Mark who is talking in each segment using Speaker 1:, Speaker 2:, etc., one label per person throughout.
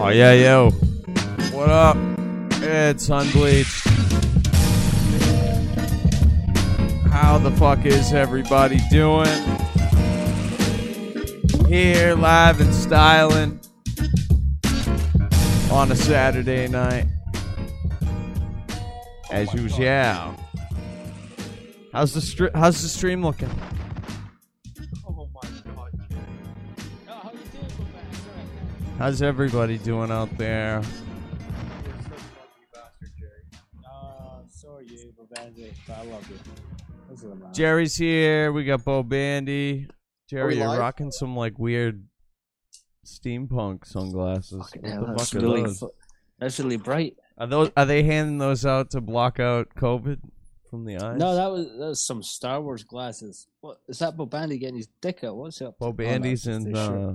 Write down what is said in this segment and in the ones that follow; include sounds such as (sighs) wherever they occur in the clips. Speaker 1: Oh yeah, yo. What up? It's Unbleached. How the fuck is everybody doing? Here, live and styling on a Saturday night,
Speaker 2: Oh
Speaker 1: as usual. How's the str- How's the stream looking?
Speaker 2: Oh my god, Jack. Oh, how you doing, Bobasser?
Speaker 1: How's everybody doing out there?
Speaker 2: You're such a lucky bastard, Jerry. Uh, so are you, Bobasser, but I love you. This is a lot.
Speaker 1: Jerry's here. We got Bo Bandy. Jerry, you're
Speaker 3: live?
Speaker 1: rocking some like weird steampunk sunglasses.
Speaker 3: Fucking
Speaker 1: what
Speaker 3: hell,
Speaker 1: the
Speaker 3: that's
Speaker 1: fuck are
Speaker 3: really
Speaker 1: those?
Speaker 3: fu- That's really bright.
Speaker 1: Are those? Are they handing those out to block out COVID from the eyes?
Speaker 3: No, that was that was some Star Wars glasses. What is that? Bobandi getting his dick out? What's up?
Speaker 2: Oh,
Speaker 1: Bo Bandy's and uh,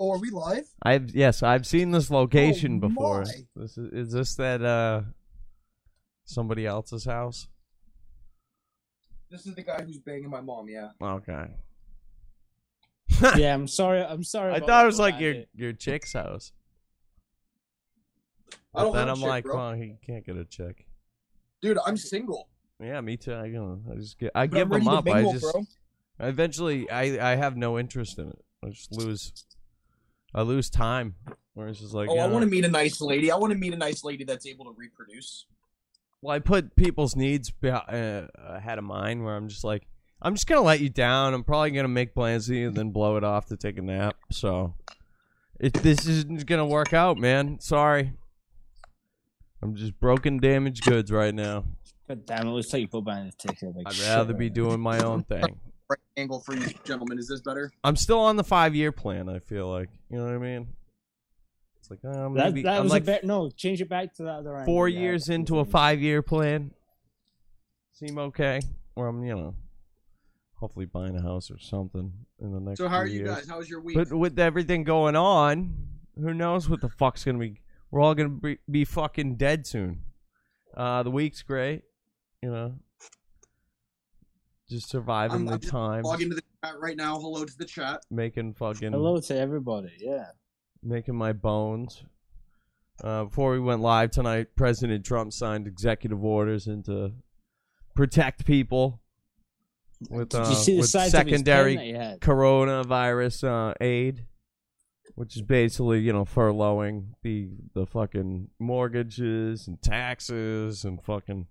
Speaker 4: Oh, are we live?
Speaker 1: I've yes, I've seen this location
Speaker 4: Oh,
Speaker 1: before.
Speaker 4: my.
Speaker 1: This is, is this that uh somebody else's house?
Speaker 4: This is the guy who's banging my mom, yeah.
Speaker 1: Okay, (laughs)
Speaker 3: yeah, I'm sorry. I'm sorry.
Speaker 1: I
Speaker 3: about
Speaker 1: thought
Speaker 3: that,
Speaker 1: it was like your
Speaker 3: Bobandi.
Speaker 1: your chick's house.
Speaker 4: I don't
Speaker 1: But
Speaker 4: have
Speaker 1: then
Speaker 4: a
Speaker 1: I'm
Speaker 4: chick,
Speaker 1: like,
Speaker 4: bro.
Speaker 1: oh, he can't get a chick.
Speaker 4: Dude, I'm single.
Speaker 1: Yeah, me too. I, don't know. I just get, I
Speaker 4: But
Speaker 1: give
Speaker 4: I'm ready
Speaker 1: them
Speaker 4: to
Speaker 1: up. I
Speaker 4: mingle,
Speaker 1: just
Speaker 4: bro.
Speaker 1: I eventually I I have no interest in it. I just lose. I lose time. Where it's just like,
Speaker 4: Oh,
Speaker 1: you
Speaker 4: I
Speaker 1: know,
Speaker 4: want to meet a nice lady. I want to meet a nice lady that's able to reproduce.
Speaker 1: well, I put people's needs beh- uh, ahead of mine. Where I'm just like, I'm just gonna let you down. I'm probably gonna make plans with you and then blow it off to take a nap. So, it this isn't gonna work out, man. Sorry. I'm just broken, damaged goods right now.
Speaker 3: God damn it! Looks like Bobandi's dick out. Like
Speaker 1: I'd
Speaker 3: shit
Speaker 1: rather be
Speaker 3: right
Speaker 1: doing my own thing.
Speaker 4: Right angle for you, gentlemen. Is this better?
Speaker 1: I'm still on the five year plan. I feel like you know what I mean. It's like uh,
Speaker 3: now. That,
Speaker 1: maybe
Speaker 3: that
Speaker 1: I'm
Speaker 3: was
Speaker 1: like
Speaker 3: a bit. No, change it back to that other. angle,
Speaker 1: four
Speaker 3: yeah,
Speaker 1: years
Speaker 3: that's
Speaker 1: into a
Speaker 3: amazing.
Speaker 1: five year plan. Seem okay. Or I'm you know, hopefully buying a house or something in the next.
Speaker 4: So, how are
Speaker 1: few
Speaker 4: you
Speaker 1: years.
Speaker 4: guys? How's your week?
Speaker 1: But with everything going on, who knows what the fuck's gonna be? We're all gonna be, be fucking dead soon. Uh, the week's great, you know. Just surviving
Speaker 4: I'm-
Speaker 1: the
Speaker 4: I'm just
Speaker 1: time,
Speaker 4: Log into the chat right now. Hello to the chat.
Speaker 1: making fucking
Speaker 3: Hello to everybody. Yeah.
Speaker 1: making my bones. Uh, before we went live tonight, President Trump signed executive orders into protect people with,
Speaker 3: Did
Speaker 1: uh,
Speaker 3: you see the
Speaker 1: with
Speaker 3: size of
Speaker 1: secondary
Speaker 3: his pen that he had?
Speaker 1: coronavirus uh, aid, which is basically you know furloughing the the fucking mortgages and taxes and fucking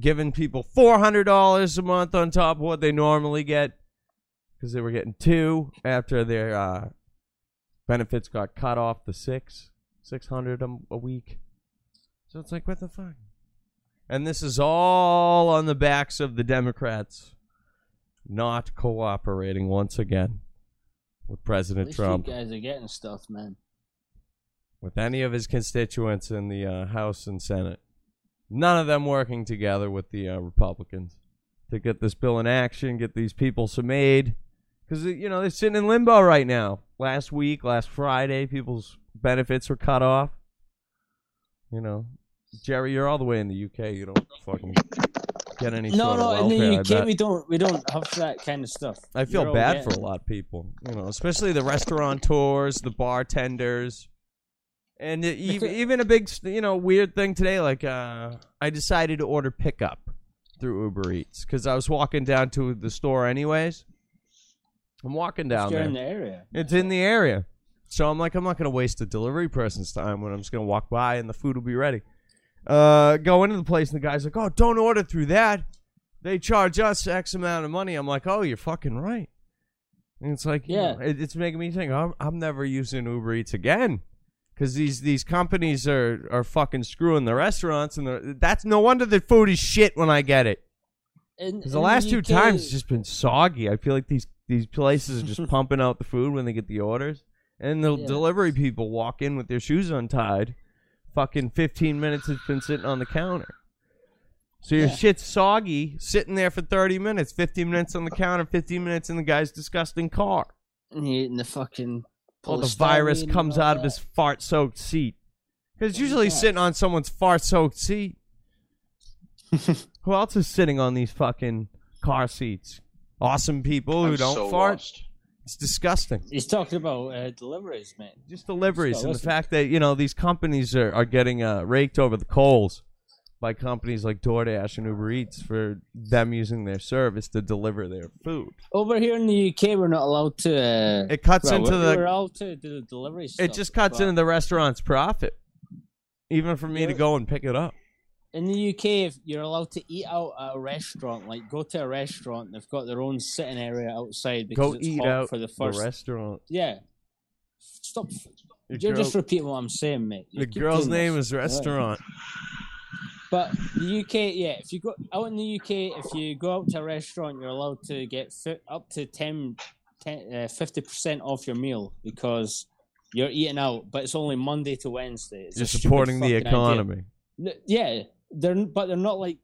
Speaker 1: giving people four hundred dollars a month on top of what they normally get because they were getting two after their uh, benefits got cut off the six six hundred a, a week. So it's like what the fuck. And this is all on the backs of the Democrats not cooperating once again with
Speaker 3: At
Speaker 1: President
Speaker 3: least
Speaker 1: Trump,
Speaker 3: you guys are getting stuff, man.
Speaker 1: with any of his constituents in the uh, House and Senate. None of them working together with the uh, Republicans to get this bill in action, get these people some aid. Because, you know, they're sitting in limbo right now. Last week, last Friday, people's benefits were cut off. You know, Jerry, you're all the way in the UK. You don't fucking get any
Speaker 3: No,
Speaker 1: sort
Speaker 3: no,
Speaker 1: of
Speaker 3: in
Speaker 1: welfare.
Speaker 3: the
Speaker 1: I
Speaker 3: UK
Speaker 1: bet.
Speaker 3: we don't we don't have that kind of stuff.
Speaker 1: I feel
Speaker 3: You're all
Speaker 1: bad
Speaker 3: getting-
Speaker 1: for a lot of people, you know, especially the restaurateurs, the bartenders, and even even a big, you know, weird thing today. Like, uh, I decided to order pickup through Uber Eats because I was walking down to the store anyways. I'm walking down
Speaker 3: You're
Speaker 1: there.
Speaker 3: in the area.
Speaker 1: It's in the area. So I'm like, I'm not gonna waste a delivery person's time when I'm just gonna walk by and the food will be ready. Uh, go into the place and the guy's like, oh, don't order through that. They charge us X amount of money. I'm like, oh, you're fucking right. And it's like, yeah,
Speaker 3: Yeah.
Speaker 1: it, it's making me think I'm, I'm never using Uber Eats again because these these companies are are fucking screwing the restaurants and the, that's no wonder the food is shit when I get it.
Speaker 3: In,
Speaker 1: Because
Speaker 3: in
Speaker 1: the last two
Speaker 3: UK
Speaker 1: times it's just been soggy. I feel like these these places are
Speaker 3: (laughs)
Speaker 1: just pumping out the food when they get the orders, and the
Speaker 3: Yeah.
Speaker 1: delivery people walk in with their shoes untied. Fucking fifteen minutes it's been sitting on the counter. So your
Speaker 3: Yeah.
Speaker 1: shit's soggy, sitting there for thirty minutes, fifteen minutes on the counter, fifteen minutes in the guy's disgusting car.
Speaker 3: and you're eating the fucking.
Speaker 1: Well, the virus
Speaker 3: polystyrene and
Speaker 1: comes
Speaker 3: all
Speaker 1: out of
Speaker 3: that.
Speaker 1: his fart soaked seat. Because
Speaker 3: What is
Speaker 1: usually
Speaker 3: that?
Speaker 1: sitting on someone's fart soaked seat. (laughs) who else is sitting on these fucking car seats? Awesome people who
Speaker 5: I'm
Speaker 1: don't
Speaker 5: so
Speaker 1: fart.
Speaker 5: lost.
Speaker 1: It's disgusting.
Speaker 3: He's talking about uh, deliveries, mate.
Speaker 1: Just deliveries
Speaker 3: Just
Speaker 1: and the
Speaker 3: listen.
Speaker 1: fact that, you know, these companies are, are getting uh, raked over the coals by companies like DoorDash and Uber Eats for them using their service to deliver their food.
Speaker 3: Over here in the UK, we're not allowed to. Uh,
Speaker 1: It cuts
Speaker 3: well,
Speaker 1: into
Speaker 3: we're,
Speaker 1: the
Speaker 3: we're allowed to do the delivery.
Speaker 1: it
Speaker 3: stuff,
Speaker 1: just cuts
Speaker 3: but
Speaker 1: into the restaurant's profit. Even for me to
Speaker 3: Yeah.
Speaker 1: go and pick it up.
Speaker 3: In the UK, if you're allowed to eat out at a restaurant, like go to a restaurant, and they've got their own sitting area outside because
Speaker 1: go
Speaker 3: it's
Speaker 1: eat
Speaker 3: hot
Speaker 1: out
Speaker 3: for the first.
Speaker 1: restaurant.
Speaker 3: yeah. Stop.
Speaker 1: The,
Speaker 3: You're
Speaker 1: girl-
Speaker 3: just repeating what I'm saying, mate. You
Speaker 1: the
Speaker 3: keep
Speaker 1: girl's
Speaker 3: doing this.
Speaker 1: name is restaurant.
Speaker 3: But the UK, yeah, if you go out in the UK, if you go out to a restaurant, you're allowed to get fi- up to 10, 10 uh, 50% off your meal because you're eating out, but it's only Monday to Wednesday. It's a
Speaker 1: You're
Speaker 3: stupid
Speaker 1: supporting the
Speaker 3: fucking idea.
Speaker 1: economy.
Speaker 3: N- Yeah, they're n- but they're not like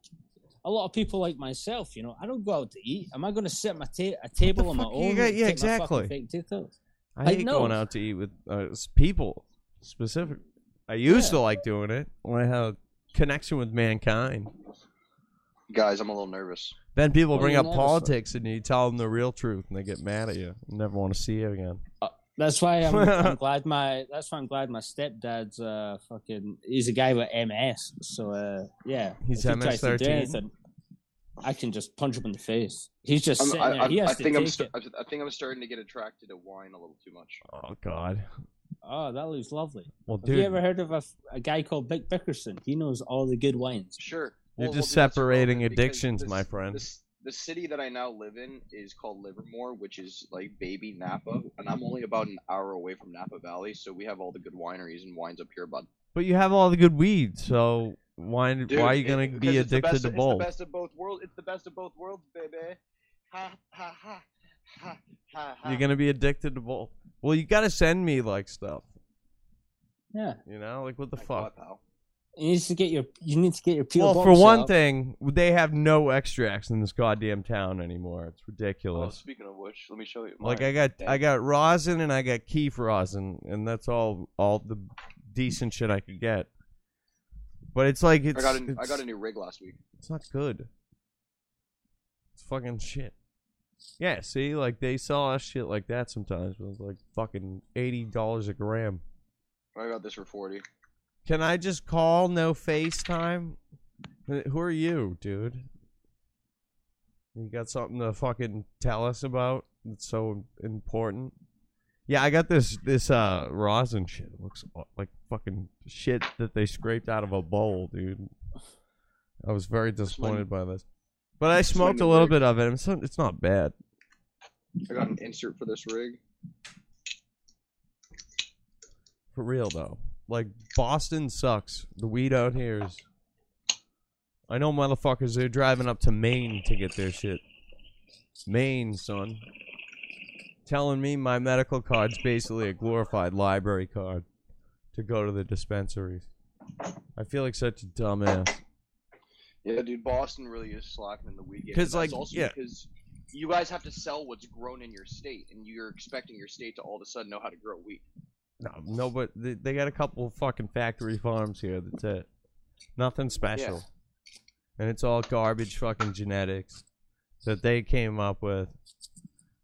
Speaker 3: a lot of people like myself, you know. I don't go out to eat. Am I going to sit at my ta- a table on my
Speaker 1: fuck you
Speaker 3: own?
Speaker 1: got-
Speaker 3: and
Speaker 1: yeah,
Speaker 3: take my fucking
Speaker 1: exactly.
Speaker 3: fake teeth out?
Speaker 1: I
Speaker 3: I
Speaker 1: hate
Speaker 3: know.
Speaker 1: going out to eat with uh, s- people specific. I used to like doing it when I had a connection with mankind.
Speaker 5: Guys, I'm a little nervous.
Speaker 1: Then people
Speaker 5: Oh,
Speaker 3: Well,
Speaker 1: bring
Speaker 3: you're
Speaker 1: up
Speaker 3: nervous,
Speaker 1: politics and you tell them the real truth and they get mad at you. Never want to see you again.
Speaker 5: Uh,
Speaker 3: That's why
Speaker 1: (laughs)
Speaker 3: I'm, I'm glad my that's why I'm glad my stepdad's uh fucking he's a guy with MS. So uh yeah,
Speaker 1: He's
Speaker 3: if he tries to do
Speaker 1: MS-13?
Speaker 3: anything, I can just punch him in the face. He's just
Speaker 5: I'm,
Speaker 3: sitting
Speaker 5: I,
Speaker 3: there.
Speaker 5: I,
Speaker 3: he has
Speaker 5: I
Speaker 3: to
Speaker 5: think
Speaker 3: take
Speaker 5: I'm. St-
Speaker 3: it.
Speaker 5: I I think I'm starting to get attracted to wine a little too much.
Speaker 1: Oh God.
Speaker 3: Oh, that looks lovely.
Speaker 1: Well,
Speaker 3: Have
Speaker 1: dude,
Speaker 3: you ever heard of a, f- a guy called Vic Bickerson? He knows all the good wines.
Speaker 5: Sure.
Speaker 1: You're just
Speaker 5: that's
Speaker 1: separating
Speaker 5: irrelevant because
Speaker 1: addictions,
Speaker 5: this-
Speaker 1: my friend.
Speaker 5: This, the city that I now live in is called Livermore, which is like baby Napa, and I'm only about an hour away from Napa Valley, so we have all the good wineries and wines up here. But
Speaker 1: but you have all the good weed, so why
Speaker 5: Dude,
Speaker 1: why are you
Speaker 5: it-
Speaker 1: gonna
Speaker 5: because
Speaker 1: be
Speaker 5: it's the
Speaker 1: addicted
Speaker 5: best-
Speaker 1: to both?
Speaker 5: It's the best of both worlds. It's the best of both worlds, baby. Ha ha ha ha ha. ha.
Speaker 1: You're gonna be addicted to both. Well, you gotta send me like stuff.
Speaker 3: Yeah,
Speaker 1: You know, like what the
Speaker 5: My
Speaker 1: fuck?
Speaker 5: God, pal.
Speaker 3: you need to get your you need to get your peel.
Speaker 1: Well,
Speaker 3: box
Speaker 1: for one
Speaker 3: set up.
Speaker 1: thing, they have no extracts in this goddamn town anymore. It's
Speaker 5: Oh,
Speaker 1: ridiculous.
Speaker 5: speaking of which, let me show you.
Speaker 1: like
Speaker 5: mine.
Speaker 1: I got
Speaker 5: Damn.
Speaker 1: I got rosin and I got keef rosin, and that's all all the decent shit I could get. But it's like it's
Speaker 5: I got, a, I
Speaker 1: it's,
Speaker 5: got a new rig last week.
Speaker 1: it's not good. It's fucking shit. Yeah, see, like they sell us shit like that sometimes, but it's like fucking eighty dollars a gram.
Speaker 5: I got this for forty.
Speaker 1: Can I just call no FaceTime? Uh, Who are you, dude? You got something to fucking tell us about that's so important? Yeah, I got this this uh rosin shit. It looks aw- like fucking shit that they scraped out of a bowl, dude. I was very disappointed by this. But I
Speaker 5: It's my
Speaker 1: smoked a
Speaker 5: new
Speaker 1: little
Speaker 5: rig.
Speaker 1: bit of it. It's not, it's not bad.
Speaker 5: I got an insert for this rig.
Speaker 1: For real though. Like Boston sucks. The weed out here is I know motherfuckers they're driving up to Maine to get their shit. Maine, son. Telling me my medical card's basically a glorified library card to go to the dispensaries. I feel like such a dumbass.
Speaker 5: Yeah, dude, Boston really is slacking in the weekend.
Speaker 1: 'Cause, like,
Speaker 5: also
Speaker 1: yeah.
Speaker 5: because you guys have to sell what's grown in your state, and you're expecting your state to all of a sudden know how to grow wheat.
Speaker 1: No, no, but they, they got a couple of fucking factory farms here. That's it. Nothing special. And it's all garbage fucking genetics that they came up with,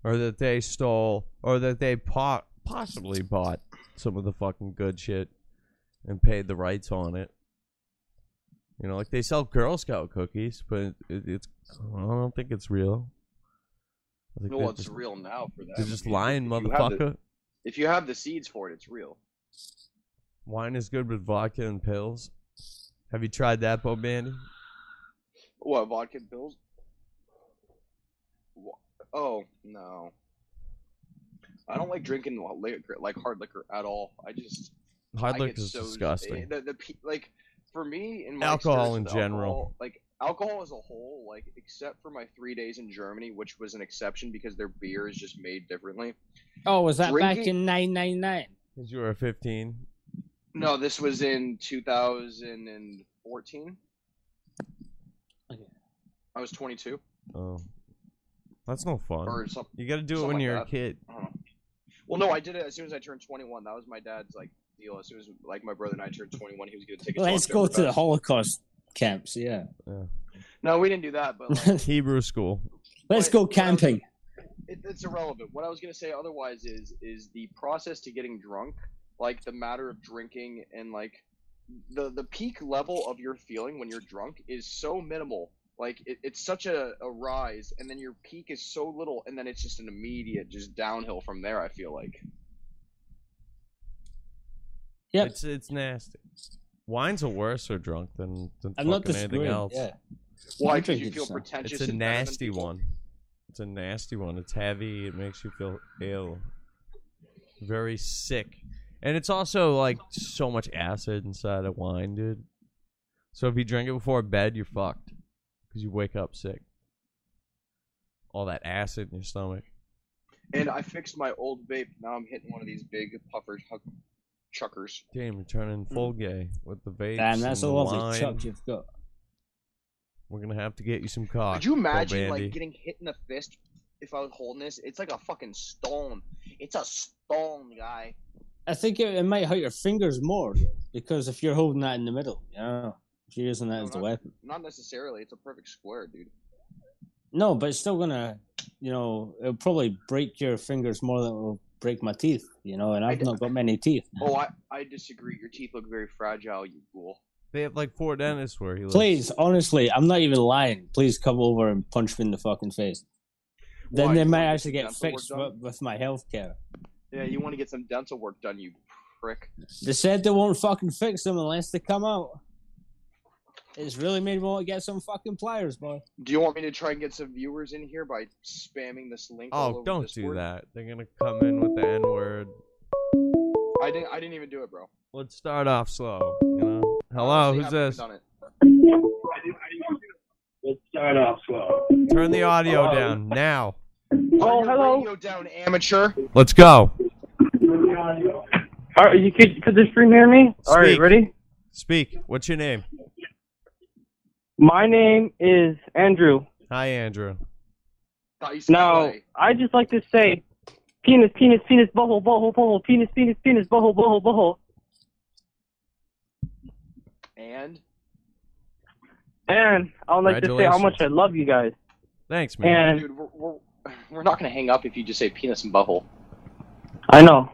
Speaker 1: or that they stole, or that they po- possibly bought some of the fucking good shit and paid the rights on it. You know, like they sell Girl Scout cookies, but it, it's I don't think it's real. I think
Speaker 5: No,
Speaker 1: they're
Speaker 5: it's
Speaker 1: just,
Speaker 5: real now for that.
Speaker 1: they're just lying,
Speaker 5: If you have the-
Speaker 1: motherfucker.
Speaker 5: if you have the seeds for it, it's real.
Speaker 1: Wine is good with vodka and pills. Have you tried that, Bo Bandy?
Speaker 5: What vodka pills? Wha- Oh no, I don't like drinking wa- liquor, like hard liquor at all. I just
Speaker 1: Hard
Speaker 5: I
Speaker 1: liquor
Speaker 5: get
Speaker 1: is
Speaker 5: so-
Speaker 1: disgusting.
Speaker 5: eh, The, the, pe- like for me in my
Speaker 1: Alcohol
Speaker 5: experience
Speaker 1: in
Speaker 5: with
Speaker 1: general.
Speaker 5: alcohol, like alcohol as a whole, like except for my three days in Germany, which was an exception because their beer is just made differently.
Speaker 3: Oh, was that back
Speaker 5: Drinking-
Speaker 3: in nine nine nine?
Speaker 1: Because you were 15.
Speaker 5: No, this was in 2014.
Speaker 3: Okay.
Speaker 5: I was 22
Speaker 1: Oh. That's no fun.
Speaker 5: or something.
Speaker 1: you got to do it
Speaker 5: something
Speaker 1: when
Speaker 5: like
Speaker 1: you're a
Speaker 5: that.
Speaker 1: kid.
Speaker 5: I don't know. Well, no, I did it as soon as I turned 21. That was my dad's like deal. As soon as like my brother and I turned 21, he was gonna take us.
Speaker 3: Let's
Speaker 5: to
Speaker 3: go to
Speaker 5: Oktoberfest.
Speaker 3: the Holocaust camps. Yeah,
Speaker 5: No, we didn't do that, but
Speaker 3: (laughs)
Speaker 5: like,
Speaker 1: Hebrew school.
Speaker 3: let's
Speaker 5: Wait,
Speaker 3: go
Speaker 5: what I was-
Speaker 3: camping.
Speaker 5: it, it's irrelevant. What I was gonna say otherwise is is the process to getting drunk, like the matter of drinking and like the the peak level of your feeling when you're drunk is so minimal. Like it, it's such a, a rise, and then your peak is so little, and then it's just an immediate just downhill from there. I feel like.
Speaker 3: Yep.
Speaker 1: It's it's nasty. Wines are worse or drunk than, than
Speaker 3: I'm not
Speaker 1: fucking anything
Speaker 3: disagreeing.
Speaker 1: else.
Speaker 3: Yeah.
Speaker 5: Why?
Speaker 3: I'm
Speaker 5: Because you
Speaker 3: drinking
Speaker 5: feel
Speaker 3: some.
Speaker 5: pretentious.
Speaker 1: It's a
Speaker 5: and better than
Speaker 1: nasty
Speaker 5: people.
Speaker 1: one. It's a nasty one. It's heavy. It makes you feel ill. Very sick. And it's also like so much acid inside of wine, dude. So if you drink it before bed, you're fucked. Because you wake up sick. All that acid in your stomach.
Speaker 5: And I fixed my old vape. Now I'm hitting one of these big puffer huck- chuckers.
Speaker 1: Damn, you're turning full gay with the vapes.
Speaker 3: Mm. Damn, that's
Speaker 1: and
Speaker 3: a
Speaker 1: the
Speaker 3: lovely
Speaker 1: wine.
Speaker 3: chuck you've got.
Speaker 1: We're gonna have to get you some cock.
Speaker 5: Could you imagine
Speaker 1: Bob Andy.
Speaker 5: like getting hit in the fist if I was holding this? It's like a fucking stone. It's a stone, guy.
Speaker 3: I think it, it might hurt your fingers more though, because if you're holding that in the middle, yeah, if you're using that as the weapon.
Speaker 5: Not necessarily. It's a perfect square, dude.
Speaker 3: No, but it's still gonna, you know, it'll probably break your fingers more than it will break my teeth, you know, and
Speaker 5: I
Speaker 3: I've
Speaker 5: d-
Speaker 3: not got many teeth.
Speaker 5: Oh, I I disagree. Your teeth look very fragile, you ghoul.
Speaker 1: They have like four dentists where he lives.
Speaker 3: Please, honestly, I'm not even lying. Please come over and punch me in the fucking face. Then
Speaker 5: Why?
Speaker 3: they
Speaker 5: You
Speaker 3: might
Speaker 5: wanna
Speaker 3: actually
Speaker 5: some
Speaker 3: get
Speaker 5: dental work
Speaker 3: fixed
Speaker 5: done?
Speaker 3: with, with my health care.
Speaker 5: Yeah, you want to get some dental work done, you prick.
Speaker 3: They said they won't fucking fix them unless they come out. It's really made me want to get some fucking pliers, boy.
Speaker 5: Do you want me to try and get some viewers in here by spamming this link? all
Speaker 1: Oh,
Speaker 5: over
Speaker 1: don't
Speaker 5: Discord?
Speaker 1: do that. They're gonna come in with the N word.
Speaker 5: I didn't. I didn't even do it, bro.
Speaker 1: Let's start off slow, you know. Hello,
Speaker 5: Honestly, I
Speaker 1: who's
Speaker 5: haven't
Speaker 1: this?
Speaker 5: done it.
Speaker 6: Let's start off slow.
Speaker 1: Turn the audio down now.
Speaker 5: Turn your
Speaker 6: hello.
Speaker 5: radio down, amateur.
Speaker 1: Let's go.
Speaker 6: All right, you could could the stream hear me? All right,
Speaker 1: Speak.
Speaker 6: ready?
Speaker 1: Speak. What's your name?
Speaker 6: My name is Andrew.
Speaker 1: Hi, Andrew.
Speaker 5: Dice
Speaker 6: Now,
Speaker 5: clay.
Speaker 6: I just like to say, penis, penis, penis, butthole, butthole, butthole, penis, penis, penis, butthole, butthole, butthole,
Speaker 5: and
Speaker 6: and I would like to say how
Speaker 1: Congratulations.
Speaker 6: much I love you guys.
Speaker 1: Thanks, man.
Speaker 6: And
Speaker 5: dude, we're, we're, we're not gonna hang up if you just say penis and butthole.
Speaker 6: I know,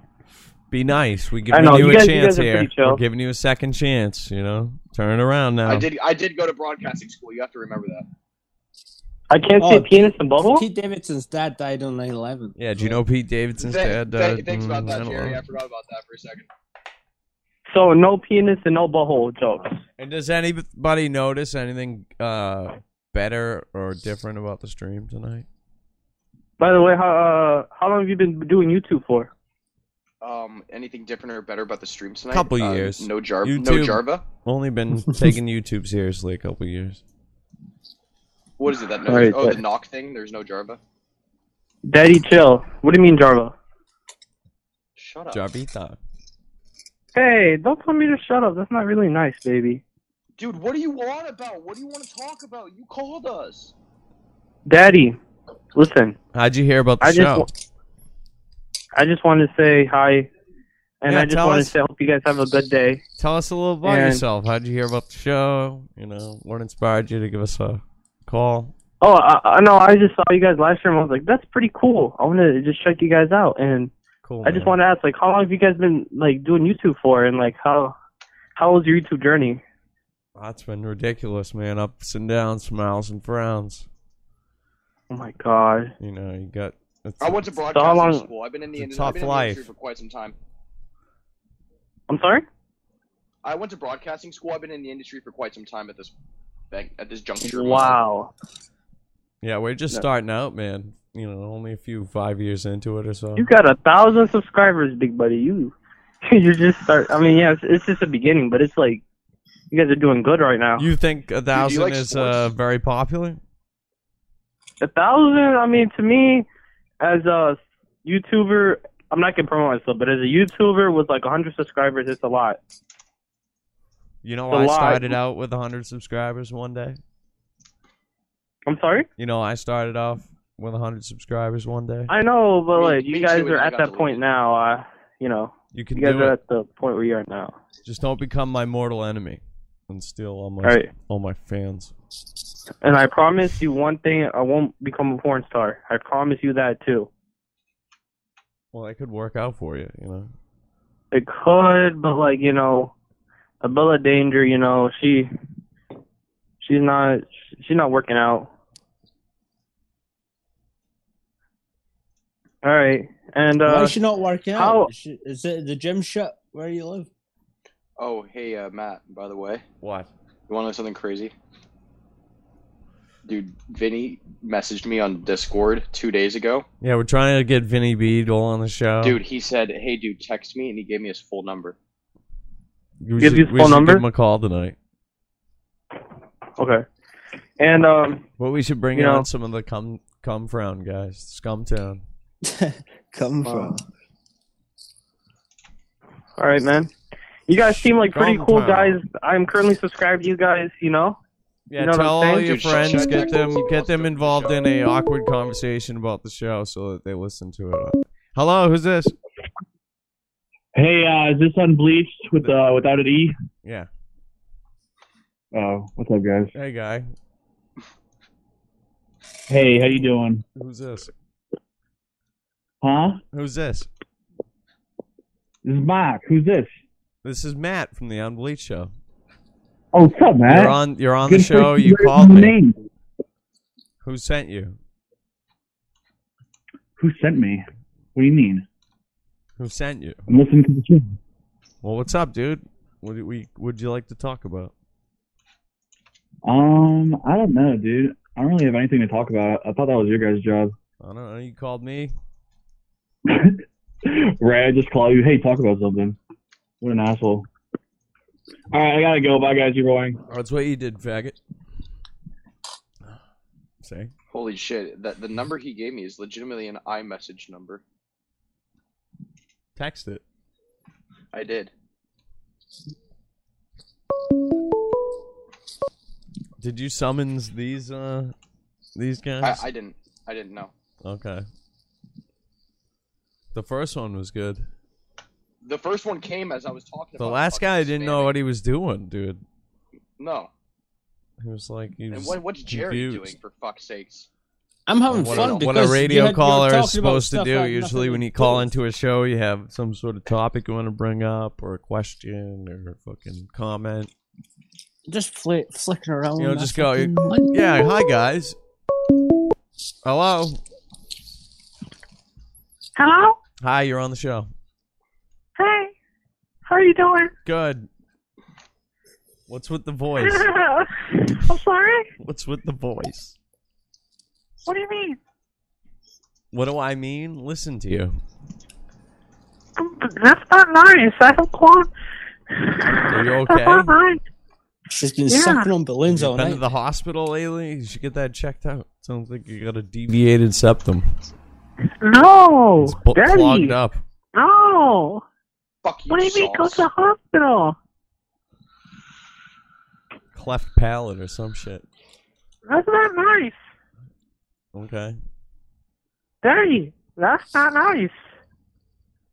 Speaker 1: Be nice. We're
Speaker 6: I
Speaker 1: giving
Speaker 6: know,
Speaker 1: you,
Speaker 6: you
Speaker 1: a
Speaker 6: guys- you
Speaker 1: chance
Speaker 6: guys are
Speaker 1: here.
Speaker 6: pretty chill.
Speaker 1: We're giving you a second chance. You know, turn it around now.
Speaker 5: I did. I did go to broadcasting school. You have to remember that.
Speaker 6: I can't
Speaker 3: Oh,
Speaker 6: say penis and butthole.
Speaker 3: Pete Davidson's dad died on 9 11.
Speaker 1: Yeah, do you know Pete Davidson's
Speaker 5: Thank-
Speaker 1: dad?
Speaker 5: thank-
Speaker 1: died?
Speaker 5: thanks about
Speaker 1: Mm, I
Speaker 5: that,
Speaker 1: don't
Speaker 5: Jerry.
Speaker 1: know.
Speaker 5: I forgot about that for a second.
Speaker 6: So no penis and no butthole jokes.
Speaker 1: And does anybody notice anything uh, better or different about the stream tonight?
Speaker 6: By the way, how uh, how long have you been doing YouTube for?
Speaker 5: Um, anything different or better about the stream tonight?
Speaker 1: Couple
Speaker 5: Uh,
Speaker 1: years.
Speaker 5: No Jarva.
Speaker 1: YouTube.
Speaker 5: No Jarva.
Speaker 1: Only
Speaker 5: (laughs)
Speaker 1: been taking YouTube seriously a couple years.
Speaker 5: What is it? That no,
Speaker 6: Alright,
Speaker 5: oh, the
Speaker 6: but-
Speaker 5: knock thing. There's no Jarva.
Speaker 6: Daddy, chill. What do you mean, Jarva?
Speaker 5: Shut up,
Speaker 1: Jarvita.
Speaker 6: Hey, don't tell me to shut up. That's not really nice, baby.
Speaker 5: dude. What do you want about? What do you want to talk about? You called us.
Speaker 6: Daddy, listen.
Speaker 1: How'd you hear about the
Speaker 6: I just,
Speaker 1: show?
Speaker 6: wa- I just wanted to say hi, and
Speaker 1: Yeah,
Speaker 6: I just
Speaker 1: tell
Speaker 6: wanted
Speaker 1: us.
Speaker 6: to say, I hope you guys have a good day.
Speaker 1: Tell us a little about
Speaker 6: And-
Speaker 1: yourself. How'd you hear about the show? You know, what inspired you to give us a call?
Speaker 6: Oh, I, I know. I just saw you guys live stream. I was like, that's pretty cool. I want to just check you guys out, and
Speaker 1: Cool.
Speaker 6: I just
Speaker 1: man.
Speaker 6: want to ask, like, how long have you guys been like doing YouTube for, and like how how was your YouTube journey?
Speaker 1: That's been ridiculous, man. Ups and downs, smiles and frowns.
Speaker 6: Oh my god.
Speaker 1: You know, you got. it's-
Speaker 5: I went to
Speaker 1: it's-
Speaker 5: broadcasting
Speaker 6: long-
Speaker 5: school. I've been in the,
Speaker 1: It's a
Speaker 5: industry, I've been in
Speaker 1: tough
Speaker 5: the industry
Speaker 1: life.
Speaker 5: for quite some time.
Speaker 6: I'm sorry.
Speaker 5: I went to broadcasting school. I've been in the industry for quite some time at this bank, at this juncture.
Speaker 6: Wow.
Speaker 1: Yeah, we're just starting out, man. You know, only a few five years into it or so.
Speaker 6: You got a thousand subscribers, big buddy. You (laughs) you just start. I mean, yeah, it's, it's just the beginning, but it's like you guys are doing good right now.
Speaker 1: You think a thousand
Speaker 5: like
Speaker 1: is
Speaker 5: sports?
Speaker 1: uh, very popular?
Speaker 6: A thousand. I mean, to me, as a YouTuber, I'm not gonna promote myself, but as a YouTuber with like 100 subscribers, it's a lot.
Speaker 1: You know,
Speaker 6: It's a
Speaker 1: I
Speaker 6: lot.
Speaker 1: started out with 100 subscribers one day.
Speaker 6: I'm sorry.
Speaker 1: You know, I started off with 100 subscribers one day.
Speaker 6: I know, but
Speaker 5: Me-
Speaker 6: like
Speaker 5: me
Speaker 6: you guys
Speaker 5: too, and
Speaker 6: are
Speaker 5: I
Speaker 6: at
Speaker 5: got
Speaker 6: that point
Speaker 5: deleted.
Speaker 6: now. Uh, you know,
Speaker 1: You can
Speaker 6: you guys
Speaker 1: do
Speaker 6: are
Speaker 1: it.
Speaker 6: at the point where you are now.
Speaker 1: Just don't become Oh, my mortal enemy and steal all my
Speaker 6: All right.
Speaker 1: all my fans.
Speaker 6: And I promise you one thing: I won't become a porn star. I promise you that too.
Speaker 1: Well, that could work out for you, you know.
Speaker 6: It could, but like you know, Abella Danger, you know, she, she's not, she's not working out. All right, and
Speaker 3: Why
Speaker 6: uh,
Speaker 3: is she not working out?
Speaker 6: how-
Speaker 3: Is, she- is it the gym shut where you live?
Speaker 5: Oh, hey, uh, Matt, by the way.
Speaker 1: What?
Speaker 5: You want to know something crazy? Dude, Vinny messaged me on Discord two days ago.
Speaker 1: Yeah, we're trying to get Vinny Beadle on the show.
Speaker 5: Dude, he said, hey, dude, text me, and he gave me his full number.
Speaker 1: we
Speaker 6: give
Speaker 1: should,
Speaker 6: his
Speaker 1: we
Speaker 6: phone
Speaker 1: should
Speaker 6: number?
Speaker 1: give him a call tonight.
Speaker 6: okay, and um,
Speaker 1: But we should bring
Speaker 6: You
Speaker 1: out
Speaker 6: know-
Speaker 1: some of the cum cum frown guys,
Speaker 6: (laughs)
Speaker 1: Scumtown.
Speaker 3: Come
Speaker 6: from? all right, man, you guys seem like pretty
Speaker 1: Gone
Speaker 6: cool
Speaker 1: time.
Speaker 6: guys. I'm currently subscribed to you guys. You know,
Speaker 1: Yeah,
Speaker 6: You know what
Speaker 1: tell
Speaker 6: I'm
Speaker 1: all
Speaker 6: saying?
Speaker 1: your
Speaker 5: Dude, shut-
Speaker 1: friends,
Speaker 5: shut
Speaker 1: get
Speaker 5: the
Speaker 1: them,
Speaker 5: fuck
Speaker 1: get
Speaker 5: up.
Speaker 1: them involved in a awkward conversation about the show so that they listen to it. Hello, who's this?
Speaker 7: Hey, uh, is this unbleached with uh, without an E?
Speaker 1: Yeah,
Speaker 7: Oh, what's up, guys?
Speaker 1: hey guy,
Speaker 7: Hey, how you doing?
Speaker 1: who's this?
Speaker 7: Huh?
Speaker 1: Who's this?
Speaker 7: This is Mark. Who's this?
Speaker 1: This is Matt from the Unbleached Show.
Speaker 7: Oh, what's up, man?
Speaker 1: You're on, you're on
Speaker 7: Good
Speaker 1: the show.
Speaker 7: question.
Speaker 1: You
Speaker 7: Where's
Speaker 1: called
Speaker 7: my
Speaker 1: me.
Speaker 7: Name?
Speaker 1: Who sent you?
Speaker 7: Who sent me? What do you mean?
Speaker 1: Who sent you?
Speaker 7: I'm listening to the show.
Speaker 1: Well, what's up, dude? What do we would you like to talk about?
Speaker 7: Um, I don't know, dude. I don't really have anything to talk about. I thought that was your guys' job. (laughs)
Speaker 1: I don't know. You called me.
Speaker 7: right, I just call you. Hey, talk about something. What an asshole. All right, I gotta go. Bye, guys. You're going.
Speaker 1: Oh, That's what you did, faggot. Say.
Speaker 5: Holy shit, that the number he gave me is legitimately an iMessage number.
Speaker 1: Text it.
Speaker 5: I did.
Speaker 1: Did you summons these uh these
Speaker 5: I,
Speaker 1: guys?
Speaker 5: I didn't. I didn't know.
Speaker 1: Okay. The first one was good.
Speaker 5: The first one came as I was talking
Speaker 1: The
Speaker 5: about
Speaker 1: last
Speaker 5: fucking
Speaker 1: guy didn't know
Speaker 5: spamming.
Speaker 1: what he was doing, dude.
Speaker 5: No.
Speaker 1: He was like, he was
Speaker 5: And what, what's Jerry
Speaker 1: confused.
Speaker 5: doing, for fuck's sakes?
Speaker 3: I'm having
Speaker 1: what,
Speaker 3: fun
Speaker 1: a,
Speaker 3: because
Speaker 1: what a
Speaker 3: you
Speaker 1: radio
Speaker 3: had- you were
Speaker 1: caller
Speaker 3: talking
Speaker 1: is supposed to
Speaker 3: about stuff that
Speaker 1: do.
Speaker 3: had
Speaker 1: Usually,
Speaker 3: nothing
Speaker 1: when
Speaker 3: to
Speaker 1: you call
Speaker 3: do
Speaker 1: into a show, you have some sort of topic you want to bring up, or a question, or a fucking comment.
Speaker 3: with- just fli flicking around.
Speaker 1: You know,
Speaker 3: with my
Speaker 1: just go.
Speaker 3: fucking-
Speaker 1: Yeah, hi guys. Hello.
Speaker 6: hello,
Speaker 1: Hi, you're on the show.
Speaker 6: hey, how are you doing?
Speaker 1: Good. What's with the voice?
Speaker 6: (laughs) I'm sorry.
Speaker 1: What's with the voice?
Speaker 6: What do you mean?
Speaker 1: What do I mean? Listen to you.
Speaker 6: That's not nice. I don't want.
Speaker 1: Are you
Speaker 6: That's
Speaker 1: okay?
Speaker 6: not nice.
Speaker 3: She's been
Speaker 6: Yeah.
Speaker 3: sucking on balloons
Speaker 1: You
Speaker 3: all
Speaker 1: been
Speaker 3: night.
Speaker 1: to the hospital lately? You should get that checked out. Sounds like you got a deviated septum.
Speaker 6: No,
Speaker 1: It's bu-
Speaker 6: Daddy.
Speaker 1: clogged up.
Speaker 6: No.
Speaker 5: Fuck you,
Speaker 6: What do you mean? Go to
Speaker 5: Sauce.
Speaker 6: the hospital.
Speaker 1: Cleft palate or some shit.
Speaker 6: That's not nice,
Speaker 1: Okay.
Speaker 6: Daddy. That's not nice.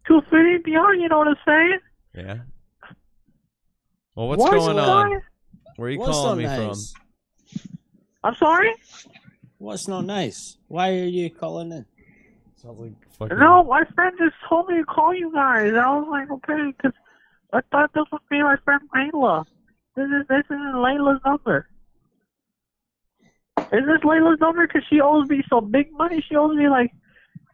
Speaker 6: Too thin and beyond. You know what I'm saying?
Speaker 1: Yeah. Well, what's
Speaker 6: What's
Speaker 1: going on? Where are you
Speaker 3: What's not
Speaker 1: calling me
Speaker 3: nice?
Speaker 6: I'm sorry.
Speaker 3: What's not nice? Why are you calling in?
Speaker 1: from? Sounds like fucking.
Speaker 6: No, my friend just told me to call you guys. I was like, okay, 'cause I thought this would be my friend Layla. This is this is Layla's number. Is this Layla's number? 'Cause she owes me some big money. She owes me like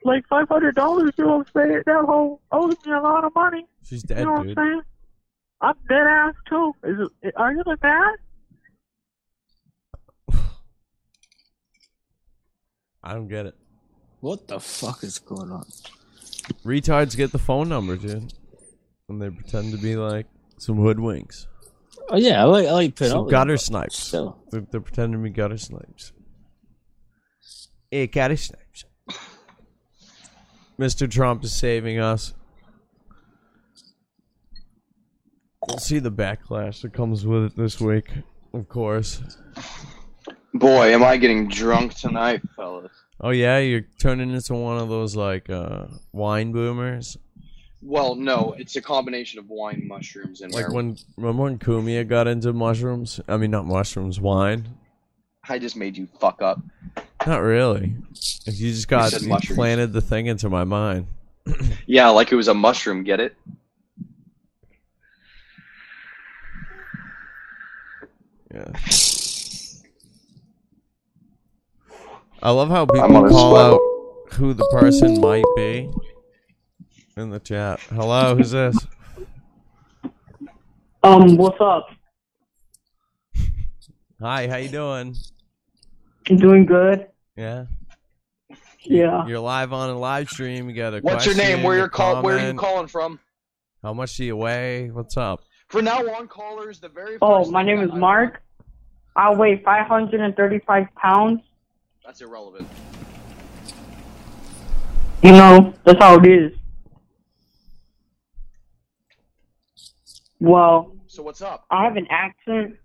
Speaker 6: like five hundred dollars. You know what I'm saying? That whole owes me a lot of money.
Speaker 1: She's
Speaker 6: You
Speaker 1: dead,
Speaker 6: know what I'm
Speaker 1: dude.
Speaker 6: saying? I'm dead ass too. Is it, are you the dad?
Speaker 1: I don't get it.
Speaker 3: What the fuck is going on?
Speaker 1: Retards get the phone number, dude. And they pretend to be like some hoodwinks.
Speaker 3: Oh yeah, I like I like putting up
Speaker 1: Some
Speaker 3: with
Speaker 1: gutter
Speaker 3: it, but
Speaker 1: snipes.
Speaker 3: Still,
Speaker 1: They're, they're pretending to be gutter snipes. Hey, gutter snipes. Mr. Trump is saving us. We'll see the backlash that comes with it this week, of course.
Speaker 5: Boy, am I getting drunk tonight, fellas.
Speaker 1: Oh yeah, you're turning into one of those like uh, wine boomers.
Speaker 5: Well, no, it's a combination of wine, mushrooms, and
Speaker 1: Like
Speaker 5: marijuana.
Speaker 1: when remember when Kumia got into mushrooms? I mean, not mushrooms, wine.
Speaker 8: I just made you fuck up.
Speaker 1: Not really. You just got
Speaker 8: said
Speaker 1: you
Speaker 8: mushrooms.
Speaker 1: planted the thing into my mind.
Speaker 8: Yeah, like it was a mushroom. Get it?
Speaker 1: Yeah. I love how people
Speaker 8: I'm on a
Speaker 1: call
Speaker 8: sweat.
Speaker 1: out who the person might be in the chat. Hello, who's this?
Speaker 9: Um, what's up?
Speaker 1: Hi, how you doing?
Speaker 9: I'm doing good.
Speaker 1: Yeah.
Speaker 9: Yeah.
Speaker 1: You're live on a live stream. You got a
Speaker 8: What's your name?
Speaker 1: question,
Speaker 8: Where
Speaker 1: a
Speaker 8: you're call? Where are you
Speaker 1: comment.
Speaker 8: calling from?
Speaker 1: How much do you weigh? What's up?
Speaker 8: For now on, callers, the very.
Speaker 9: Oh,
Speaker 8: first
Speaker 9: my
Speaker 8: thing
Speaker 9: name is
Speaker 8: that I-
Speaker 9: Mark. I weigh 535 pounds.
Speaker 8: That's irrelevant.
Speaker 9: You know, that's how it is. Well,
Speaker 8: So what's up?
Speaker 9: I have an accent.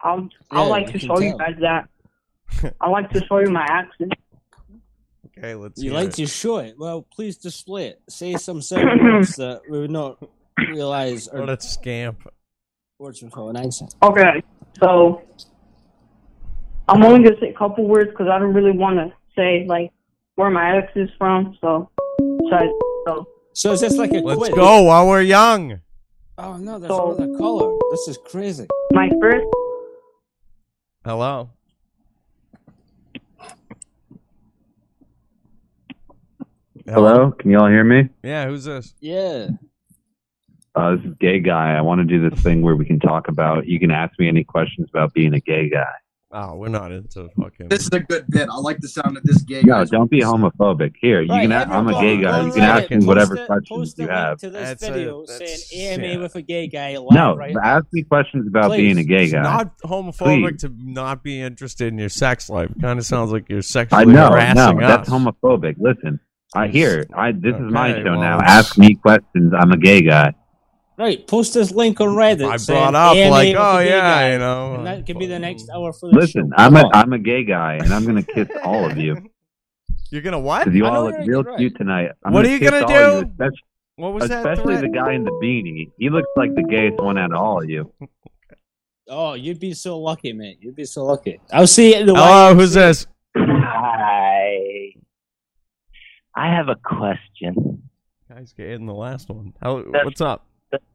Speaker 9: I'll,
Speaker 3: Yeah,
Speaker 9: I'd like
Speaker 3: you
Speaker 9: to
Speaker 3: can
Speaker 9: show you
Speaker 3: tell.
Speaker 9: guys
Speaker 3: (laughs)
Speaker 9: that. I'd like to show you my accent.
Speaker 1: Okay, let's.
Speaker 3: You
Speaker 1: hear
Speaker 3: like
Speaker 1: it.
Speaker 3: to show it. Well, please display it. Say some (laughs) certain words that we would not realize
Speaker 1: What
Speaker 3: are
Speaker 1: a scamp.
Speaker 3: words we call an accent.
Speaker 9: Okay, so I'm only gonna say a couple words because I don't really want to say like where my ex is from. So, so,
Speaker 3: So is this like a
Speaker 1: Let's
Speaker 3: quiz?
Speaker 1: go while we're young.
Speaker 3: Oh no, there's
Speaker 9: So-
Speaker 3: another caller. This is crazy.
Speaker 9: my first
Speaker 1: Hello.
Speaker 10: Hello, can y'all hear me?
Speaker 1: Yeah, who's this?
Speaker 3: Yeah.
Speaker 10: Uh, this is gay guy. I want to do this thing where we can talk about. You can ask me any questions about being a gay guy.
Speaker 1: Oh, we're not into fucking.
Speaker 5: This is a good bit. I like the sound of this game.
Speaker 10: No, don't be homophobic. Here, you
Speaker 3: Right,
Speaker 10: can. Ask, I'm a
Speaker 3: everyone
Speaker 10: gay
Speaker 3: go
Speaker 10: guy.
Speaker 3: on
Speaker 10: You can
Speaker 3: Reddit,
Speaker 10: ask me
Speaker 3: post
Speaker 10: whatever
Speaker 3: a-
Speaker 10: questions
Speaker 3: post a
Speaker 10: you
Speaker 3: link
Speaker 10: have.
Speaker 3: To this
Speaker 1: That's a-
Speaker 3: video
Speaker 1: that's-
Speaker 3: saying AMA
Speaker 1: yeah.
Speaker 3: with a gay guy live
Speaker 10: No,
Speaker 3: right
Speaker 10: ask me questions about
Speaker 3: Please,
Speaker 10: being a gay
Speaker 1: It's
Speaker 10: guy.
Speaker 1: not
Speaker 10: Please.
Speaker 1: homophobic to not be interested in your sex life. Kind of sounds like you're sexually
Speaker 10: I know. No,
Speaker 1: harassing us.
Speaker 10: that's homophobic. Listen, I here. I this is my
Speaker 1: Okay,
Speaker 10: show now.
Speaker 1: well-
Speaker 10: Ask me questions. I'm a gay guy.
Speaker 3: Right, post this link on Reddit.
Speaker 1: I
Speaker 3: saying
Speaker 1: brought up
Speaker 3: AMA
Speaker 1: like,
Speaker 3: with a
Speaker 1: oh
Speaker 3: gay guy.
Speaker 1: yeah, Mm. you know.
Speaker 3: And that could be the next hour for the
Speaker 10: Listen,
Speaker 3: show.
Speaker 10: I'm
Speaker 3: Come
Speaker 10: a
Speaker 3: on.
Speaker 10: I'm a gay guy, and I'm gonna kiss all
Speaker 3: (laughs)
Speaker 10: of you
Speaker 1: You're gonna what?
Speaker 10: because you
Speaker 3: I know
Speaker 10: all look
Speaker 3: you're
Speaker 10: real
Speaker 3: right.
Speaker 10: cute tonight. I'm
Speaker 1: What are you
Speaker 10: kiss
Speaker 1: gonna
Speaker 10: all of
Speaker 1: do?
Speaker 10: you, especially-
Speaker 1: What was that
Speaker 10: Especially
Speaker 1: threat?
Speaker 10: the guy in the beanie. He looks like the gayest one out of all of you.
Speaker 3: Oh, you'd be so lucky, man. You'd be so lucky. I'll Oh, see you at the
Speaker 1: Hello, who's this?
Speaker 11: Hi. I have a question.
Speaker 1: Guys, getting the last one. How,
Speaker 11: That's-
Speaker 1: what's up?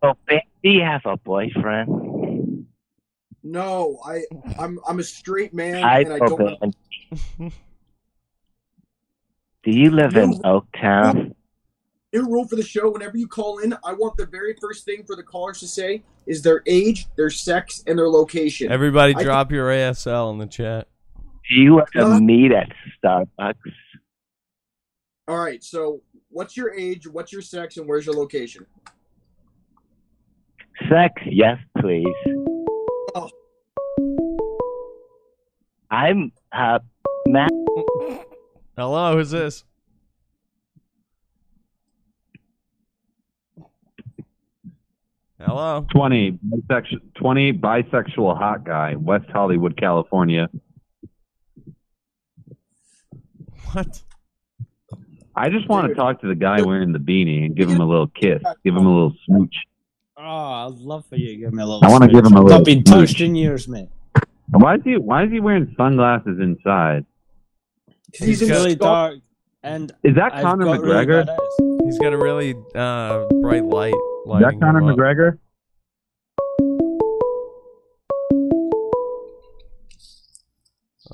Speaker 11: So, babe, do you have a boyfriend?
Speaker 5: No, I, I'm, I'm a straight man,
Speaker 11: Hi,
Speaker 5: and I don't.
Speaker 11: Cobain. Do you live in Oaktown?
Speaker 5: New rule for the show: whenever you call in, I want the very first thing for the callers to say is their age, their sex, and their location.
Speaker 1: Everybody,
Speaker 5: I-
Speaker 1: drop your ASL in the chat.
Speaker 11: Do you ever
Speaker 5: No.
Speaker 11: meet at Starbucks?
Speaker 5: All right. So, what's your age? What's your sex? And where's your location?
Speaker 11: Sex, yes, please.
Speaker 5: Oh.
Speaker 11: I'm uh,
Speaker 1: Hello, who's this? Hello.
Speaker 10: 20 bisexual, 20 bisexual hot guy, West Hollywood, California.
Speaker 1: What?
Speaker 10: I just want to
Speaker 5: Dude.
Speaker 10: talk to the guy wearing the beanie and give him a little kiss, give him a little smooch.
Speaker 3: Oh, I'd love for you to give me a little.
Speaker 10: I want to give him a
Speaker 3: Not
Speaker 10: little
Speaker 3: been
Speaker 10: smooch.
Speaker 3: touched in years, mate.
Speaker 10: Why is he Why is he wearing sunglasses
Speaker 3: (laughs)
Speaker 10: inside?
Speaker 5: 'Cause
Speaker 3: He's
Speaker 5: in
Speaker 3: really
Speaker 5: Scotland.
Speaker 3: dark, and
Speaker 10: Is that
Speaker 3: I've
Speaker 10: Conor
Speaker 3: got really
Speaker 10: McGregor?
Speaker 3: bad eyes.
Speaker 1: He's got a really uh, bright light.
Speaker 10: Is that Conor McGregor?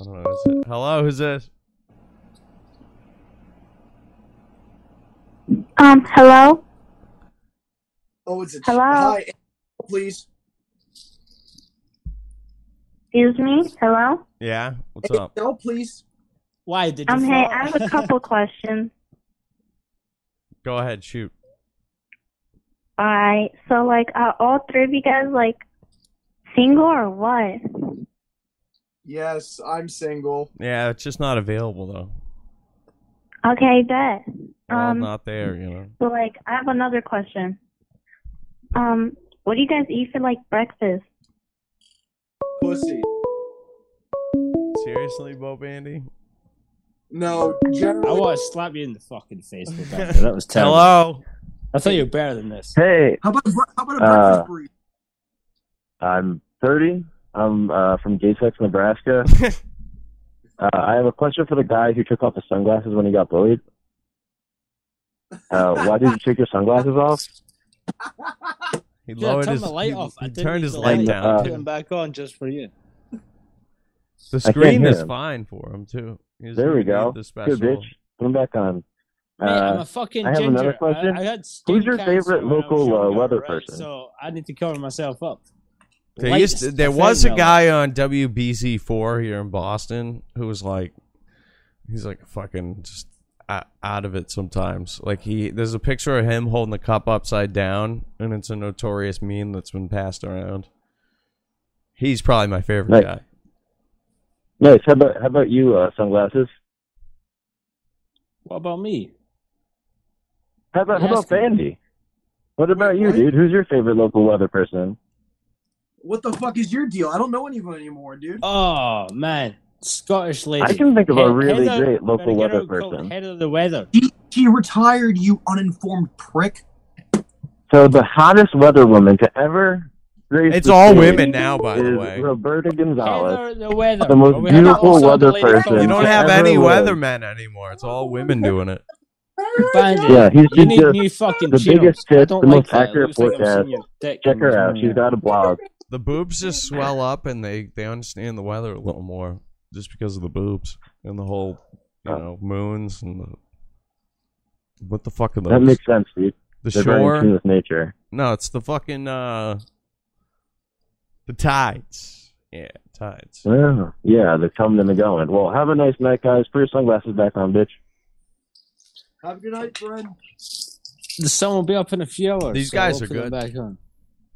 Speaker 1: I don't know. Is it? Hello, who's this?
Speaker 12: Um, hello?
Speaker 5: Oh, it's a
Speaker 12: Hello?
Speaker 5: Hi, please.
Speaker 12: Excuse me? Hello?
Speaker 1: Yeah. What's
Speaker 5: Hey,
Speaker 1: up?
Speaker 5: No, please.
Speaker 3: Why did you?
Speaker 12: Um, hey,
Speaker 3: fall? (laughs)
Speaker 12: I have a couple questions.
Speaker 1: Go ahead, shoot.
Speaker 12: Alright, so, like, are all three of you guys, like, single or what?
Speaker 5: Yes, I'm single.
Speaker 1: Yeah, it's just not available though.
Speaker 12: Okay, bet.
Speaker 1: We're all
Speaker 12: Um,
Speaker 1: not there, you know.
Speaker 12: So, like, I have another question. Um, what do you guys eat for, like, breakfast?
Speaker 5: Pussy.
Speaker 1: Seriously, Bo Bandy.
Speaker 5: No,
Speaker 3: I
Speaker 5: generally.
Speaker 3: want to slap you in the fucking face with that. That was terrible.
Speaker 1: Hello.
Speaker 3: I thought you were better than this.
Speaker 11: hey,
Speaker 5: How about a, bre- how about a
Speaker 11: Uh,
Speaker 5: breakfast burrito?
Speaker 11: I'm 30.
Speaker 6: I'm uh, from
Speaker 1: (laughs)
Speaker 6: JSX, Nebraska. uh, I have a question for the guy who took off his sunglasses when he got bullied. Uh, why did you take your sunglasses off?
Speaker 1: (laughs) He
Speaker 3: Yeah, I
Speaker 1: lowered
Speaker 3: turned
Speaker 1: his
Speaker 3: my light
Speaker 1: he,
Speaker 3: off. I
Speaker 1: he
Speaker 3: didn't
Speaker 1: turned
Speaker 3: need
Speaker 1: his
Speaker 3: the
Speaker 1: light
Speaker 3: light.
Speaker 1: down.
Speaker 3: Put
Speaker 1: too.
Speaker 3: them back on just for you.
Speaker 1: The
Speaker 6: I can't
Speaker 1: screen
Speaker 6: hear
Speaker 1: is
Speaker 6: him.
Speaker 1: fine for him too. He doesn't
Speaker 6: There we
Speaker 1: even need
Speaker 6: go.
Speaker 1: The
Speaker 6: Good
Speaker 1: special.
Speaker 6: bitch. Put them back on.
Speaker 3: Mate, I'm
Speaker 6: Uh,
Speaker 3: a fucking
Speaker 6: I have
Speaker 3: ginger.
Speaker 6: another question.
Speaker 3: I, I had skin
Speaker 6: Who's your
Speaker 3: cancer
Speaker 6: favorite
Speaker 3: when I was
Speaker 6: local uh,
Speaker 3: younger,
Speaker 6: weather
Speaker 3: right?
Speaker 6: person?
Speaker 3: So I need to cover myself up.
Speaker 1: There,
Speaker 3: Light
Speaker 1: used to-
Speaker 3: is
Speaker 1: there
Speaker 3: the
Speaker 1: was a
Speaker 3: thing, though.
Speaker 1: guy on WBZ4 here in Boston who was like, he's like fucking just o- out of it sometimes. Like he, there's a picture of him holding the cup upside down, and it's a notorious meme that's been passed around. He's probably my favorite
Speaker 6: Nice.
Speaker 1: guy.
Speaker 6: Nice. How about how about you? Uh, sunglasses.
Speaker 3: What about me?
Speaker 6: How about how
Speaker 3: Yes,
Speaker 6: about Bandy? What about you, dude? Who's your favorite local weather person?
Speaker 5: (laughs) What the fuck is your deal? I don't know anyone anymore, dude.
Speaker 3: Oh man, Scottish lady.
Speaker 6: I can think of
Speaker 3: He-
Speaker 6: a really
Speaker 3: Heather-
Speaker 6: great
Speaker 3: better
Speaker 6: local
Speaker 3: get
Speaker 6: weather
Speaker 3: her called
Speaker 6: person.
Speaker 3: Heather the weather.
Speaker 5: She retired, you uninformed prick.
Speaker 6: So the hottest weather woman to ever grace
Speaker 1: It's
Speaker 6: the
Speaker 1: all
Speaker 6: stage
Speaker 1: women now, by the
Speaker 6: is
Speaker 1: way.
Speaker 6: Roberta Gonzalez,
Speaker 3: Heather the weather.
Speaker 6: the most
Speaker 3: But we have
Speaker 6: beautiful
Speaker 3: also
Speaker 6: weather
Speaker 3: the lady called
Speaker 6: person.
Speaker 1: You don't
Speaker 6: to
Speaker 1: have
Speaker 6: ever
Speaker 1: any
Speaker 6: live.
Speaker 1: weathermen anymore. It's all women doing it.
Speaker 3: Bandit.
Speaker 6: Yeah, he's
Speaker 3: you
Speaker 6: just
Speaker 3: need new fucking
Speaker 6: the
Speaker 3: chinos.
Speaker 6: biggest
Speaker 3: I
Speaker 6: tits,
Speaker 3: don't
Speaker 6: the
Speaker 3: like
Speaker 6: most
Speaker 3: that. It looks
Speaker 6: accurate
Speaker 3: like I'm
Speaker 6: forecast.
Speaker 3: seeing your dick
Speaker 6: Check her
Speaker 3: and-
Speaker 6: out. She's got a blog.
Speaker 1: The boobs just swell up, and they they understand the weather a little more just because of the boobs and the whole you
Speaker 6: Oh.
Speaker 1: know moons and the what the fuck are those?
Speaker 6: That makes sense, dude.
Speaker 1: The
Speaker 6: They're very in
Speaker 1: shore?
Speaker 6: tune with nature.
Speaker 1: No, it's the fucking uh the tides. Yeah, tides.
Speaker 6: Yeah, yeah, they're coming and they're going. Well, have a nice night, guys. Put your sunglasses back on, bitch.
Speaker 5: Have a good night, friend.
Speaker 3: The sun will be up in a few hours.
Speaker 1: These
Speaker 3: so
Speaker 1: guys
Speaker 3: we'll
Speaker 1: are
Speaker 3: put them
Speaker 1: good.
Speaker 3: Back on.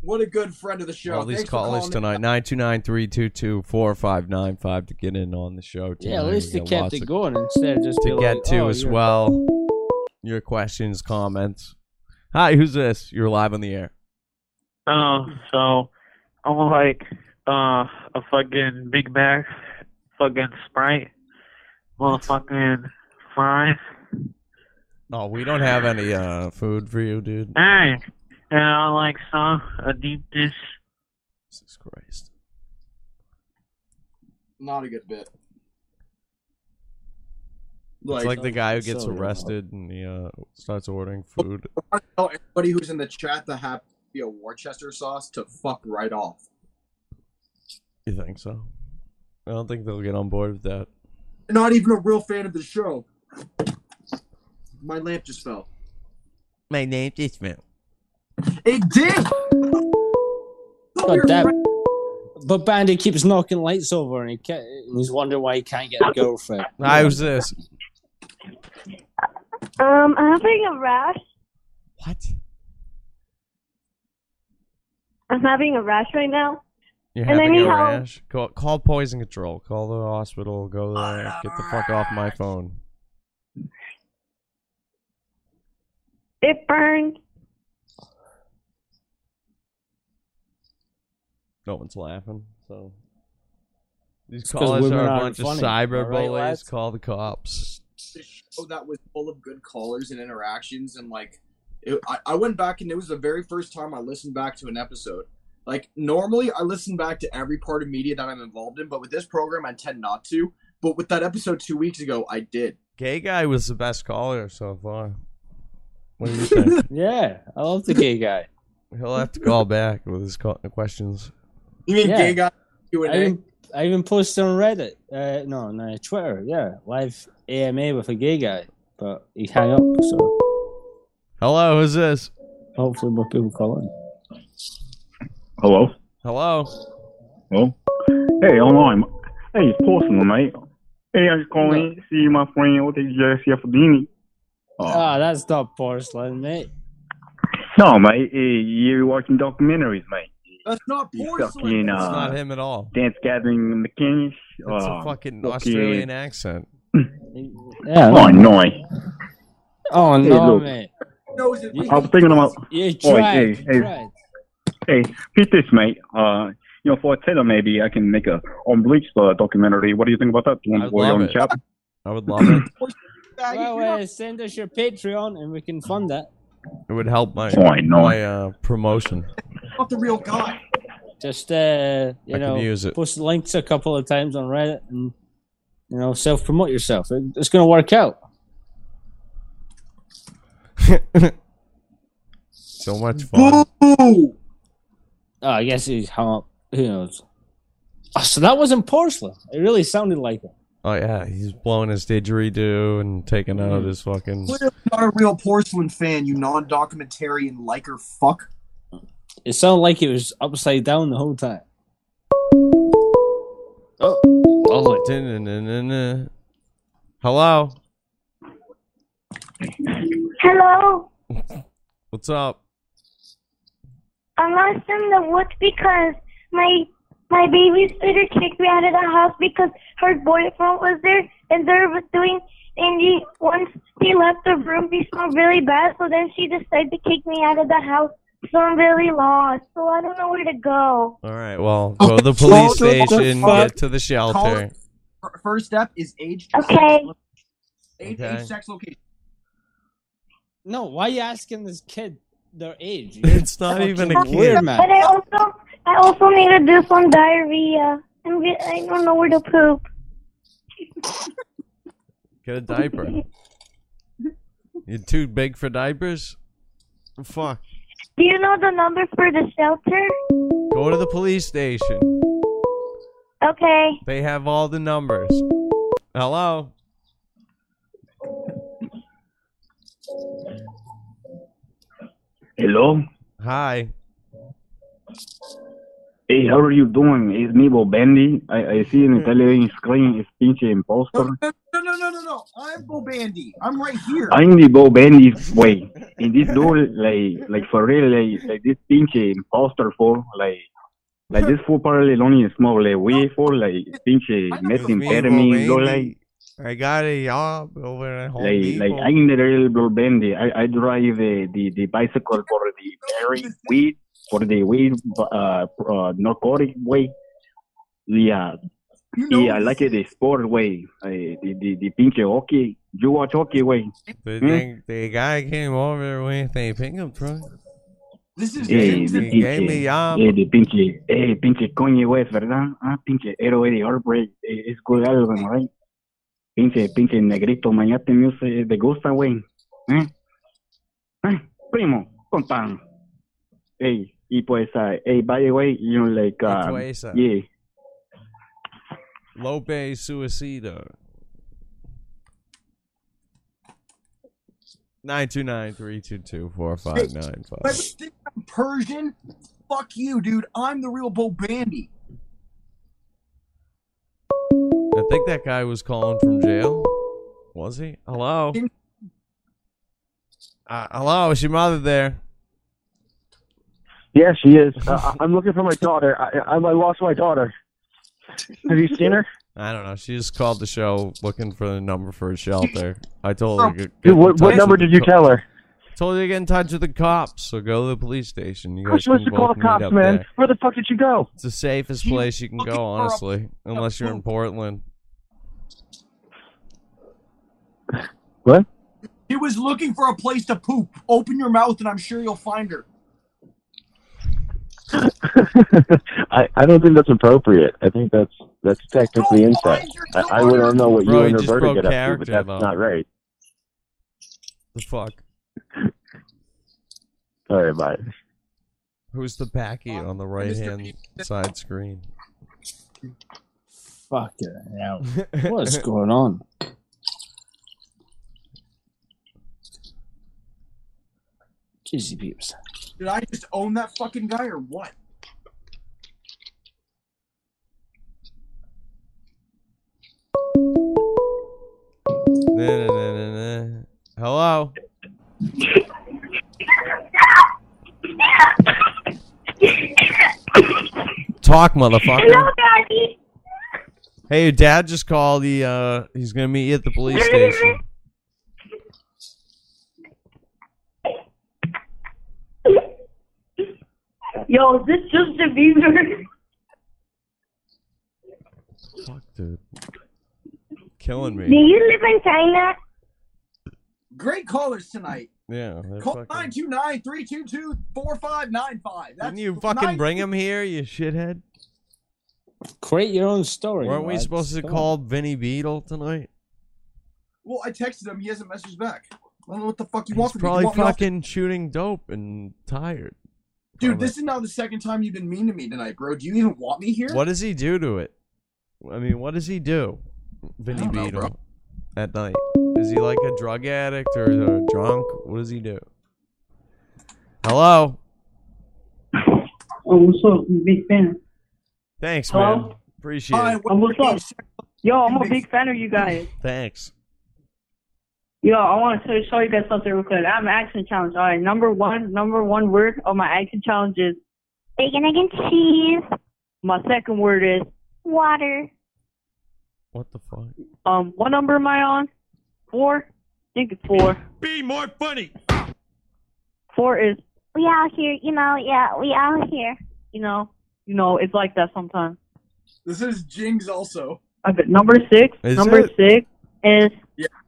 Speaker 5: What a good friend of the show.
Speaker 1: All these
Speaker 5: Thanks for
Speaker 1: callers
Speaker 5: calling in.
Speaker 1: tonight nine two nine three two two four five nine five to get in on the show. Tonight.
Speaker 3: Yeah, at least they
Speaker 1: We got
Speaker 3: kept
Speaker 1: lots
Speaker 3: it
Speaker 1: of-
Speaker 3: going instead of just
Speaker 1: to
Speaker 3: being
Speaker 1: get
Speaker 3: like,
Speaker 1: to
Speaker 3: oh,
Speaker 1: as
Speaker 3: you're-
Speaker 1: well. Your questions, comments. Hi, who's this? You're live on the air.
Speaker 9: Oh, so I'm like uh, a fucking Big Mac, fucking Sprite, motherfucking fries.
Speaker 1: Oh, we don't have any uh food for you, dude.
Speaker 9: Hey, and I like some a deep dish.
Speaker 1: Jesus Christ.
Speaker 5: Not a good bit.
Speaker 1: It's like the guy who gets
Speaker 5: So, yeah.
Speaker 1: arrested and he uh, starts ordering food.
Speaker 5: I tell everybody who's in the chat to have you know, Worcester sauce to fuck right off.
Speaker 1: You think so? I don't think they'll get on board with that.
Speaker 5: Not even a real fan of the show. My lamp just fell.
Speaker 1: My name is Matt.
Speaker 5: It did. Oh,
Speaker 3: God damn. But Bandit keeps knocking lights over, and he ca and he's wondering why he can't get a girlfriend.
Speaker 1: Hi, who's this?
Speaker 12: Um, I'm having a rash.
Speaker 1: What?
Speaker 12: I'm having a rash right now.
Speaker 1: You're
Speaker 12: And I
Speaker 1: having
Speaker 12: need
Speaker 1: a
Speaker 12: help.
Speaker 1: rash? Call, call poison control. Call the hospital. Go there. Get the fuck off my phone.
Speaker 12: It
Speaker 1: (laughs)
Speaker 12: burned.
Speaker 1: No one's laughing, so. These
Speaker 3: 'cause
Speaker 1: callers
Speaker 3: women
Speaker 1: are a
Speaker 3: aren't
Speaker 1: bunch
Speaker 3: funny.
Speaker 1: of cyber
Speaker 3: All right,
Speaker 1: bullies.
Speaker 3: lads?
Speaker 1: Call the cops.
Speaker 5: The show that was full of good callers and interactions, and like, it, I, I went back and it was the very first time I listened back to an episode. Like normally, I listen back to every part of media that I'm involved in, but with this program, I tend not to. But with that episode two weeks ago, I did.
Speaker 1: Gay guy was the best caller so far. What do you think?
Speaker 3: Yeah, I love the gay guy.
Speaker 1: He'll have to call back with his co- questions.
Speaker 5: You mean
Speaker 3: Yeah.
Speaker 5: gay guy Q and
Speaker 3: I
Speaker 5: A?
Speaker 3: even, I even posted on Reddit. Uh, no, no, Twitter. Yeah, live AMA with a gay guy, but he hung up.
Speaker 5: Oh.
Speaker 3: So
Speaker 1: Hello, who's this?
Speaker 3: hopefully more people call in.
Speaker 13: Hello.
Speaker 1: Hello.
Speaker 13: Hello. Hey, online. Hey, it's Porcelain, mate. Hey, I was calling to see my friend. What is Jesse Fadini?
Speaker 3: Ah, that's not porcelain, mate.
Speaker 13: Oh. No, mate. Hey, you're watching documentaries, mate.
Speaker 5: That's not
Speaker 13: Fucking, uh,
Speaker 1: It's not him at all.
Speaker 13: Dance Gathering Mechanics.
Speaker 1: It's
Speaker 13: uh,
Speaker 1: a fucking
Speaker 13: (laughs)
Speaker 1: Australian accent.
Speaker 3: Yeah.
Speaker 13: Oh, no.
Speaker 3: Oh
Speaker 13: Hey,
Speaker 3: no,
Speaker 13: look.
Speaker 3: mate.
Speaker 13: I'm thinking about.
Speaker 3: You
Speaker 13: Oi,
Speaker 3: tried.
Speaker 13: hey,
Speaker 3: you
Speaker 13: hey.
Speaker 3: tried.
Speaker 13: Hey, Pete, this, mate. Uh, you know, for a tenner, maybe I can make a on Bleach uh, documentary. What do you think about that? Do you want
Speaker 1: I'd
Speaker 13: to go
Speaker 1: love
Speaker 13: on
Speaker 1: it.
Speaker 13: chat?
Speaker 1: I would love
Speaker 13: (clears throat)
Speaker 1: it.
Speaker 3: Well, uh, send us your Patreon and we can fund that.
Speaker 1: It would help my
Speaker 13: Why not?
Speaker 1: my uh, promotion.
Speaker 5: Not the real guy.
Speaker 3: Just uh, you
Speaker 1: I can
Speaker 3: know,
Speaker 1: use it.
Speaker 3: post links a couple of times on Reddit and you know, self promote yourself. It- It's going to work out.
Speaker 1: So much
Speaker 3: fun. Oh, I guess he's hung up. Who knows? Oh, so that wasn't porcelain. It really sounded like it.
Speaker 1: Oh yeah, he's blowing his didgeridoo and taking out his fucking.
Speaker 4: Clearly not a real porcelain fan, you non-documentarian liker fuck.
Speaker 3: It sounded like it was upside down the whole time. Oh,
Speaker 1: Dun-dun-dun-dun-dun. uh. Hello,
Speaker 12: Hello.
Speaker 1: what's up?
Speaker 12: I'm lost in the woods because my my babysitter kicked me out of the house because her boyfriend was there and they were doing and he, once he left the room he smelled really bad so then she decided to kick me out of the house so I'm really lost so I don't know where to go.
Speaker 1: All right, well, go to the police station, get to the shelter.
Speaker 4: Fir- First step is age.
Speaker 12: Okay.
Speaker 4: Age,
Speaker 1: Okay.
Speaker 4: age, sex, location.
Speaker 3: No, why are you asking this kid their
Speaker 1: (laughs)
Speaker 3: age?
Speaker 1: It's not even a
Speaker 3: fucking
Speaker 1: kid.
Speaker 3: Weird,
Speaker 12: But I
Speaker 3: man.
Speaker 12: also I also need to do some diarrhea. I'm re- I don't know where to poop.
Speaker 1: Get a diaper. You're too big for diapers. Fuck.
Speaker 12: Do you know the number for the shelter?
Speaker 1: Go to the police station.
Speaker 12: Okay.
Speaker 1: They have all the numbers. Hello.
Speaker 13: Hello?
Speaker 1: Hi.
Speaker 13: Hey, how are you doing? It's me, Bob Bandy. I, I see an Italian screen. It's pinche imposter.
Speaker 4: No, no, no, no, no. I'm Bo Oh, Bandy. I'm right here.
Speaker 13: I'm the Bob Bandy way. And this dude, like, like for real, like, like this pinche imposter for, like, like this fool probably only small, like, we for, like, pinche methamphetamine, go, like,
Speaker 1: I got a job over at Home
Speaker 13: like,
Speaker 1: Depot.
Speaker 13: like, I'm the real Bob Bandy. I, I drive the, the, the bicycle for the very weed, for the weed, uh, uh narcotic way. Yeah, yeah, I like it the sport way, I, the, the, the pinche hockey. You watch hockey way.
Speaker 1: The,
Speaker 13: Hmm?
Speaker 1: thing- the guy came over with a pickup truck.
Speaker 4: This is
Speaker 13: Eh, de
Speaker 1: he gave
Speaker 13: pinche,
Speaker 1: me job.
Speaker 13: eh, de pinche, eh, pinche Kanye West, ¿verdad? Ah, pinche héroe de Heartbreak, eh, es good album, right? Pinche, pinche negrito, mañana music, de gusta, güey. ¿Eh? ¿Eh? Primo, compa. Ey, y pues, ah, ey, by the way, you know, like, uh,
Speaker 1: Influenza.
Speaker 13: yeah.
Speaker 1: Lope Suicida. 929-322-4595.
Speaker 4: Whoever thinks I'm Persian, fuck you, dude. I'm the real Bo Bandy.
Speaker 1: I think that guy was calling from jail. Was he? Hello? Uh, hello, is your mother there?
Speaker 14: Yeah, she is. Uh, I- I'm looking for my daughter. I, I, I lost my daughter. Have you seen her?
Speaker 1: I don't know. She just called the show looking for the number for
Speaker 14: (laughs)
Speaker 1: a shelter. I told her. to get- get
Speaker 14: Dude,
Speaker 1: in
Speaker 14: what,
Speaker 1: touch
Speaker 14: what
Speaker 1: with
Speaker 14: number
Speaker 1: the
Speaker 14: did you
Speaker 1: co-
Speaker 14: tell her?
Speaker 1: Told her to get in touch with the cops. So go to the police station. You
Speaker 14: I'm
Speaker 1: guys
Speaker 14: supposed
Speaker 1: can
Speaker 14: to call
Speaker 1: both
Speaker 14: the
Speaker 1: meet
Speaker 14: cops,
Speaker 1: up
Speaker 14: man.
Speaker 1: there.
Speaker 14: Where the fuck did you go?
Speaker 1: It's the safest place you can go, honestly, unless
Speaker 14: (laughs)
Speaker 1: you're in Portland.
Speaker 14: What?
Speaker 4: She was looking for a place to poop. Open your mouth, and I'm sure you'll find her.
Speaker 14: I, I don't think that's appropriate. I think that's that's technically incest. I, I don't know what
Speaker 1: Bro,
Speaker 14: you and
Speaker 1: you just
Speaker 14: Roberta get
Speaker 1: broke
Speaker 14: up to, but
Speaker 1: character,
Speaker 14: that's
Speaker 1: though.
Speaker 14: not right.
Speaker 1: The fuck?
Speaker 14: (laughs) All right, bye.
Speaker 1: Who's the packy on the right hand side screen?
Speaker 3: Fucking hell.
Speaker 1: (laughs)
Speaker 3: What is going on? Jeezy peeps.
Speaker 4: Did I just own that fucking guy or what?
Speaker 1: Nah, nah, nah, nah, nah. Hello? Talk,
Speaker 12: Hello,
Speaker 1: motherfucker.
Speaker 12: Daddy.
Speaker 1: Hey, your dad just called. He, uh, he's going to meet you at the police station.
Speaker 12: Yo, is this just a beaver?
Speaker 1: Fuck, dude. Killing
Speaker 12: Do
Speaker 1: me.
Speaker 12: you live in China?
Speaker 4: Great callers tonight.
Speaker 1: Yeah. they're
Speaker 4: Call
Speaker 1: fucking-
Speaker 4: 929-322-4595. That's
Speaker 1: Didn't you fucking bring him here, you shithead?
Speaker 3: Create your own story.
Speaker 1: Weren't we
Speaker 3: lads.
Speaker 1: supposed to
Speaker 3: Come
Speaker 1: call Vinny Beetle tonight?
Speaker 4: Well, I texted him. He hasn't messaged back. I don't know what the fuck you want from
Speaker 1: He's probably
Speaker 4: me. You want me off the-
Speaker 1: fucking shooting dope and tired.
Speaker 4: Dude, this is now the second time you've been mean to me tonight, bro. Do you even want me here?
Speaker 1: What does he do to it? I mean, what does he do, Vinny
Speaker 4: don't know,
Speaker 1: Beetle,
Speaker 4: bro.
Speaker 1: at night? Is he like a drug addict or a drunk? What does he do? Hello.
Speaker 9: Oh, what's up? I'm a big fan.
Speaker 1: Thanks,
Speaker 9: Hello?
Speaker 1: man. Appreciate it.
Speaker 9: Oh, what's up? Yo, I'm a big fan of you guys.
Speaker 1: Thanks.
Speaker 9: Yo, I want to show you guys something real quick. I'm accent challenge. All right, number one, number one word of my accent challenge is bacon, egg, and cheese. My second word is water.
Speaker 1: What the fuck?
Speaker 9: Um, what number am I on? Four. I think it's four.
Speaker 1: Be more funny.
Speaker 9: Four is
Speaker 12: We out here, you know, yeah, we out here.
Speaker 9: you know, you know, it's like that sometimes.
Speaker 4: This is Jings also.
Speaker 9: Okay, number six.
Speaker 12: Is
Speaker 9: number
Speaker 12: it?
Speaker 9: six is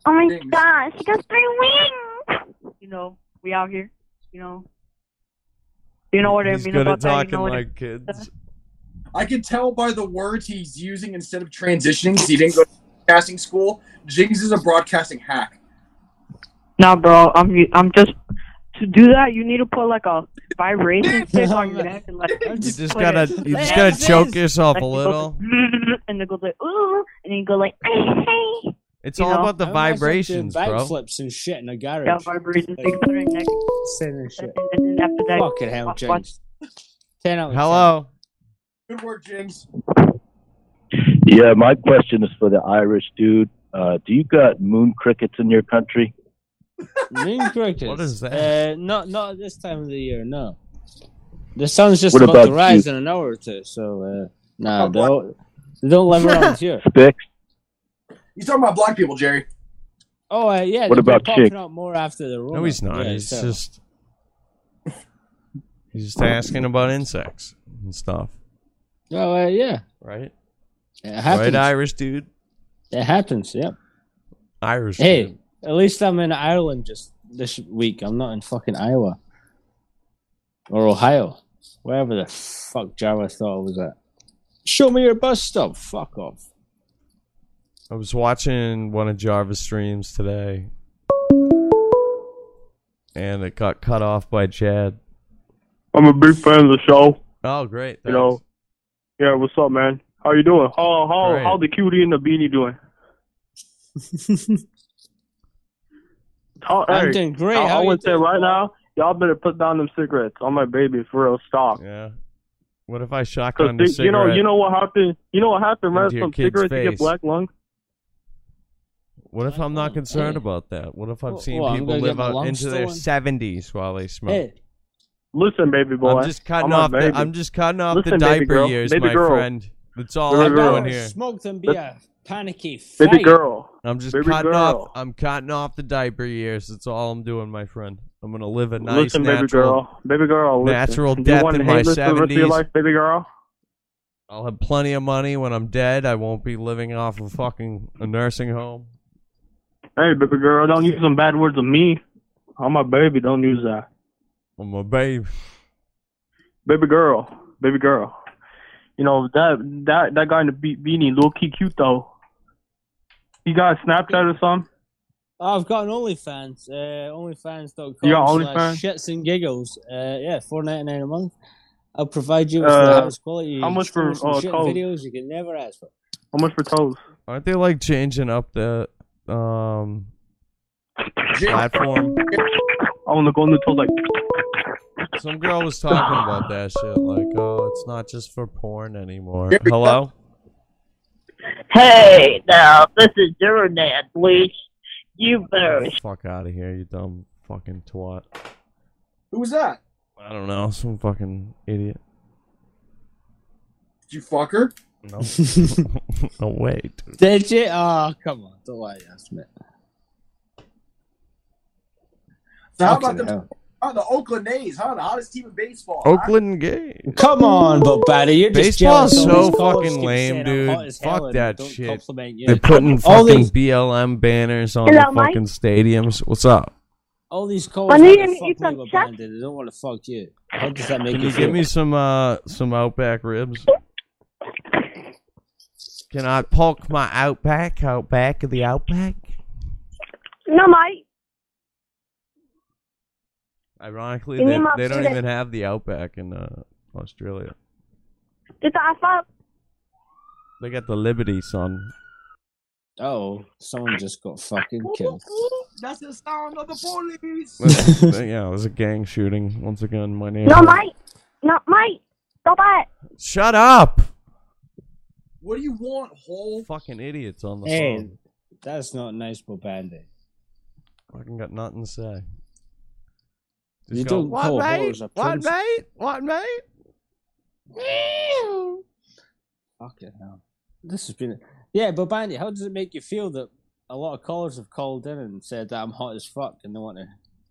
Speaker 12: Oh my gosh, she got three wings!
Speaker 9: you know we out here. You know. You know what I
Speaker 1: He's
Speaker 9: mean
Speaker 1: good
Speaker 9: about
Speaker 1: at
Speaker 9: that.
Speaker 1: talking
Speaker 9: you know what I-
Speaker 1: like kids.
Speaker 4: I can tell by the words he's using instead of transitioning 'cause he didn't go to broadcasting school. Jings is a broadcasting hack.
Speaker 9: Nah, bro, I'm I'm just to do that. You need to put like a vibration stick
Speaker 4: (laughs)
Speaker 9: on your neck and like you
Speaker 1: You just gotta, you just gotta choke yourself a little.
Speaker 9: (laughs) and it goes like ooh, and then you go like (laughs) hey.
Speaker 1: It's
Speaker 9: You
Speaker 1: all
Speaker 9: know?
Speaker 1: about the
Speaker 9: I'm not
Speaker 1: vibrations, bro.
Speaker 3: Backflips and shit in a garage.
Speaker 9: Yeah, vibration sticks on your neck.
Speaker 3: Sending shit.
Speaker 9: And then after that,
Speaker 3: Fucking hell,
Speaker 9: watch-
Speaker 3: James. Ten out of
Speaker 1: Hello.
Speaker 4: Good work, Jings.
Speaker 14: Yeah, my question is for the Irish dude. Uh, do you got moon crickets in your country?
Speaker 3: Moon crickets.
Speaker 1: What is
Speaker 3: that? Uh, not not at this time of the year. No. The sun's just
Speaker 14: What
Speaker 3: about,
Speaker 14: about
Speaker 3: to rise
Speaker 14: you?
Speaker 3: in an hour or two. So uh, nah, they don't, they don't live
Speaker 14: (laughs)
Speaker 3: around here.
Speaker 14: Spicks?
Speaker 4: He's talking about black people, Jerry.
Speaker 3: Oh uh, yeah. they've
Speaker 14: What
Speaker 3: been
Speaker 14: about
Speaker 3: popping
Speaker 14: Chick?
Speaker 3: up more after the
Speaker 1: No, he's
Speaker 3: Rona.
Speaker 1: not.
Speaker 3: Yeah,
Speaker 1: he's
Speaker 3: so-
Speaker 1: just, he's just asking about insects and stuff.
Speaker 3: Oh uh, yeah.
Speaker 1: Right.
Speaker 3: It happens.
Speaker 1: Right, Irish dude.
Speaker 3: It happens. Yep.
Speaker 1: Irish.
Speaker 3: Hey, at least I'm in Ireland just this week. I'm not in fucking Iowa or Ohio, wherever the fuck Jarvis thought I was at. Show me your bus stop. Fuck off.
Speaker 1: I was watching one of Jarvis' streams today, and it got cut off by Chad.
Speaker 6: I'm a big fan of the show.
Speaker 1: Oh, great!
Speaker 6: You know, yeah. What's up, man? How you doing? How how
Speaker 1: Great.
Speaker 6: how the cutie and the beanie doing? How-
Speaker 3: I'm
Speaker 6: hey,
Speaker 3: doing great.
Speaker 6: I,
Speaker 3: How
Speaker 6: I
Speaker 3: you
Speaker 6: would say right now, y'all better put down them cigarettes. On my baby, for real. Stop.
Speaker 1: Yeah. What if I shotgun the
Speaker 6: Because
Speaker 1: cigarette?
Speaker 6: you know, you know what happened. You know what happened, right?
Speaker 1: Into your
Speaker 6: Some
Speaker 1: kid's
Speaker 6: cigarettes you
Speaker 1: face.
Speaker 6: get black lung.
Speaker 1: what if I'm not concerned about that? What if I've
Speaker 6: Well,
Speaker 1: seen
Speaker 6: well, I'm
Speaker 1: people
Speaker 6: gonna get
Speaker 1: live
Speaker 6: my
Speaker 1: out
Speaker 6: lungs
Speaker 1: into their
Speaker 6: stolen.
Speaker 1: seventies while they smoke?
Speaker 6: Listen, baby boy.
Speaker 1: I'm just cutting
Speaker 6: I'm a
Speaker 1: off. The,
Speaker 6: baby.
Speaker 1: I'm just cutting off the
Speaker 6: Listen, baby
Speaker 1: diaper
Speaker 6: girl.
Speaker 1: years,
Speaker 6: Baby
Speaker 1: my
Speaker 6: girl.
Speaker 1: friend. That's all
Speaker 6: Baby
Speaker 1: I'm
Speaker 6: girl.
Speaker 1: doing here.
Speaker 3: Smoke them be a panicky fight.
Speaker 6: Baby girl.
Speaker 1: I'm just
Speaker 6: Baby
Speaker 1: cutting
Speaker 6: girl.
Speaker 1: off. I'm cutting off the diaper years. That's all I'm doing, my friend. I'm gonna live a nice,
Speaker 6: listen,
Speaker 1: natural.
Speaker 6: baby girl. Baby girl. Listen.
Speaker 1: natural
Speaker 6: Do you
Speaker 1: death
Speaker 6: want
Speaker 1: in my
Speaker 6: hate this for the rest of your
Speaker 1: 70s?
Speaker 6: life, baby girl.
Speaker 1: I'll have plenty of money when I'm dead. I won't be living off of fucking a nursing home.
Speaker 6: Hey, baby girl. Don't use some bad words of me. I'm a baby. Don't use that.
Speaker 1: I'm a babe.
Speaker 6: Baby girl. Baby girl. You know that that that guy in the be- beanie, low key cute though. He got Snapchat or something.
Speaker 3: Oh, I've got an OnlyFans. Uh, OnlyFans.com.
Speaker 6: You got
Speaker 3: slash
Speaker 6: OnlyFans?
Speaker 3: Shits and giggles. Uh, yeah, four ninety nine a month. I'll provide you with the
Speaker 6: Uh,
Speaker 3: highest quality.
Speaker 6: how much for,
Speaker 3: exclusive
Speaker 6: uh,
Speaker 3: shit
Speaker 6: toes?
Speaker 3: videos you can never ask for?
Speaker 6: How much for toes?
Speaker 1: Aren't they like changing up the
Speaker 6: (laughs)
Speaker 1: um platform?
Speaker 6: I want to go on the toes like.
Speaker 1: Some girl was talking about that shit. Like, oh, it's not just for porn anymore. Hello.
Speaker 9: Hey, now this is your dad, Bleach. You better.
Speaker 1: Fuck out of here, you dumb fucking twat.
Speaker 4: Who was that?
Speaker 1: I don't know, some fucking
Speaker 3: (laughs)
Speaker 1: idiot. (laughs)
Speaker 4: Did you fuck her?
Speaker 1: No. (laughs) oh wait.
Speaker 3: Did you?
Speaker 4: ah,
Speaker 3: Oh, come on. Don't lie to us, man.
Speaker 4: So how
Speaker 3: Fucking
Speaker 4: about the,
Speaker 3: (laughs) hell.
Speaker 4: oh, the Oakland A's, huh? The hottest team in baseball.
Speaker 1: Oakland gay.
Speaker 3: Come on, but Batty, you're just
Speaker 1: Baseball's
Speaker 3: jealous of
Speaker 1: so
Speaker 3: these college
Speaker 1: fucking
Speaker 3: kids
Speaker 1: lame,
Speaker 3: saying I'm hot
Speaker 1: dude.
Speaker 3: as hell
Speaker 1: Fuck
Speaker 3: and
Speaker 1: that
Speaker 3: don't
Speaker 1: shit.
Speaker 3: compliment you.
Speaker 1: They're putting
Speaker 3: all
Speaker 1: fucking
Speaker 3: these
Speaker 1: BLM banners on
Speaker 3: Is
Speaker 1: the
Speaker 3: that Mike?
Speaker 1: fucking stadiums. What's up?
Speaker 3: all these calls
Speaker 9: Well,
Speaker 3: want
Speaker 9: you
Speaker 3: to
Speaker 9: didn't eat
Speaker 3: fuck
Speaker 9: some
Speaker 3: Lego Bandit. They don't want to fuck you. How does that make
Speaker 1: Can
Speaker 3: you
Speaker 1: you give
Speaker 3: feel?
Speaker 1: me some uh some Outback ribs? Can I poke my Outback out back of the Outback?
Speaker 12: No, mate.
Speaker 1: Ironically,
Speaker 12: Give me
Speaker 1: they,
Speaker 12: my
Speaker 1: they don't
Speaker 12: food.
Speaker 1: even have the Outback in uh, Australia.
Speaker 12: Did I fuck?
Speaker 1: They got the Liberty, son. (laughs)
Speaker 3: Oh, someone just got fucking killed.
Speaker 4: That's the sound of the police.
Speaker 1: yeah, it was a gang shooting once again. My name.
Speaker 12: No, mate. No, mate. Stop it.
Speaker 1: Shut up!
Speaker 4: What do you
Speaker 1: (laughs)
Speaker 4: want, hole?
Speaker 1: Fucking idiots on the
Speaker 3: Hey,
Speaker 1: phone.
Speaker 3: that's not nice, Bo Bandit.
Speaker 1: Fucking got nothing to say.
Speaker 3: You
Speaker 1: go,
Speaker 3: don't
Speaker 1: "What,
Speaker 3: call
Speaker 1: mate?
Speaker 3: hoes a
Speaker 1: What,
Speaker 3: princess."
Speaker 1: mate? What, mate?
Speaker 3: Fucking hell. This has been. Yeah, but Bandy, how does it make you feel that a lot of callers have called in and said that I'm hot as fuck and they want to,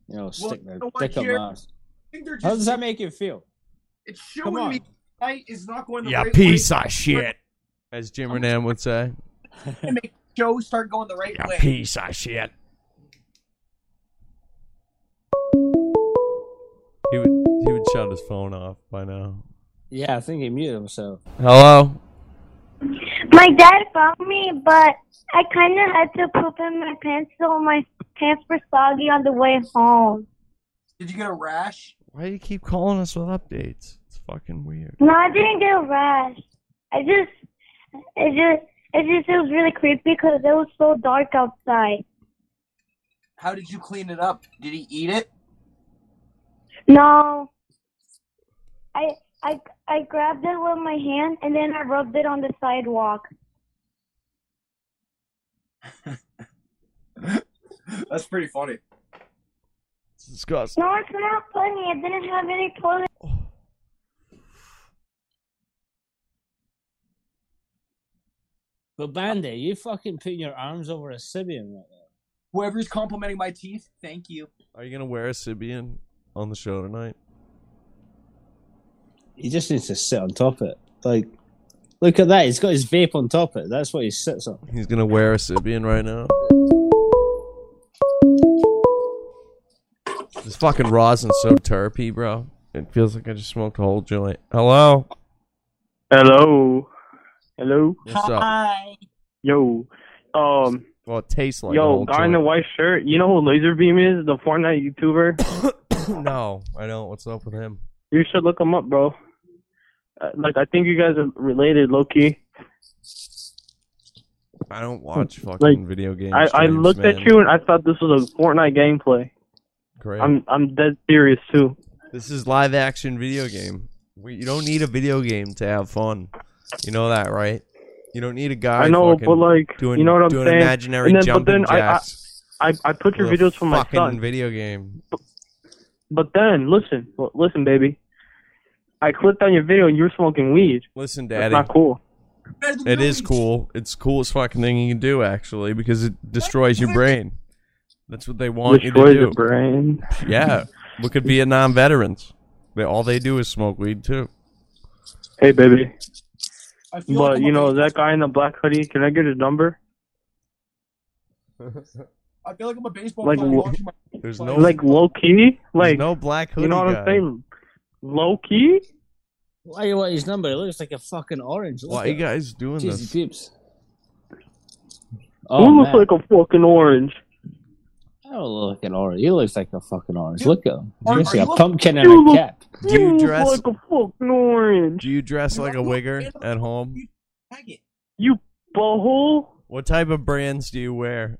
Speaker 3: you know, stick their
Speaker 4: you know what,
Speaker 3: dick up my
Speaker 4: Jerry?
Speaker 3: ass?
Speaker 4: I think they're
Speaker 3: How does
Speaker 4: just
Speaker 3: that make you feel?
Speaker 4: it's
Speaker 3: Come
Speaker 4: showing
Speaker 3: on.
Speaker 4: me tonight is not going the
Speaker 1: Yeah,
Speaker 4: right
Speaker 1: piece
Speaker 4: way.
Speaker 1: of shit. As Jim Renan would say.
Speaker 4: to make the show start going the right
Speaker 1: Yeah,
Speaker 4: way.
Speaker 1: piece of shit. He would he would shut his phone off by now.
Speaker 3: Yeah, I think he muted himself.
Speaker 1: Hello?
Speaker 12: My dad found me, but I kind of had to poop in my pants, so my pants were soggy on the way home.
Speaker 4: Did you get a rash?
Speaker 1: Why do you keep calling us with updates? It's fucking weird.
Speaker 12: No, I didn't get a rash. I just, it just, it just, it was really creepy because it was so dark outside.
Speaker 4: How did you clean it up? Did he eat it? (laughs)
Speaker 12: No, I, I, I grabbed it with my hand and then I rubbed it on the sidewalk.
Speaker 4: That's pretty funny.
Speaker 1: It's disgusting.
Speaker 12: No, it's not funny. I didn't have any toilet.
Speaker 3: But Bandy, you fucking putting your arms over a Sibian right there.
Speaker 4: Whoever's complimenting my teeth, thank you.
Speaker 1: Are you gonna wear a Sibian on the show tonight?
Speaker 3: He just needs to sit on top of it. Like, look at that. He's got his vape on top of it. That's what he sits on.
Speaker 1: He's gonna wear a Sibian right now. This fucking rosin's so terpy, bro. It feels like I just smoked a whole joint. Hello?
Speaker 6: Hello. Hello.
Speaker 1: What's up?
Speaker 6: Yo. Um.
Speaker 1: Well, it tastes like a
Speaker 6: Yo,
Speaker 1: whole
Speaker 6: guy in the
Speaker 1: joint.
Speaker 6: white shirt. You know who Laser Beam is? The Fortnite
Speaker 1: (coughs)
Speaker 6: YouTuber.
Speaker 1: no, I don't. What's up with him?
Speaker 6: you should look him up, bro. Uh, like, I think you guys are related, Loki.
Speaker 1: I don't watch fucking
Speaker 6: Like,
Speaker 1: video games.
Speaker 6: I, I looked at you and I thought this was a Fortnite gameplay.
Speaker 1: Great.
Speaker 6: I'm I'm dead serious too.
Speaker 1: This is live action video game. We, you don't need a video game to have fun. You know that, right? You don't need a guy.
Speaker 6: I know,
Speaker 1: fucking
Speaker 6: but like,
Speaker 1: doing,
Speaker 6: you know what I'm
Speaker 1: doing
Speaker 6: saying.
Speaker 1: Imaginary
Speaker 6: and then, but
Speaker 1: jumping
Speaker 6: then I,
Speaker 1: jacks.
Speaker 6: I, I I put your
Speaker 1: with a
Speaker 6: videos for my
Speaker 1: fucking
Speaker 6: son.
Speaker 1: video game.
Speaker 6: But then listen, l- listen, baby. I clicked on your video and you were smoking weed.
Speaker 1: Listen,
Speaker 6: That's
Speaker 1: Daddy.
Speaker 6: not cool.
Speaker 1: It is cool. It's the coolest fucking thing you can do, actually, because it destroys your brain. That's what they want
Speaker 6: Destroys
Speaker 1: you to
Speaker 6: your
Speaker 1: do.
Speaker 6: brain.
Speaker 1: (laughs) Yeah. Look at Vietnam veterans. They all they do is smoke weed too.
Speaker 6: Hey, baby.
Speaker 4: I feel
Speaker 6: But
Speaker 4: like
Speaker 6: you know that guy in the black hoodie. Can I get his number? Oh,
Speaker 4: I feel like I'm a baseball
Speaker 6: Like,
Speaker 4: player
Speaker 6: wh-
Speaker 4: watching my
Speaker 1: There's
Speaker 4: play.
Speaker 1: no
Speaker 6: Like low key. Like
Speaker 1: no black hoodie
Speaker 6: You know what
Speaker 1: guy.
Speaker 6: I'm saying? Low key.
Speaker 3: Why you want his number? It looks like a fucking orange. Look
Speaker 1: Why
Speaker 3: at
Speaker 1: are
Speaker 3: it.
Speaker 1: you guys doing
Speaker 3: Jeez,
Speaker 1: this?
Speaker 3: peeps.
Speaker 6: Who
Speaker 3: Oh,
Speaker 6: looks
Speaker 3: man.
Speaker 6: like a fucking orange?
Speaker 3: I don't look an orange. He looks like a fucking orange. Look at him. He
Speaker 6: Are-
Speaker 3: looks
Speaker 6: are
Speaker 3: like
Speaker 6: you
Speaker 3: a
Speaker 6: a-
Speaker 3: pumpkin
Speaker 6: you
Speaker 3: and a
Speaker 6: look-
Speaker 3: cap.
Speaker 1: Do you
Speaker 6: look
Speaker 1: dress-
Speaker 6: like a fucking orange?
Speaker 1: Do you dress like a wigger at home?
Speaker 6: You butthole?
Speaker 1: What type of brands do you wear?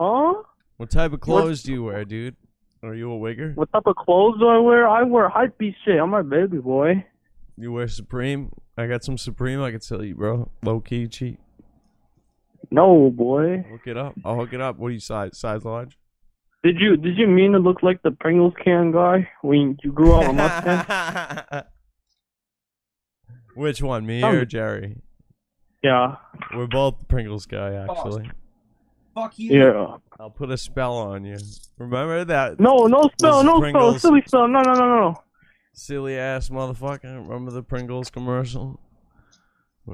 Speaker 6: Huh?
Speaker 1: What type of clothes do you wear, dude? Are you a wigger?
Speaker 6: What type of clothes do I wear? I wear hypebeast shit. I'm my baby boy.
Speaker 1: You wear Supreme? I got some Supreme I could sell you, bro. Low key cheap.
Speaker 6: No boy.
Speaker 1: Hook it up. I'll hook it up. What do you size? Size large?
Speaker 6: Did you did you mean to look like the Pringles can guy when you grew out
Speaker 1: (laughs)
Speaker 6: a mustache?
Speaker 1: Which one, me
Speaker 6: Um,
Speaker 1: or Jerry?
Speaker 6: Yeah.
Speaker 1: We're both Pringles guy, actually.
Speaker 4: Fuck you.
Speaker 6: Yeah.
Speaker 1: I'll put a spell on you. Remember that?
Speaker 6: No, no spell,
Speaker 1: was
Speaker 6: no spell,
Speaker 1: Pringles.
Speaker 6: silly spell, no, no, no, no.
Speaker 1: silly ass motherfucker. Remember the Pringles commercial?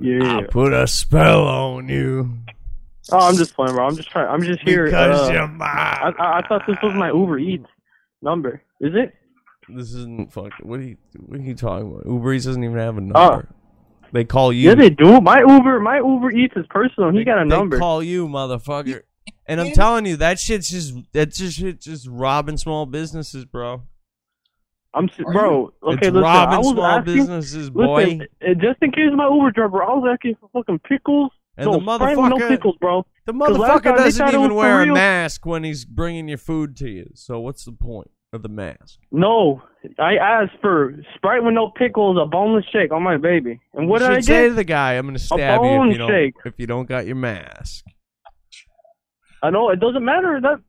Speaker 6: Yeah.
Speaker 1: I put a spell on you.
Speaker 6: Oh, I'm just playing, bro. I'm just trying. I'm just here.
Speaker 1: Because
Speaker 6: uh,
Speaker 1: you're
Speaker 6: I, I, I thought this was my Uber Eats number. Is it?
Speaker 1: This isn't fuck. What are you? What are you talking about? Uber Eats doesn't even have a number. they call you.
Speaker 6: Ah. Yeah, they do. My Uber, my Uber Eats is personal. He got a
Speaker 1: They
Speaker 6: number.
Speaker 1: call you, motherfucker. And I'm telling you, that shit's just that just shit just robbing small businesses, bro.
Speaker 6: I'm s- bro.
Speaker 1: it's
Speaker 6: Okay, listen. I
Speaker 1: robbing
Speaker 6: was
Speaker 1: small
Speaker 6: asking,
Speaker 1: businesses, boy.
Speaker 6: Listen, uh, just in case my Uber driver, I was asking for fucking pickles.
Speaker 1: And
Speaker 6: no,
Speaker 1: the
Speaker 6: Sprite with
Speaker 1: motherfucker-
Speaker 6: no pickles, bro.
Speaker 1: the
Speaker 6: 'Cause last
Speaker 1: motherfucker
Speaker 6: time they
Speaker 1: doesn't
Speaker 6: thought it
Speaker 1: even
Speaker 6: was
Speaker 1: wear
Speaker 6: for
Speaker 1: a
Speaker 6: real.
Speaker 1: mask when he's bringing your food to you. So what's the point of the mask?
Speaker 6: No, I asked for Sprite with no pickles, a boneless shake on my baby. And what
Speaker 1: you
Speaker 6: did
Speaker 1: should
Speaker 6: I
Speaker 1: say
Speaker 6: get?
Speaker 1: to the guy? I'm gonna stab you if
Speaker 6: bone
Speaker 1: you don't
Speaker 6: shake.
Speaker 1: if you don't got your mask.
Speaker 6: I know it doesn't matter. That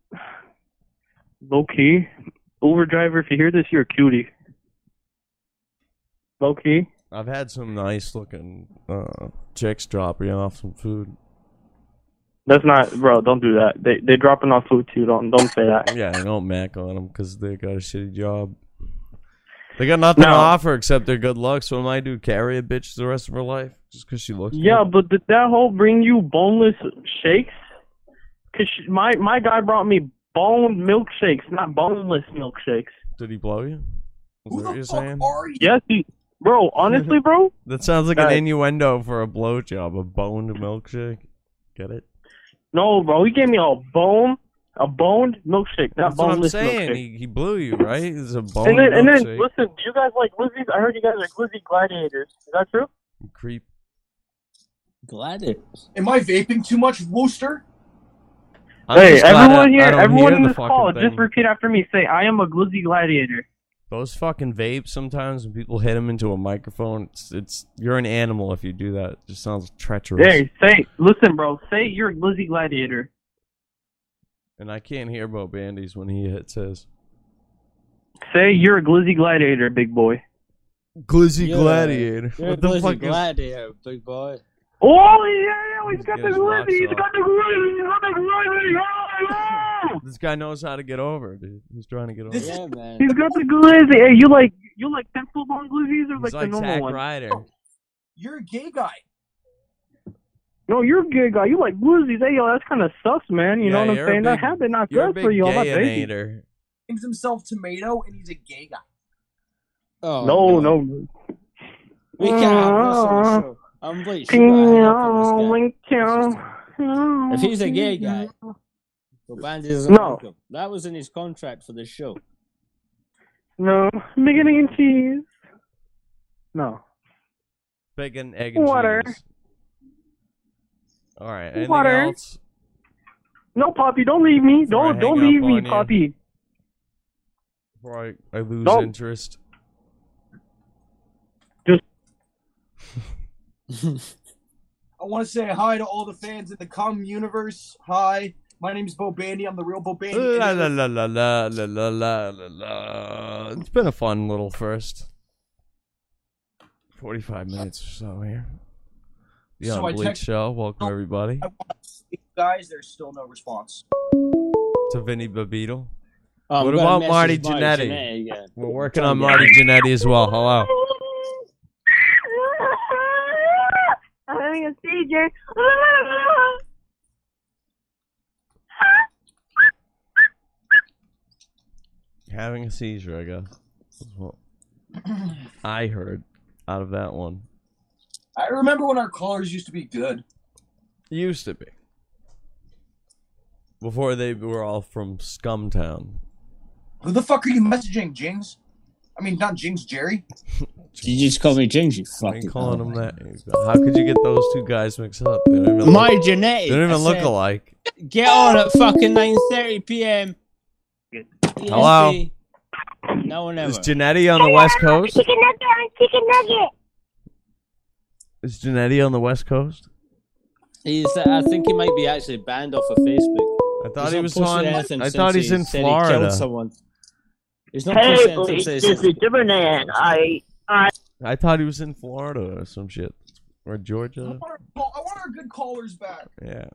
Speaker 6: low key Uber driver, if you hear this, you're a cutie. Low key.
Speaker 1: I've had some nice looking uh, chicks drop you off some food.
Speaker 6: That's not, bro. Don't do that. They they dropping off food too. Don't don't say that.
Speaker 1: Yeah, I don't mac on them because um, they got a shitty job. They got nothing to
Speaker 6: No.
Speaker 1: offer except their good luck. So what am I do? Carry a bitch the rest of her life just because she looks?
Speaker 6: Yeah, but did that whole bring you boneless shakes? Cause sh- my my guy brought me bone milkshakes, not boneless milkshakes.
Speaker 1: Did he blow you? Is that what you're saying?
Speaker 6: Yes, he, bro.
Speaker 1: (laughs)
Speaker 6: Honestly, bro.
Speaker 1: That sounds like an
Speaker 6: Guys.
Speaker 1: innuendo for a blowjob, a boned milkshake. Get it?
Speaker 6: No, bro. He gave me a bone, a boned milkshake, not
Speaker 1: That's what I'm
Speaker 6: boneless
Speaker 1: saying.
Speaker 6: milkshake.
Speaker 1: He, he blew you, right? It's a boned
Speaker 6: and then, and then,
Speaker 1: milkshake.
Speaker 6: listen. Do you guys like glizzies? I heard you guys are glizzy gladiators. Is that true?
Speaker 1: Creep.
Speaker 3: Gladiators.
Speaker 4: Am I vaping too much, Wooster?
Speaker 1: I'm
Speaker 6: hey,
Speaker 1: just glad
Speaker 6: everyone
Speaker 1: I-
Speaker 6: here,
Speaker 1: I don't
Speaker 6: everyone
Speaker 1: hear
Speaker 6: in
Speaker 1: the
Speaker 6: this
Speaker 1: fucking
Speaker 6: call,
Speaker 1: thing.
Speaker 6: just repeat after me. Say, I am a glizzy gladiator.
Speaker 1: Those fucking vapes sometimes when people hit them into a microphone, it's, it's you're an animal if you do that. It just sounds treacherous.
Speaker 6: Hey, say, listen, bro. Say you're a glizzy gladiator.
Speaker 1: And I can't hear Bo Bandies when he hits his.
Speaker 6: Say you're a glizzy gladiator, big boy.
Speaker 1: Glizzy
Speaker 3: You're-
Speaker 1: Gladiator.
Speaker 3: You're
Speaker 1: What the
Speaker 3: glizzy
Speaker 1: fuck is-
Speaker 6: (laughs)
Speaker 3: gladiator, big boy.
Speaker 6: Oh yeah, he's got
Speaker 1: Get
Speaker 6: the
Speaker 1: his
Speaker 6: glizzy.
Speaker 1: rocks
Speaker 6: He's
Speaker 1: off.
Speaker 6: got the glizzy. He's got the glizzy. Oh,
Speaker 1: This guy knows how to get over, dude. He's trying to get over.
Speaker 6: (laughs)
Speaker 3: Yeah,
Speaker 6: yeah.
Speaker 3: man.
Speaker 6: He's got the glizzy. Hey, you like you like pencil bone glizzies or like,
Speaker 1: He's like,
Speaker 6: the normal
Speaker 1: Zack
Speaker 6: one?
Speaker 1: Ryder.
Speaker 4: Oh, You're a gay guy.
Speaker 6: No, you're a gay guy. You like glizzies. Hey, yo, that's kind of sus, man. You
Speaker 1: Yeah,
Speaker 6: know what I'm
Speaker 1: you're a
Speaker 6: saying? that
Speaker 1: big-
Speaker 6: habit not
Speaker 1: You're a
Speaker 6: good
Speaker 1: big
Speaker 6: for you. I'm not baby.
Speaker 1: gayinator.
Speaker 4: Names himself Tomato, and he's a gay guy.
Speaker 3: Oh,
Speaker 6: No, no.
Speaker 3: We can't have this on the show. I'm late. She got hung up on this guy. If he's a gay guy, the band doesn't
Speaker 6: No.
Speaker 3: like him. That was in his contract for the show.
Speaker 6: No, bacon, egg, and cheese. No.
Speaker 1: Bacon, egg, and
Speaker 6: Water.
Speaker 1: cheese. All right. Anything
Speaker 6: Water.
Speaker 1: else?
Speaker 6: No, Poppy, don't leave me.
Speaker 1: I
Speaker 6: Don't
Speaker 1: hang
Speaker 6: don't
Speaker 1: up
Speaker 6: leave me,
Speaker 1: on you.
Speaker 6: Poppy.
Speaker 1: Before I, I lose
Speaker 6: Nope.
Speaker 1: interest.
Speaker 4: I want to say hi to all the fans in the cum universe. Hi, my name's Bo Bandy. I'm the real Bo Bandy.
Speaker 1: La la la la la la la la la la. It's been a fun little first. Forty-five minutes or so here. The
Speaker 4: So I
Speaker 1: Unbleached
Speaker 4: text-
Speaker 1: Show. Welcome everybody
Speaker 4: Guys, there's still no response.
Speaker 1: to Vinny Babito.
Speaker 3: I'm
Speaker 1: what
Speaker 3: gonna
Speaker 1: about
Speaker 3: message
Speaker 1: Marty
Speaker 3: Marty
Speaker 1: Jannetty?
Speaker 3: Jannetty again.
Speaker 1: We're working on Marty Jannetty as well. Hello.
Speaker 12: I'm having a seizure. (laughs)
Speaker 1: Having a seizure, I guess. That's
Speaker 4: (clears throat)
Speaker 1: what I heard out of that one.
Speaker 4: I remember when our callers used to be good.
Speaker 1: Used to be. Before they were all from Scumtown.
Speaker 4: Who the fuck are you messaging, Jings? I mean, not Jings, Jerry.
Speaker 3: You just call me Jinx, you
Speaker 1: I ain't
Speaker 3: fucking.
Speaker 1: calling them that. How could you get those two guys mixed up? They don't even
Speaker 3: Marty
Speaker 1: look,
Speaker 3: Jannetty.
Speaker 1: they don't
Speaker 3: I
Speaker 1: even look
Speaker 3: said,
Speaker 1: alike.
Speaker 3: Get on at fucking 9:30 p.m.
Speaker 1: Hello?
Speaker 3: EST. No one ever.
Speaker 1: Is Janetti on the West Coast?
Speaker 12: Chicken nugget, I'm a chicken nugget.
Speaker 1: Is Janetti on the West Coast?
Speaker 3: He's. uh, I think he might be actually banned off of Facebook.
Speaker 1: I thought
Speaker 3: He's
Speaker 1: he
Speaker 3: not
Speaker 1: was
Speaker 3: posted
Speaker 1: on.
Speaker 3: anything
Speaker 1: I thought
Speaker 3: since
Speaker 1: he's
Speaker 3: he
Speaker 1: in
Speaker 3: said he killed
Speaker 1: Florida.
Speaker 3: someone. He's not posted
Speaker 15: Hey,
Speaker 3: anything
Speaker 15: boys,
Speaker 3: since
Speaker 15: this
Speaker 3: he's-
Speaker 15: is Superman. I, I,
Speaker 1: I thought he was in Florida or some shit, or Georgia.
Speaker 4: I want our good callers back.
Speaker 1: Yeah.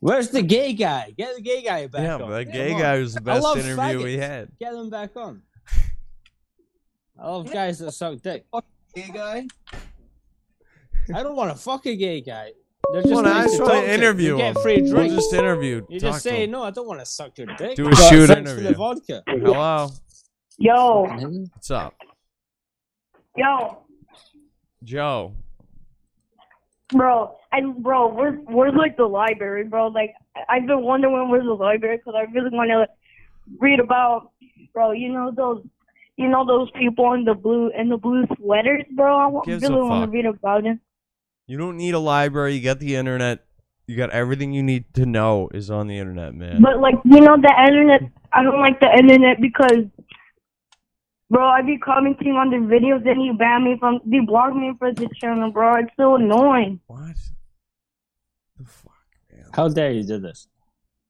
Speaker 3: Where's the gay guy? Get the gay guy back
Speaker 1: Yeah,
Speaker 3: on.
Speaker 1: but that
Speaker 3: Come
Speaker 1: gay
Speaker 3: on.
Speaker 1: guy was the
Speaker 3: I
Speaker 1: best
Speaker 3: love
Speaker 1: interview we
Speaker 3: faggots.
Speaker 1: had.
Speaker 3: Get them back
Speaker 1: (laughs)
Speaker 3: on. I love guys that suck dick.
Speaker 4: Gay guy?
Speaker 3: I don't want to fuck a gay guy. They're just
Speaker 1: Well,
Speaker 3: nice
Speaker 1: that's
Speaker 3: to
Speaker 1: why
Speaker 3: talk to.
Speaker 1: interview
Speaker 3: You get
Speaker 1: them.
Speaker 3: free
Speaker 1: We'll
Speaker 3: drinks.
Speaker 1: just interview.
Speaker 3: You
Speaker 1: Talk
Speaker 3: just
Speaker 1: to
Speaker 3: say no. I don't want to suck your dick.
Speaker 1: Do a
Speaker 3: but
Speaker 1: shoot
Speaker 3: thanks for
Speaker 1: interview.
Speaker 3: the vodka.
Speaker 1: Hello.
Speaker 9: Yo.
Speaker 1: What's up,
Speaker 9: Yo,
Speaker 1: Joe?
Speaker 9: bro, I bro, where's where's like the library, bro? Like I- I've been wondering where's the library because I really want to read about, bro. You know those, you know those people in the blue in the blue sweaters, bro. I wa-
Speaker 1: Gives a
Speaker 9: really want
Speaker 1: fuck.
Speaker 9: to read about it.
Speaker 1: You don't need a library. You got the internet. You got everything you need to know is on the internet, man.
Speaker 9: But like you know the internet, I don't like the internet because, bro, I be commenting on the videos and you ban me from, they block me from the channel, bro. It's so annoying.
Speaker 3: How dare you do this?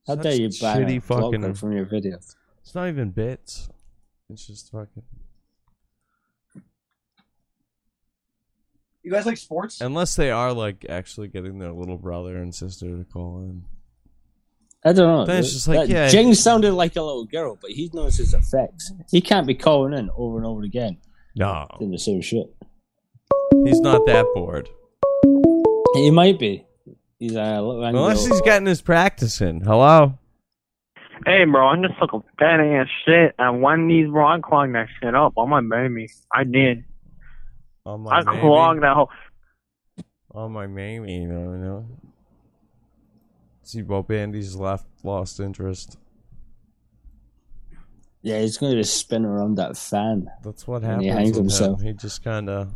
Speaker 3: How
Speaker 1: Such
Speaker 3: dare you ban
Speaker 1: shitty
Speaker 3: a block
Speaker 1: fucking-
Speaker 3: them from your videos?
Speaker 1: It's not even bits. It's just fucking.
Speaker 4: You guys like sports?
Speaker 1: Unless they are like actually getting their little brother and sister to call in.
Speaker 3: I don't know.
Speaker 1: Then it's just
Speaker 3: that
Speaker 1: like, yeah.
Speaker 3: Jing sounded like a little girl, but he knows his effects. He can't be calling in over and over again.
Speaker 1: No.
Speaker 3: Doing the same shit.
Speaker 1: He's not that bored.
Speaker 3: He might be. He's uh, a little angry
Speaker 1: Unless
Speaker 3: old-
Speaker 1: he's getting his practice in. Hello.
Speaker 16: Hey, bro, I'm just like a fat ass shit. I one these, bro. I clogged that shit up on my baby. I did.
Speaker 1: On my
Speaker 16: I
Speaker 1: baby.
Speaker 16: clogged that whole.
Speaker 1: On my mammy, you know. You know? See, Bob Andy's left lost interest.
Speaker 3: Yeah, he's going to just spin around that fan.
Speaker 1: That's what
Speaker 3: And
Speaker 1: happens.
Speaker 3: he hangs
Speaker 1: with him.
Speaker 3: himself.
Speaker 1: He just kind of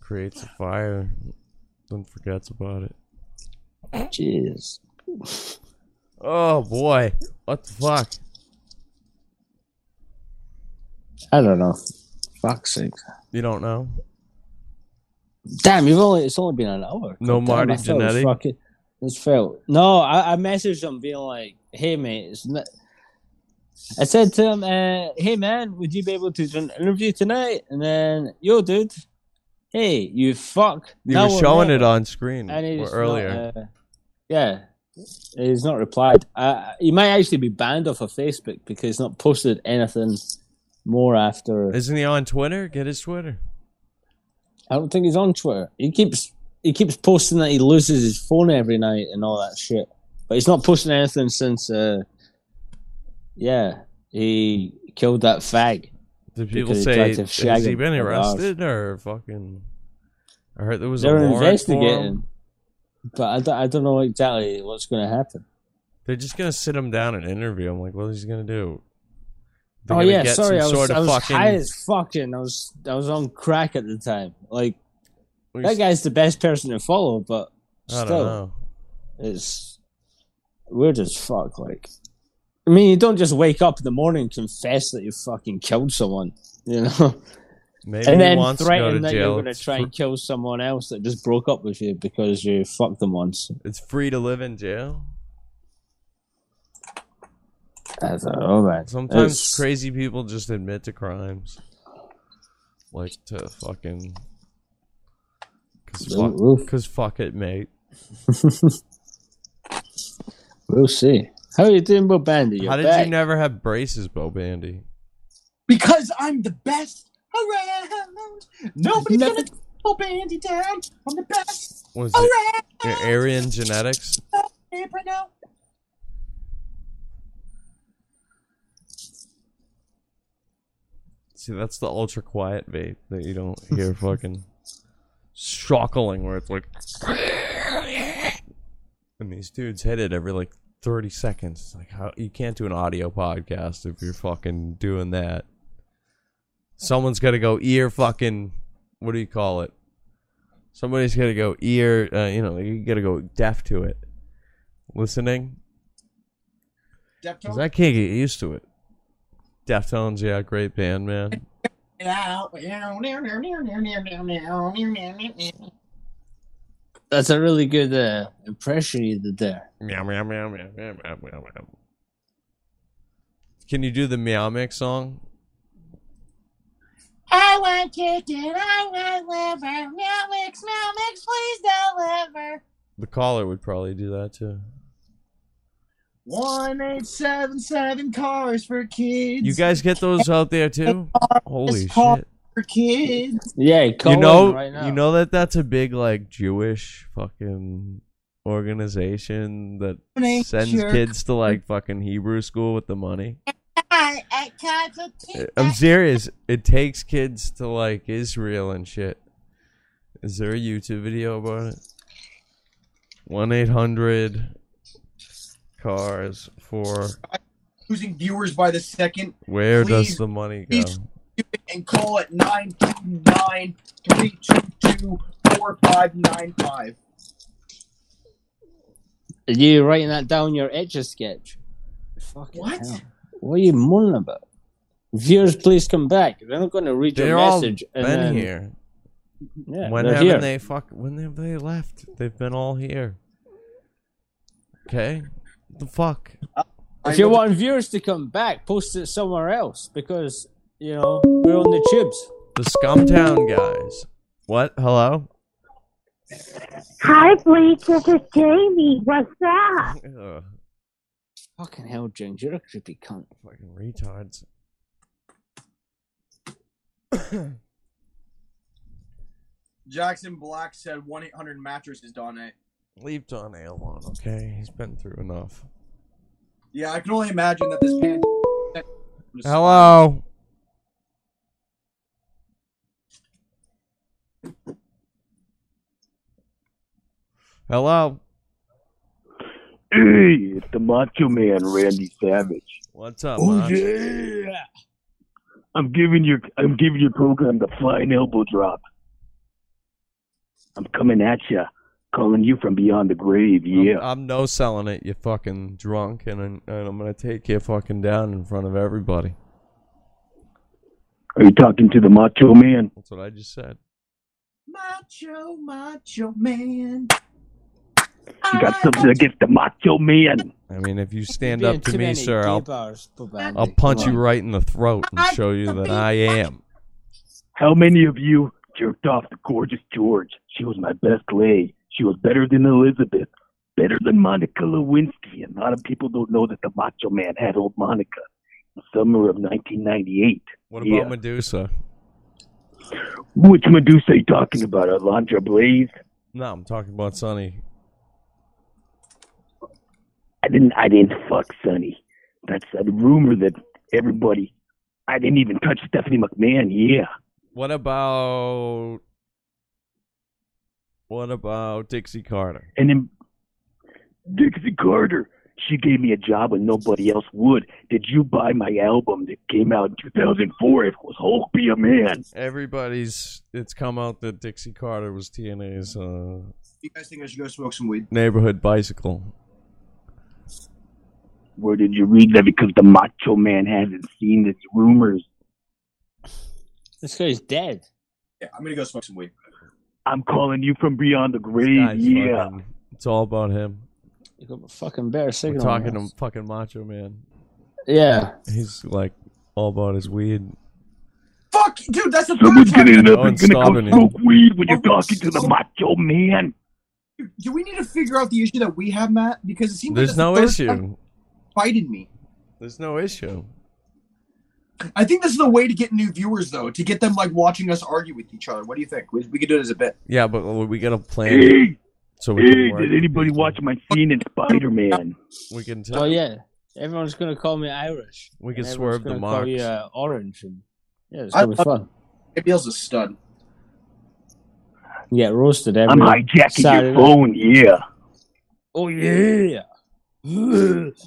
Speaker 1: creates a fire and forgets about it.
Speaker 3: Jeez.
Speaker 1: Oh boy, what the fuck?
Speaker 3: I don't know. Fuck's sake.
Speaker 1: You don't know?
Speaker 3: Damn, you've only it's only been an hour.
Speaker 1: No
Speaker 3: God damn,
Speaker 1: Marty
Speaker 3: I felt
Speaker 1: Jannetty?
Speaker 3: fucking- It's felt no. I, I messaged him being like, "Hey mate," it's not, I said to him, uh, "Hey man, would you be able to do an interview tonight?" And then, "Yo, dude, hey, you fuck."
Speaker 1: You
Speaker 3: now
Speaker 1: were
Speaker 3: we're
Speaker 1: showing
Speaker 3: met."
Speaker 1: it on screen
Speaker 3: And he's
Speaker 1: or
Speaker 3: not,
Speaker 1: earlier.
Speaker 3: uh, yeah, he's not replied. Uh, he might actually be banned off of Facebook because he's not posted anything more after.
Speaker 1: Isn't he on Twitter? Get his Twitter.
Speaker 3: I don't think he's on Twitter. He keeps he keeps posting that he loses his phone every night and all that shit. But he's not posting anything since uh yeah, he killed that fag.
Speaker 1: Did people
Speaker 3: because he tried
Speaker 1: say
Speaker 3: to
Speaker 1: has
Speaker 3: shag
Speaker 1: he
Speaker 3: him Oh, at
Speaker 1: been
Speaker 3: the house.
Speaker 1: arrested or fucking? I heard there was
Speaker 3: They're
Speaker 1: a warrant For him.
Speaker 3: investigating. But I don't, I don't know exactly what's going to happen.
Speaker 1: They're just gonna sit him down and interview him. Like, what is he gonna do? They're
Speaker 3: oh
Speaker 1: gonna
Speaker 3: yeah,
Speaker 1: get
Speaker 3: sorry, I
Speaker 1: some
Speaker 3: was,
Speaker 1: sort
Speaker 3: I
Speaker 1: of
Speaker 3: was
Speaker 1: fucking
Speaker 3: high as fucking. I was I was on crack at the time. Like
Speaker 1: Well,
Speaker 3: that
Speaker 1: he's-
Speaker 3: guy's the best person to follow, but
Speaker 1: I don't
Speaker 3: still,
Speaker 1: know.
Speaker 3: it's weird as fuck. Like, I mean, you don't just wake up in the morning and confess that you fucking killed someone, you know.
Speaker 1: Maybe
Speaker 3: and
Speaker 1: he
Speaker 3: then
Speaker 1: wants to go
Speaker 3: threaten
Speaker 1: to
Speaker 3: that
Speaker 1: jail.
Speaker 3: you're going
Speaker 1: It's
Speaker 3: to try and kill someone else that just broke up with you because you fucked them once.
Speaker 1: It's free to live in jail.
Speaker 3: I don't know, man.
Speaker 1: Sometimes
Speaker 3: It's-
Speaker 1: crazy people just admit to crimes, like to fucking. Cause
Speaker 3: Ooh,
Speaker 1: fuck, cause fuck it, mate.
Speaker 3: (laughs) We'll see. How are you doing, Bob Bandy? You're
Speaker 1: How did
Speaker 3: back.
Speaker 1: you never have braces, Bo Bandy?
Speaker 4: Because I'm the best around. Nobody's
Speaker 3: Never-
Speaker 4: gonna hold Bandy down. I'm the best.
Speaker 1: Was
Speaker 4: All
Speaker 1: it your Aryan genetics?
Speaker 4: Hey, right now.
Speaker 1: See, that's the ultra quiet vape that you don't
Speaker 3: (laughs)
Speaker 1: hear fucking struggling where it's like. And these dudes hit it every like thirty seconds. It's like how you can't do an audio podcast if you're fucking doing that. Someone's gotta go ear fucking. What do you call it? Somebody's gotta go ear. Uh, you know, you gotta go deaf to it. Listening, because I can't get used to it. Deftones, yeah, great band, man.
Speaker 3: That's a really good uh, impression you did there.
Speaker 1: Meow meow meow meow meow meow meow meow. Can you do the Meow Mix song?
Speaker 15: I want chicken, I want liver, meow mix, meow mix, please deliver.
Speaker 1: The caller would probably do that too.
Speaker 4: One eight seven seven cars for kids.
Speaker 1: You guys get those out there too? Holy
Speaker 4: Call
Speaker 1: shit.
Speaker 2: for kids.
Speaker 3: Yeah,
Speaker 1: you
Speaker 3: call
Speaker 1: know,
Speaker 3: him right now.
Speaker 1: you know that that's a big like Jewish fucking organization that
Speaker 15: Make
Speaker 1: sends
Speaker 15: sure-
Speaker 1: kids to
Speaker 15: (laughs)
Speaker 1: like fucking Hebrew school with the money.
Speaker 15: I, I can't believe
Speaker 1: I'm serious. It takes kids to like Israel and shit. Is there a YouTube video about it? One eight hundred cars for
Speaker 4: Losing viewers by the second.
Speaker 1: where does
Speaker 4: Please-
Speaker 1: the money go?
Speaker 4: please and call at 929 322 4595.
Speaker 3: Are you writing that down your etch a sketch? Fucking what? What are you moaning about? Viewers, please come back. They're not going to read
Speaker 1: They're
Speaker 3: your
Speaker 1: all
Speaker 3: message.
Speaker 1: been
Speaker 3: and then-
Speaker 1: here.
Speaker 3: Yeah,
Speaker 1: when
Speaker 3: they're
Speaker 1: haven't
Speaker 3: here.
Speaker 1: they fuck? When have they left? They've been all here. Okay, What the fuck.
Speaker 3: If you want viewers to come back, post it somewhere else because you know we're on the tubes.
Speaker 1: The Scumtown guys. What? Hello.
Speaker 12: Hi, Bleach. This is Jamie. What's
Speaker 11: Ah.
Speaker 12: up?
Speaker 1: Ugh,
Speaker 3: Fucking hell, James, you're a creepy cunt.
Speaker 1: fucking retards.
Speaker 4: Jackson Black said 1 800 mattresses, Donate.
Speaker 1: Leave Don A alone, okay? He's been through enough.
Speaker 4: Yeah, I can only imagine that this pan.
Speaker 1: Hello. Hello.
Speaker 11: Hey, it's the Macho Man, Randy Savage.
Speaker 1: What's up,
Speaker 11: Oh,
Speaker 1: Mach?
Speaker 11: yeah. I'm giving your I'm giving your program the flying elbow drop. I'm coming at ya, calling you from beyond the grave. Yeah.
Speaker 1: I'm no selling it. You fucking drunk, and I'm, and I'm gonna take you fucking down in front of everybody.
Speaker 11: Are you talking to the Macho Man?
Speaker 1: That's what I just said.
Speaker 4: Macho, macho man.
Speaker 11: You got something against the Macho Man?
Speaker 1: I mean, if you stand
Speaker 3: You're being
Speaker 1: up to
Speaker 3: too
Speaker 1: me,
Speaker 3: many
Speaker 1: sir,
Speaker 3: gay
Speaker 1: I'll
Speaker 3: bars, Bobandi.
Speaker 1: I'll punch
Speaker 3: Come
Speaker 1: you
Speaker 3: on.
Speaker 1: right in the throat and show you that I am.
Speaker 11: How many of you jerked off to gorgeous George? She was my best lay. She was better than Elizabeth, better than Monica Lewinsky. And a lot of people don't know that the Macho Man had old Monica in the summer of 1998.
Speaker 1: What about
Speaker 11: yeah.
Speaker 1: Medusa?
Speaker 11: Which Medusa you talking about? Alondra Blaze?
Speaker 1: No, I'm talking about Sonny.
Speaker 11: I didn't. I didn't fuck Sonny. That's a rumor that everybody. I didn't even touch Stephanie McMahon. Yeah.
Speaker 1: What about what about Dixie Carter?
Speaker 11: And then Dixie Carter, she gave me a job when nobody else would. Did you buy my album that came out in 2004? It was Hulk Be a Man.
Speaker 1: Everybody's it's come out that Dixie Carter was TNA's uh,
Speaker 4: You guys think I should go smoke some weed?
Speaker 1: neighborhood bicycle.
Speaker 11: Where did you read that? Because the Macho Man hasn't seen these rumors.
Speaker 3: This guy's dead.
Speaker 4: Yeah, I'm gonna go smoke some weed.
Speaker 11: I'm calling you from beyond the grave. Yeah.
Speaker 1: fucking- it's all about him.
Speaker 3: You got a fucking better
Speaker 1: We're
Speaker 3: signal.
Speaker 1: talking
Speaker 3: man.
Speaker 1: to fucking Macho Man.
Speaker 3: Yeah.
Speaker 1: he's like all about his weed.
Speaker 4: Fuck, dude, that's the
Speaker 11: Someone's
Speaker 4: third time.
Speaker 11: getting up
Speaker 1: No
Speaker 11: and
Speaker 1: one's
Speaker 11: gonna
Speaker 1: stopping
Speaker 11: go
Speaker 1: you.
Speaker 11: smoke weed when you're talking to the Macho Man.
Speaker 4: Do we need to figure out the issue that we have, Matt? Because it seems like that's
Speaker 1: There's
Speaker 4: the
Speaker 1: no
Speaker 4: third time
Speaker 1: issue.
Speaker 4: you're Fighting me.
Speaker 1: There's no issue.
Speaker 4: I think this is the way to get new viewers, though, to get them like watching us argue with each other. What do you think? We, we could do it as a bit.
Speaker 1: Yeah, but we got a plan.
Speaker 11: Hey,
Speaker 1: So we
Speaker 11: hey
Speaker 1: can work.
Speaker 11: did anybody watch my scene in Spider Man?
Speaker 1: We can tell.
Speaker 3: Oh yeah. Everyone's going to call me Irish.
Speaker 1: We can
Speaker 3: and everyone's
Speaker 1: swerve the
Speaker 3: gonna call you,
Speaker 1: marks.
Speaker 3: uh, orange. And, yeah, it's
Speaker 4: I
Speaker 3: going to be
Speaker 4: love-
Speaker 3: fun.
Speaker 4: ABL's a stud.
Speaker 3: Yeah, roasted
Speaker 11: I'm
Speaker 3: every
Speaker 11: hijacking
Speaker 3: Saturday
Speaker 11: your
Speaker 3: night.
Speaker 11: phone, yeah.
Speaker 3: Oh yeah.
Speaker 11: (laughs) I'm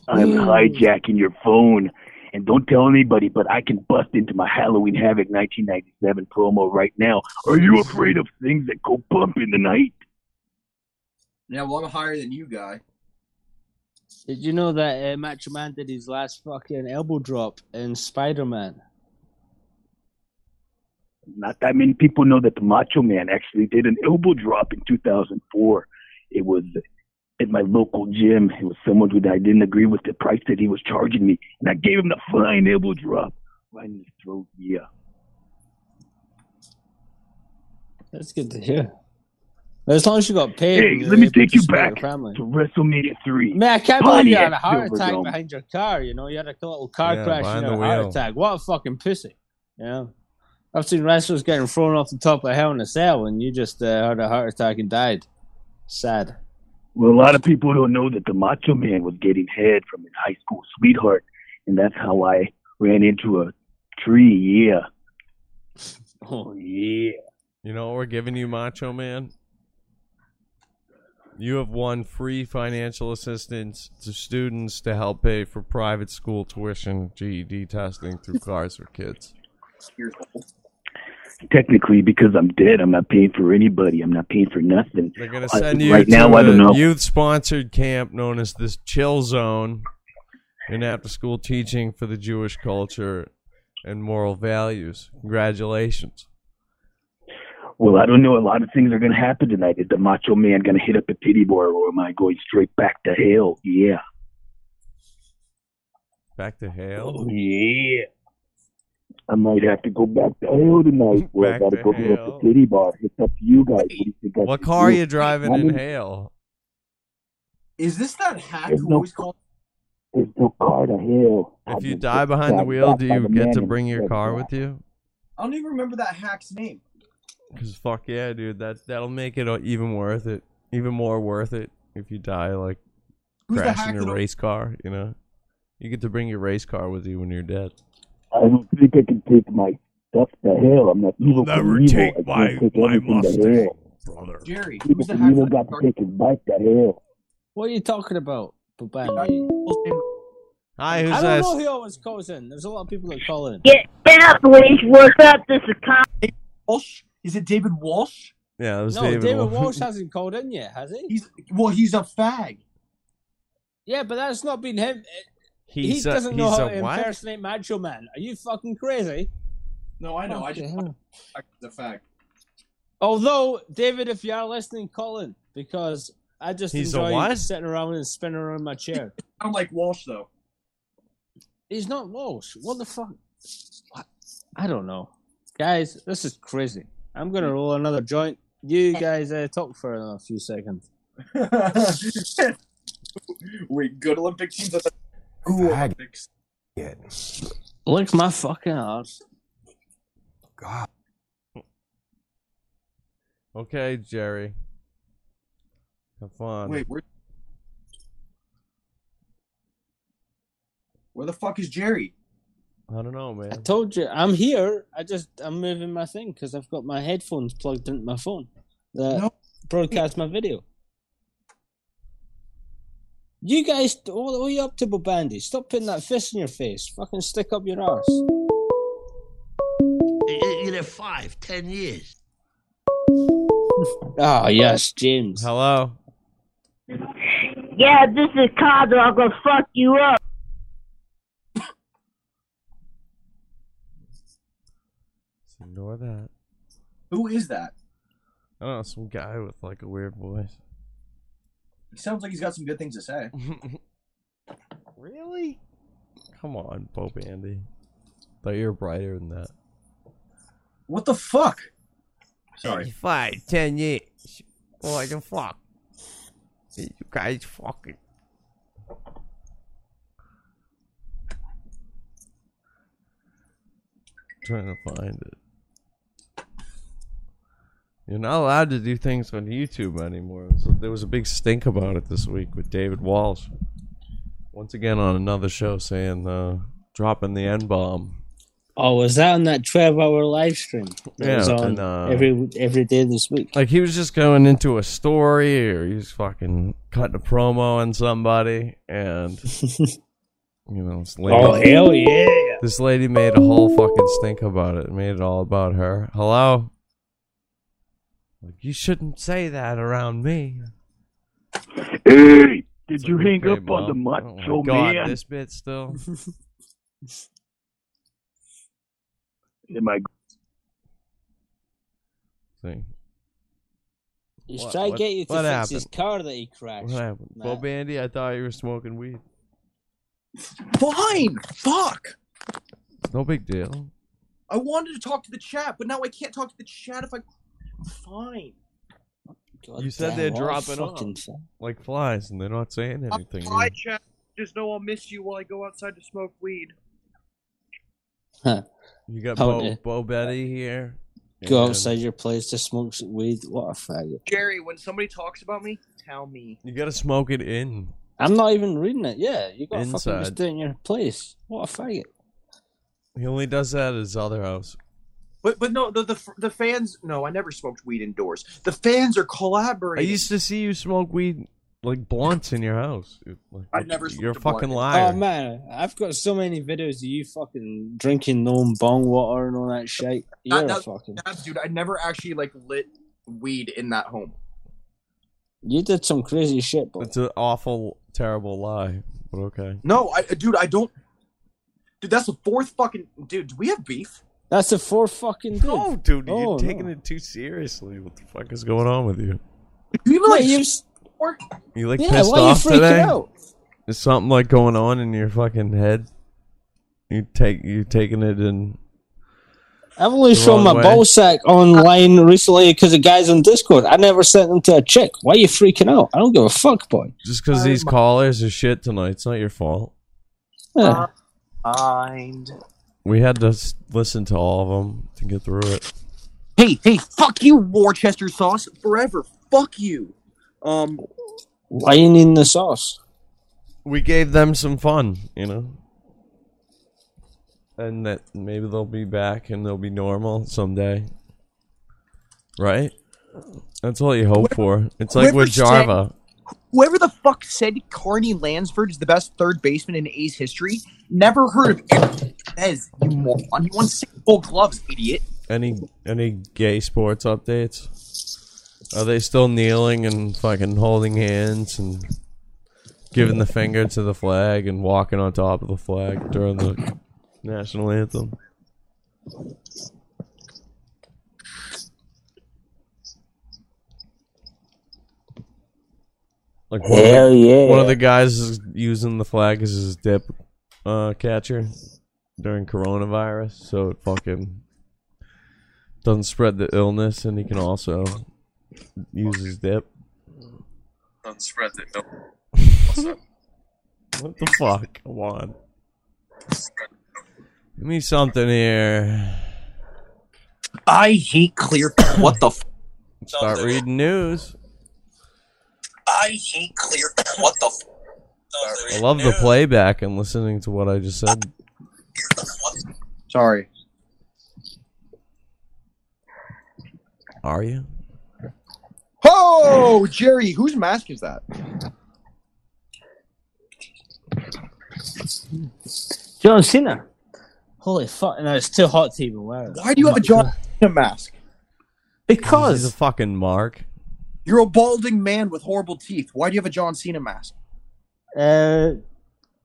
Speaker 11: hijacking your phone. And don't tell anybody, but I can bust into my Halloween Havoc 1997 promo right now. Are you afraid of things that go bump in the night?
Speaker 4: Yeah, well, I'm higher than you, guy.
Speaker 3: Did you know that uh, Macho Man did his last fucking elbow drop in Spider Man?
Speaker 11: Not that many people know that the Macho Man actually did an elbow drop in 2004. It was at my local gym. It was someone who I didn't agree with the price that he was charging me, and I gave him the flying elbow drop right in his throat. Yeah.
Speaker 3: That's good to hear. As long as you got paid.
Speaker 11: Hey,
Speaker 3: and you
Speaker 11: let
Speaker 3: were
Speaker 11: me
Speaker 3: able
Speaker 11: take
Speaker 3: to
Speaker 11: you
Speaker 3: support your
Speaker 11: back
Speaker 3: family.
Speaker 11: to WrestleMania 3.
Speaker 3: Man, I can't believe you had a
Speaker 11: Pontiac
Speaker 3: heart attack
Speaker 11: Silverdome.
Speaker 3: behind your car. You know, you had a little car
Speaker 11: Yeah,
Speaker 3: crash
Speaker 11: behind
Speaker 3: and you
Speaker 11: the
Speaker 3: had a heart
Speaker 11: wheel.
Speaker 3: attack. What a fucking pussy. Yeah. I've seen wrestlers getting thrown off the top of Hell in a Cell, and you just uh, had a heart attack and died. Sad.
Speaker 11: Well, a lot of people don't know that the Macho Man was getting head from his high school sweetheart, and that's how I ran into a tree. Yeah.
Speaker 3: Oh yeah.
Speaker 1: You know what we're giving you, Macho Man? You have won free financial assistance to students to help pay for private school tuition, GED testing through Cars for Kids.
Speaker 11: Technically, because I'm dead, I'm not paying for anybody. I'm not paying for nothing.
Speaker 1: They're going to
Speaker 11: I-
Speaker 1: send you
Speaker 11: right
Speaker 1: to
Speaker 11: now. I don't know.
Speaker 1: a youth-sponsored camp known as the Chill Zone, an after-school teaching for the Jewish culture and moral values. Congratulations.
Speaker 11: Well, I don't know. A lot of things are going to happen tonight. Is the Macho Man going to hit up a titty bar, or am I going straight back to hell? Yeah.
Speaker 1: Back to hell.
Speaker 11: yeah. I might have to go back to hell tonight. Where I
Speaker 1: Back
Speaker 11: got
Speaker 1: to
Speaker 11: to go hit up
Speaker 1: hell.
Speaker 11: the titty bar. It's up to you guys. What, do you think I
Speaker 1: What
Speaker 11: should
Speaker 1: car are
Speaker 11: do?
Speaker 1: you driving
Speaker 11: I'm
Speaker 1: in hell?
Speaker 4: Is this that hack
Speaker 11: There's
Speaker 4: who
Speaker 11: no-
Speaker 4: always calls?
Speaker 11: There's no car to hell.
Speaker 1: If you die behind the wheel, do you get to bring your car with you?
Speaker 4: I don't even remember that hack's name.
Speaker 1: Because fuck yeah, dude, that that'll make it even worth it, even more worth it if you die like
Speaker 4: Who's the
Speaker 1: crashing
Speaker 4: hack
Speaker 1: your
Speaker 4: that-
Speaker 1: race car. You know, you get to bring your race car with you when you're dead.
Speaker 11: I don't think I can take my stuff to hell. I'm not evil.
Speaker 1: never
Speaker 11: for evil.
Speaker 1: take
Speaker 11: I can't
Speaker 1: my-
Speaker 11: take
Speaker 1: my
Speaker 11: everything
Speaker 1: Mustang,
Speaker 11: to hell.
Speaker 1: brother.
Speaker 4: Jerry,
Speaker 11: Evil, for evil got to take his bike to hell.
Speaker 3: What are you talking about, Babani?
Speaker 1: Hi,
Speaker 3: I don't know who always calls in. There's a lot of people that call in.
Speaker 12: Get up, Lynch. What's up? This is Con.
Speaker 4: Walsh? Is it David Walsh?
Speaker 1: Yeah, that was
Speaker 3: no,
Speaker 1: David.
Speaker 3: David,
Speaker 1: Wal-
Speaker 3: Walsh. hasn't called in yet, has he?
Speaker 4: He's well, he's a fag.
Speaker 3: Yeah, but that's not been him.
Speaker 1: He's
Speaker 3: he
Speaker 1: a-
Speaker 3: doesn't know
Speaker 1: he's
Speaker 3: how
Speaker 1: a
Speaker 3: to
Speaker 1: what?
Speaker 3: impersonate Macho Man. Are you fucking crazy?
Speaker 4: No, I know. I just
Speaker 3: Fucking hell.
Speaker 4: the fag.
Speaker 3: Although David, if you are listening, call in because I just
Speaker 1: He's a
Speaker 3: enjoy
Speaker 1: what?
Speaker 3: sitting around and spinning around
Speaker 4: (laughs)
Speaker 3: my chair.
Speaker 4: I'm like Walsh though.
Speaker 3: He's not Walsh. What the fuck? I don't know, guys. This is crazy. I'm gonna roll another joint. You
Speaker 4: Eh.
Speaker 3: guys uh, talk for a few (laughs) seconds.
Speaker 4: Wait, good Olympic teams at the Ooh, Olympics.
Speaker 3: Lick my fucking ass.
Speaker 1: God. (laughs) Okay, Jerry. Have fun.
Speaker 4: Wait, where? Where the fuck is Jerry?
Speaker 1: I don't know, man.
Speaker 3: I told you I'm here. I just I'm moving my thing because I've got my headphones plugged into my phone that broadcast my video. You guys, what what are you up to, Bobandi? Stop putting that fist in your face. Fucking stick up your arse.
Speaker 17: In a five, ten years.
Speaker 3: (laughs) Ah, yes, James.
Speaker 1: Hello.
Speaker 12: Yeah, this is Cosmo. I'm gonna fuck you up.
Speaker 1: Ignore that.
Speaker 4: Who is that?
Speaker 1: I don't know, some guy with like a weird voice.
Speaker 4: He sounds like he's got some good things to
Speaker 3: (laughs)
Speaker 4: say.
Speaker 1: really? Come on, Pope Andy. Thought you were brighter than that.
Speaker 4: What the fuck?
Speaker 1: Sorry. Five, ten years. What the fuck? You guys fucking. Trying to find it. You're not allowed to do things on YouTube anymore. So there was a big stink about it this week with David Walsh. Once again on another show saying uh, dropping the N bomb.
Speaker 3: Oh, was that on that 12 hour live stream? that
Speaker 1: Yeah,
Speaker 3: was on
Speaker 1: and, uh,
Speaker 3: every, every day this week.
Speaker 1: Like he was just going into a story, or he was fucking cutting a promo on somebody,
Speaker 3: (laughs)
Speaker 1: and you know, this lady,
Speaker 3: Oh, hell yeah.
Speaker 1: This lady made a whole fucking stink about it. Made it all about her. Hello. Like you shouldn't say that around me.
Speaker 11: Hey, did
Speaker 1: It's
Speaker 11: you
Speaker 1: like,
Speaker 11: hang
Speaker 1: okay,
Speaker 11: up on the
Speaker 1: Mom.
Speaker 11: Macho
Speaker 1: Oh my God,
Speaker 11: Man?
Speaker 1: this bit still.
Speaker 11: Am I
Speaker 1: Thing.
Speaker 3: He's
Speaker 1: What-
Speaker 3: trying to
Speaker 1: what-
Speaker 3: get you to
Speaker 1: what
Speaker 3: fix his
Speaker 1: happened?
Speaker 3: car that he crashed.
Speaker 1: What happened,
Speaker 3: Matt.
Speaker 1: Well, Bandy? I thought you were smoking weed.
Speaker 4: (laughs) Fine. Fuck.
Speaker 1: It's no big deal.
Speaker 4: I wanted to talk to the chat, but now I can't talk to the chat if I. Fine.
Speaker 3: God
Speaker 1: you said
Speaker 3: damn,
Speaker 1: they're
Speaker 3: what a
Speaker 1: dropping off
Speaker 3: fucking fuck.
Speaker 1: like flies, and they're not saying anything.
Speaker 18: Hi, chat. Just know I'll miss you while I go outside to smoke weed.
Speaker 1: You got
Speaker 3: How
Speaker 1: Bo,
Speaker 3: to
Speaker 1: Bo Betty here.
Speaker 3: Oh, Go
Speaker 1: and-
Speaker 3: outside your place to smoke some weed. What a faggot.
Speaker 5: Jerry, when somebody talks about me, tell me.
Speaker 1: You gotta smoke it in.
Speaker 3: I'm not even reading it. Yeah, you got fucking
Speaker 1: Inside.
Speaker 3: just do it in your place. What a faggot.
Speaker 1: He only does that at his other house.
Speaker 5: But but no, the the, the fans. No, I never smoked weed indoors. The fans are
Speaker 1: I
Speaker 5: collaborating.
Speaker 1: used to see you smoke weed like blunts in your house. It- Like,
Speaker 5: I've never
Speaker 1: You're a
Speaker 5: smoked a blunt.
Speaker 1: fucking
Speaker 3: Oh
Speaker 1: liar.
Speaker 3: man, I've got so many videos of you fucking drinking no bong water and all that shit. You're
Speaker 5: That-
Speaker 3: a
Speaker 5: that-
Speaker 3: fucking.
Speaker 5: that's- dude, I never actually like lit weed in that home.
Speaker 3: You did some crazy shit, but
Speaker 1: it's an awful, terrible lie. But okay.
Speaker 5: No, I uh, dude, I don't. Dude, that's the fourth fucking dude. Do we have beef?
Speaker 3: That's a four fucking. Dude.
Speaker 1: No, dude,
Speaker 3: Oh,
Speaker 1: you're taking
Speaker 3: no.
Speaker 1: it too seriously. What the fuck is going on with you?
Speaker 5: You even
Speaker 3: like you
Speaker 1: You like
Speaker 3: Yeah,
Speaker 1: pissed
Speaker 3: why you
Speaker 1: off
Speaker 3: freaking
Speaker 1: today?
Speaker 3: out?
Speaker 1: Is something like going on in your fucking head? You take you taking it in.
Speaker 3: I've only
Speaker 1: The
Speaker 3: shown
Speaker 1: wrong
Speaker 3: my
Speaker 1: way.
Speaker 3: ball sack online recently because of guys on Discord. I never sent them to a chick. Why are you freaking out? I don't give a fuck, boy.
Speaker 1: Just because these
Speaker 3: Um,
Speaker 1: callers are shit tonight, it's not your fault.
Speaker 3: Yeah.
Speaker 5: Mind.
Speaker 1: We had to s- listen to all of them to get through it.
Speaker 5: Hey, hey, fuck you, Worcester sauce, forever. Fuck you. Um,
Speaker 3: Why you needing the sauce?
Speaker 1: We gave them some fun, you know. And that maybe they'll be back and they'll be normal someday. Right? That's all you hope for. It's like with
Speaker 5: whoever said-
Speaker 1: Jarva.
Speaker 5: whoever the fuck said Carney Lansford is the best third baseman in A's history never heard of Eric Bez, you moron. He won six gold gloves, idiot.
Speaker 1: Any any gay sports updates? Are they still kneeling and fucking holding hands and giving the finger to the flag and walking on top of the flag during the national anthem? Like one
Speaker 3: Hell
Speaker 1: of the,
Speaker 3: yeah.
Speaker 1: One of the guys is using the flag as his dip uh, catcher during coronavirus, so it fucking doesn't spread the illness, and he can also use his dip.
Speaker 18: Don't spread the
Speaker 1: (laughs) What the fuck? Come on. Give me something here.
Speaker 5: I hate clear.
Speaker 1: (coughs)
Speaker 5: what the? F-
Speaker 1: Start reading news.
Speaker 5: I hate clear. (coughs) What the? F-
Speaker 1: I love the playback and listening to what I just said.
Speaker 5: Sorry.
Speaker 1: Are you?
Speaker 5: Oh, Jerry, whose mask is that?
Speaker 3: John Cena. Holy fuck! No, it's too hot to even wear.
Speaker 5: Why do you have a John Cena mask?
Speaker 1: Because he's a fucking mark.
Speaker 5: You're a balding man with horrible teeth. Why do you have a John Cena mask?
Speaker 3: Uh,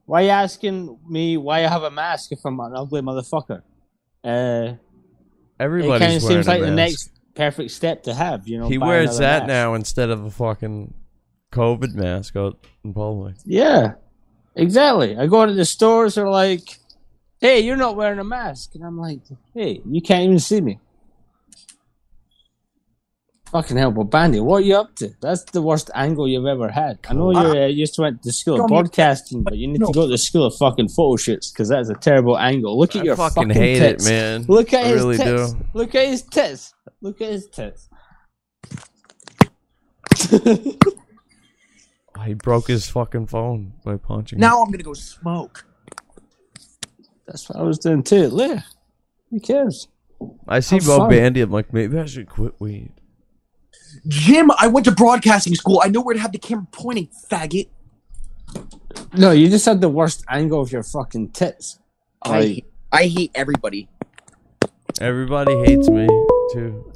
Speaker 3: why you asking me why I have a mask if I'm an ugly motherfucker? Uh,
Speaker 1: Everybody's
Speaker 3: it kind of
Speaker 1: wearing
Speaker 3: seems
Speaker 1: a
Speaker 3: like the
Speaker 1: mask.
Speaker 3: next perfect step to have. You know,
Speaker 1: he
Speaker 3: buy
Speaker 1: wears
Speaker 3: another
Speaker 1: that
Speaker 3: mask.
Speaker 1: now instead of a fucking COVID mask out in public.
Speaker 3: Yeah, exactly. I go to the stores, they're like, "Hey, you're not wearing a mask," and I'm like, "Hey, you can't even see me." Fucking hell, but Bandy, what are you up to? That's the worst angle you've ever had. I know you uh, used to went to school of
Speaker 1: Come-
Speaker 3: broadcasting, but you need to go to the school of fucking photo shoots because that's a terrible angle. Look at
Speaker 1: I
Speaker 3: your
Speaker 1: fucking
Speaker 3: fucking,
Speaker 1: hate it,
Speaker 3: tits.
Speaker 1: man.
Speaker 3: Look at
Speaker 1: I
Speaker 3: his
Speaker 1: really
Speaker 3: tits.
Speaker 1: do.
Speaker 3: Look at his tits. Look at his tits.
Speaker 1: He broke his fucking phone by punching.
Speaker 5: Now I'm gonna go smoke.
Speaker 3: That's what I was doing too. Look, who cares?
Speaker 1: I see
Speaker 3: Have
Speaker 1: Bo
Speaker 3: fun.
Speaker 1: Bandy. I'm like, maybe I should quit weed.
Speaker 5: Jim, I went to broadcasting school. I know where to have the camera pointing, faggot.
Speaker 3: No, you just had the worst angle of your fucking tits.
Speaker 5: I hate- I hate everybody.
Speaker 1: Everybody hates me too.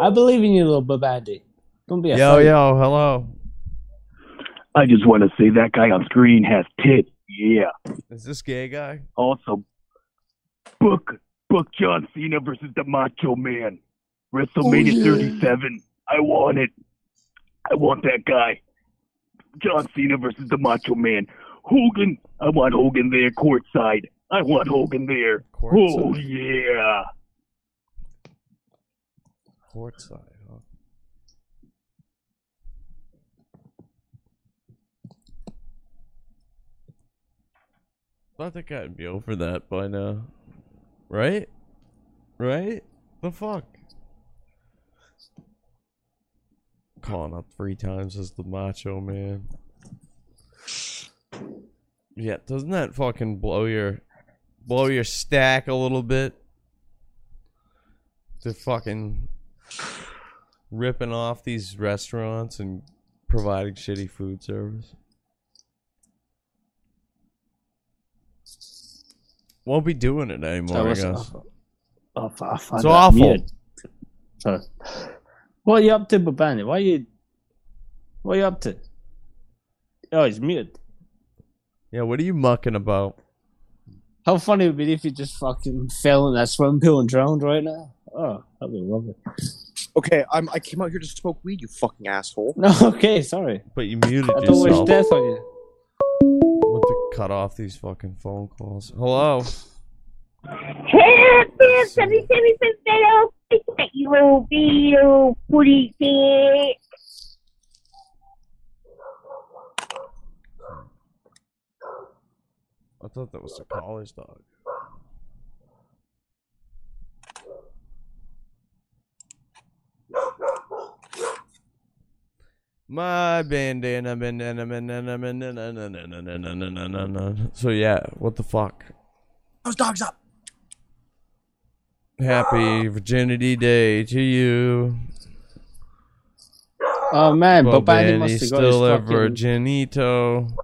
Speaker 3: I believe in you, little Babadi. Don't be a
Speaker 11: Yo,
Speaker 3: faggot.
Speaker 1: Oh, yo, hello.
Speaker 11: I just want to say that guy on screen has tits. Yeah.
Speaker 1: Is this gay guy?
Speaker 11: Also, book book John Cena versus the Macho Man, WrestleMania
Speaker 1: yeah.
Speaker 11: 37. I want it. I want that guy. John Cena versus the Macho Man. Hogan. I want Hogan there courtside. I want Hogan there. Oh yeah.
Speaker 1: Courtside, huh? Thought that guy'd be over that by now. Right? Right? The fuck? Calling up three times as the macho man. Yeah, doesn't that fucking blow your blow your stack a little bit? To fucking ripping off these restaurants and providing shitty food service. Won't be doing it anymore, I
Speaker 11: uh,
Speaker 3: was
Speaker 1: guess.
Speaker 3: Oh, f- I find
Speaker 1: It's
Speaker 3: that
Speaker 1: awful.
Speaker 3: weird. Sorry. What are you up to, Babani? Why you? What are you up to? Oh, he's muted.
Speaker 1: Yeah, what are you mucking about?
Speaker 3: How funny it would be if you just fucking fell in that swimming pool and drowned right now? Oh, that'd be lovely.
Speaker 4: Okay, I'm. I came out here to smoke weed. You fucking asshole.
Speaker 3: No, (laughs) okay, sorry.
Speaker 1: But you muted
Speaker 3: I don't wish
Speaker 1: yourself.
Speaker 3: death on you.
Speaker 1: Want to cut off these fucking phone calls? Hello.
Speaker 12: Hey, man, 77 that you will be a pretty big.
Speaker 1: I thought that was a college dog. My bandana, bandana, bandana, bandana, na, na, na, na, na, na, na, na, na, na. So yeah, what the fuck?
Speaker 4: Those dogs up.
Speaker 1: Happy Virginity Day to you.
Speaker 3: Oh man,
Speaker 1: But
Speaker 3: Babani must have
Speaker 1: Benny's
Speaker 3: got his
Speaker 1: still a
Speaker 3: fucking.
Speaker 1: virginito.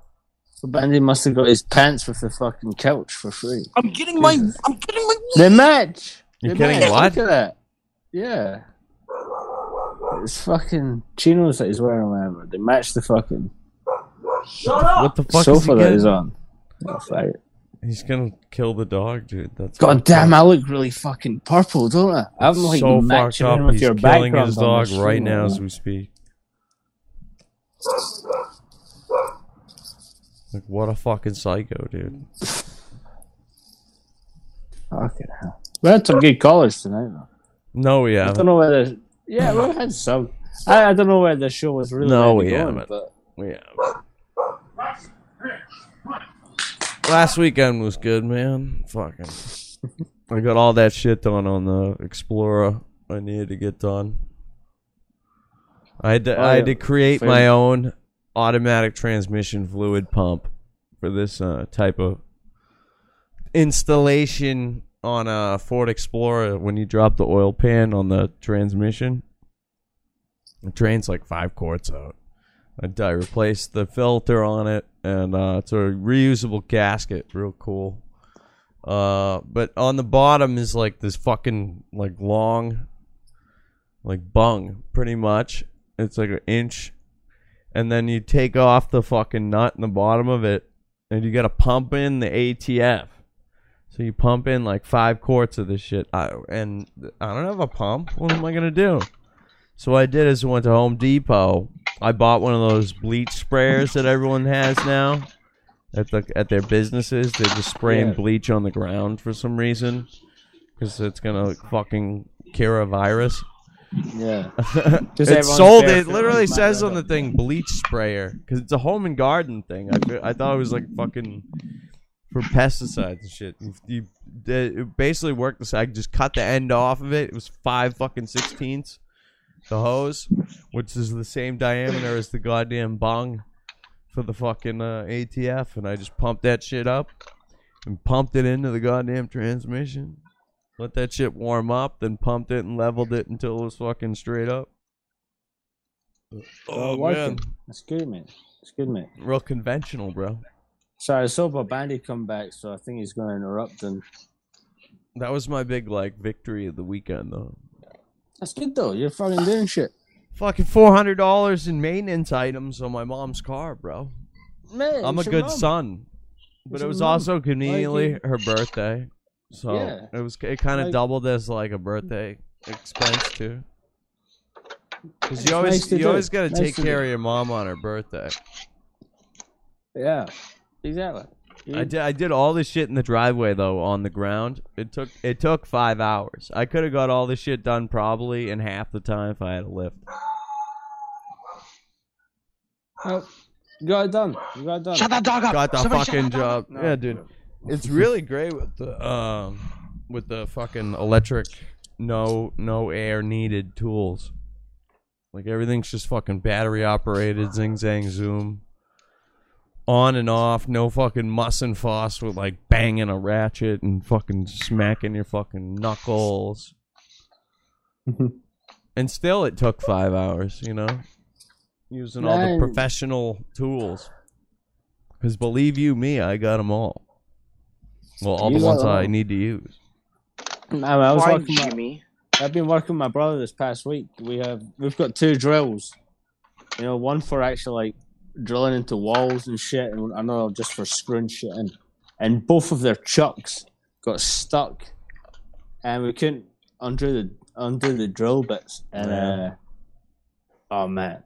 Speaker 3: Babani must have got his pants with the fucking couch for free.
Speaker 4: I'm getting my. I'm getting my.
Speaker 3: The match.
Speaker 1: You're
Speaker 3: the
Speaker 1: getting
Speaker 3: match.
Speaker 1: what?
Speaker 3: Look at that. Yeah. It's fucking chinos that he's wearing, whatever. They match the fucking
Speaker 4: Shut
Speaker 1: What the fuck is
Speaker 3: sofa
Speaker 1: he
Speaker 3: that he's
Speaker 1: getting?
Speaker 3: on.
Speaker 1: He's gonna kill the dog, dude. That's
Speaker 3: God damn, I look really fucking purple, don't I? I'm
Speaker 1: It's
Speaker 3: like
Speaker 1: so fucked
Speaker 3: matching
Speaker 1: up.
Speaker 3: in with
Speaker 1: He's
Speaker 3: your
Speaker 1: killing
Speaker 3: background
Speaker 1: his
Speaker 3: on
Speaker 1: dog
Speaker 3: this
Speaker 1: right
Speaker 3: thing,
Speaker 1: now
Speaker 3: man.
Speaker 1: as we speak. Like what a fucking psycho, dude.
Speaker 3: Fucking hell. We had some good callers tonight, though.
Speaker 1: No, we
Speaker 3: I don't
Speaker 1: haven't.
Speaker 3: know whether.
Speaker 1: (laughs)
Speaker 3: Yeah, we had some. I, I don't know where the show was really.
Speaker 1: No,
Speaker 3: meant to
Speaker 1: we
Speaker 3: go on,
Speaker 1: haven't.
Speaker 3: But...
Speaker 1: We haven't. Last weekend was good, man. Fucking. I got all that shit done on the Explorer. I needed to get done. I had to,
Speaker 3: Oh,
Speaker 1: I
Speaker 3: yeah.
Speaker 1: had to create
Speaker 3: Fair.
Speaker 1: my own automatic transmission fluid pump for this uh, type of installation on a Ford Explorer when you drop the oil pan on the transmission. It drains like five quarts out. I, I replaced the filter on it, and uh, it's a reusable gasket. Real cool. Uh, but on the bottom is like this fucking like long, like bung, pretty much. It's like an inch, and then you take off the fucking nut in the bottom of it, and you gotta pump in the ATF. So you pump in like five quarts of this shit, I, and I don't have a pump. What am I gonna do? So what I did is I went to Home Depot. I bought one of those bleach sprayers that everyone has now at the at their businesses. They're just spraying
Speaker 3: Yeah.
Speaker 1: bleach on the ground for some reason because it's gonna fucking cure a virus.
Speaker 3: Yeah.
Speaker 1: it sold. It literally says on the thing bleach sprayer because it's a home and garden thing. I, fe- I thought it was like fucking for pesticides and shit. You, you they- it basically worked. This I just cut the end off of it. It was five fucking sixteenths. The hose, which is the same diameter as the goddamn bung for the fucking uh, ATF, and I just pumped that shit up and pumped it into the goddamn transmission. Let that shit warm up, then pumped it and leveled it until it was fucking straight up.
Speaker 3: Oh, man. That's good, man. It's good, man.
Speaker 1: Real conventional, bro.
Speaker 3: Sorry, I saw Babandi come back, so I think he's going to interrupt and
Speaker 1: That was my big like victory of the weekend though.
Speaker 3: That's good though. You're fucking doing shit.
Speaker 1: Fucking four hundred dollars in maintenance items on my mom's car, bro.
Speaker 3: Man,
Speaker 1: I'm a
Speaker 3: it's your
Speaker 1: good
Speaker 3: mum.
Speaker 1: son, but
Speaker 3: It's
Speaker 1: it
Speaker 3: your
Speaker 1: was
Speaker 3: mum.
Speaker 1: also
Speaker 3: Like,
Speaker 1: conveniently
Speaker 3: you-
Speaker 1: her birthday, so
Speaker 3: Yeah.
Speaker 1: it was it kind of
Speaker 3: Like-
Speaker 1: doubled as like a birthday expense too. Because
Speaker 3: It's
Speaker 1: you always
Speaker 3: nice to
Speaker 1: you
Speaker 3: do.
Speaker 1: always got to
Speaker 3: Nice
Speaker 1: take
Speaker 3: to
Speaker 1: care
Speaker 3: do.
Speaker 1: of your mom on her birthday.
Speaker 3: Yeah, exactly.
Speaker 1: I did. I did all this shit in the driveway though, on the ground. It took it took five hours. I could have got all this shit done probably in half the time if I had a lift.
Speaker 3: Oh, you got it done. You got it done.
Speaker 1: Got the fucking job. Yeah, dude. It's really great with the um with the fucking electric, no no air needed tools. Like everything's just fucking battery operated, zing zang zoom, on and off. No fucking muss and fuss with like banging a ratchet and fucking smacking your fucking knuckles. and still, it took five hours. You know, using all the
Speaker 3: Nice.
Speaker 1: professional tools. Because believe you me, I got them all. Well, all
Speaker 3: You
Speaker 1: the
Speaker 3: got
Speaker 1: ones
Speaker 3: them
Speaker 1: I
Speaker 3: all.
Speaker 1: need to use.
Speaker 3: I, I was
Speaker 5: Why,
Speaker 3: working my- I've been working with my brother this past week. We have we've got two drills. You know, one for actually like drilling into walls and shit, and another just for screwing shit in. And both of their chucks got stuck, and we couldn't undo the undo the drill bits. And
Speaker 1: Yeah.
Speaker 3: uh, oh man,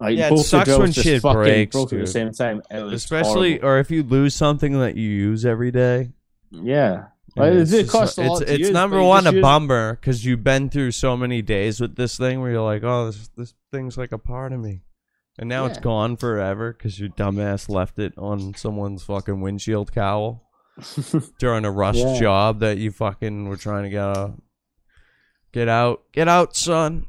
Speaker 3: like
Speaker 1: yeah,
Speaker 3: both
Speaker 1: it sucks
Speaker 3: the drills
Speaker 1: when
Speaker 3: just
Speaker 1: shit
Speaker 3: fucking
Speaker 1: breaks.
Speaker 3: broke at the
Speaker 1: dude.
Speaker 3: same time. It was
Speaker 1: Especially,
Speaker 3: horrible.
Speaker 1: or if you lose something that you use every day.
Speaker 3: Yeah. Like, it did
Speaker 1: just
Speaker 3: cost a
Speaker 1: it's,
Speaker 3: lot to
Speaker 1: it's
Speaker 3: use,
Speaker 1: number
Speaker 3: but you
Speaker 1: one
Speaker 3: just
Speaker 1: a
Speaker 3: use-
Speaker 1: bummer because you've been through so many days with this thing where you're like, oh, this this thing's like a part of me, and now it's
Speaker 3: Yeah.
Speaker 1: gone forever because your dumbass left it on someone's fucking windshield cowl
Speaker 3: (laughs)
Speaker 1: during a rush
Speaker 3: Yeah.
Speaker 1: job that you fucking were trying to get out. Get out, get out, son.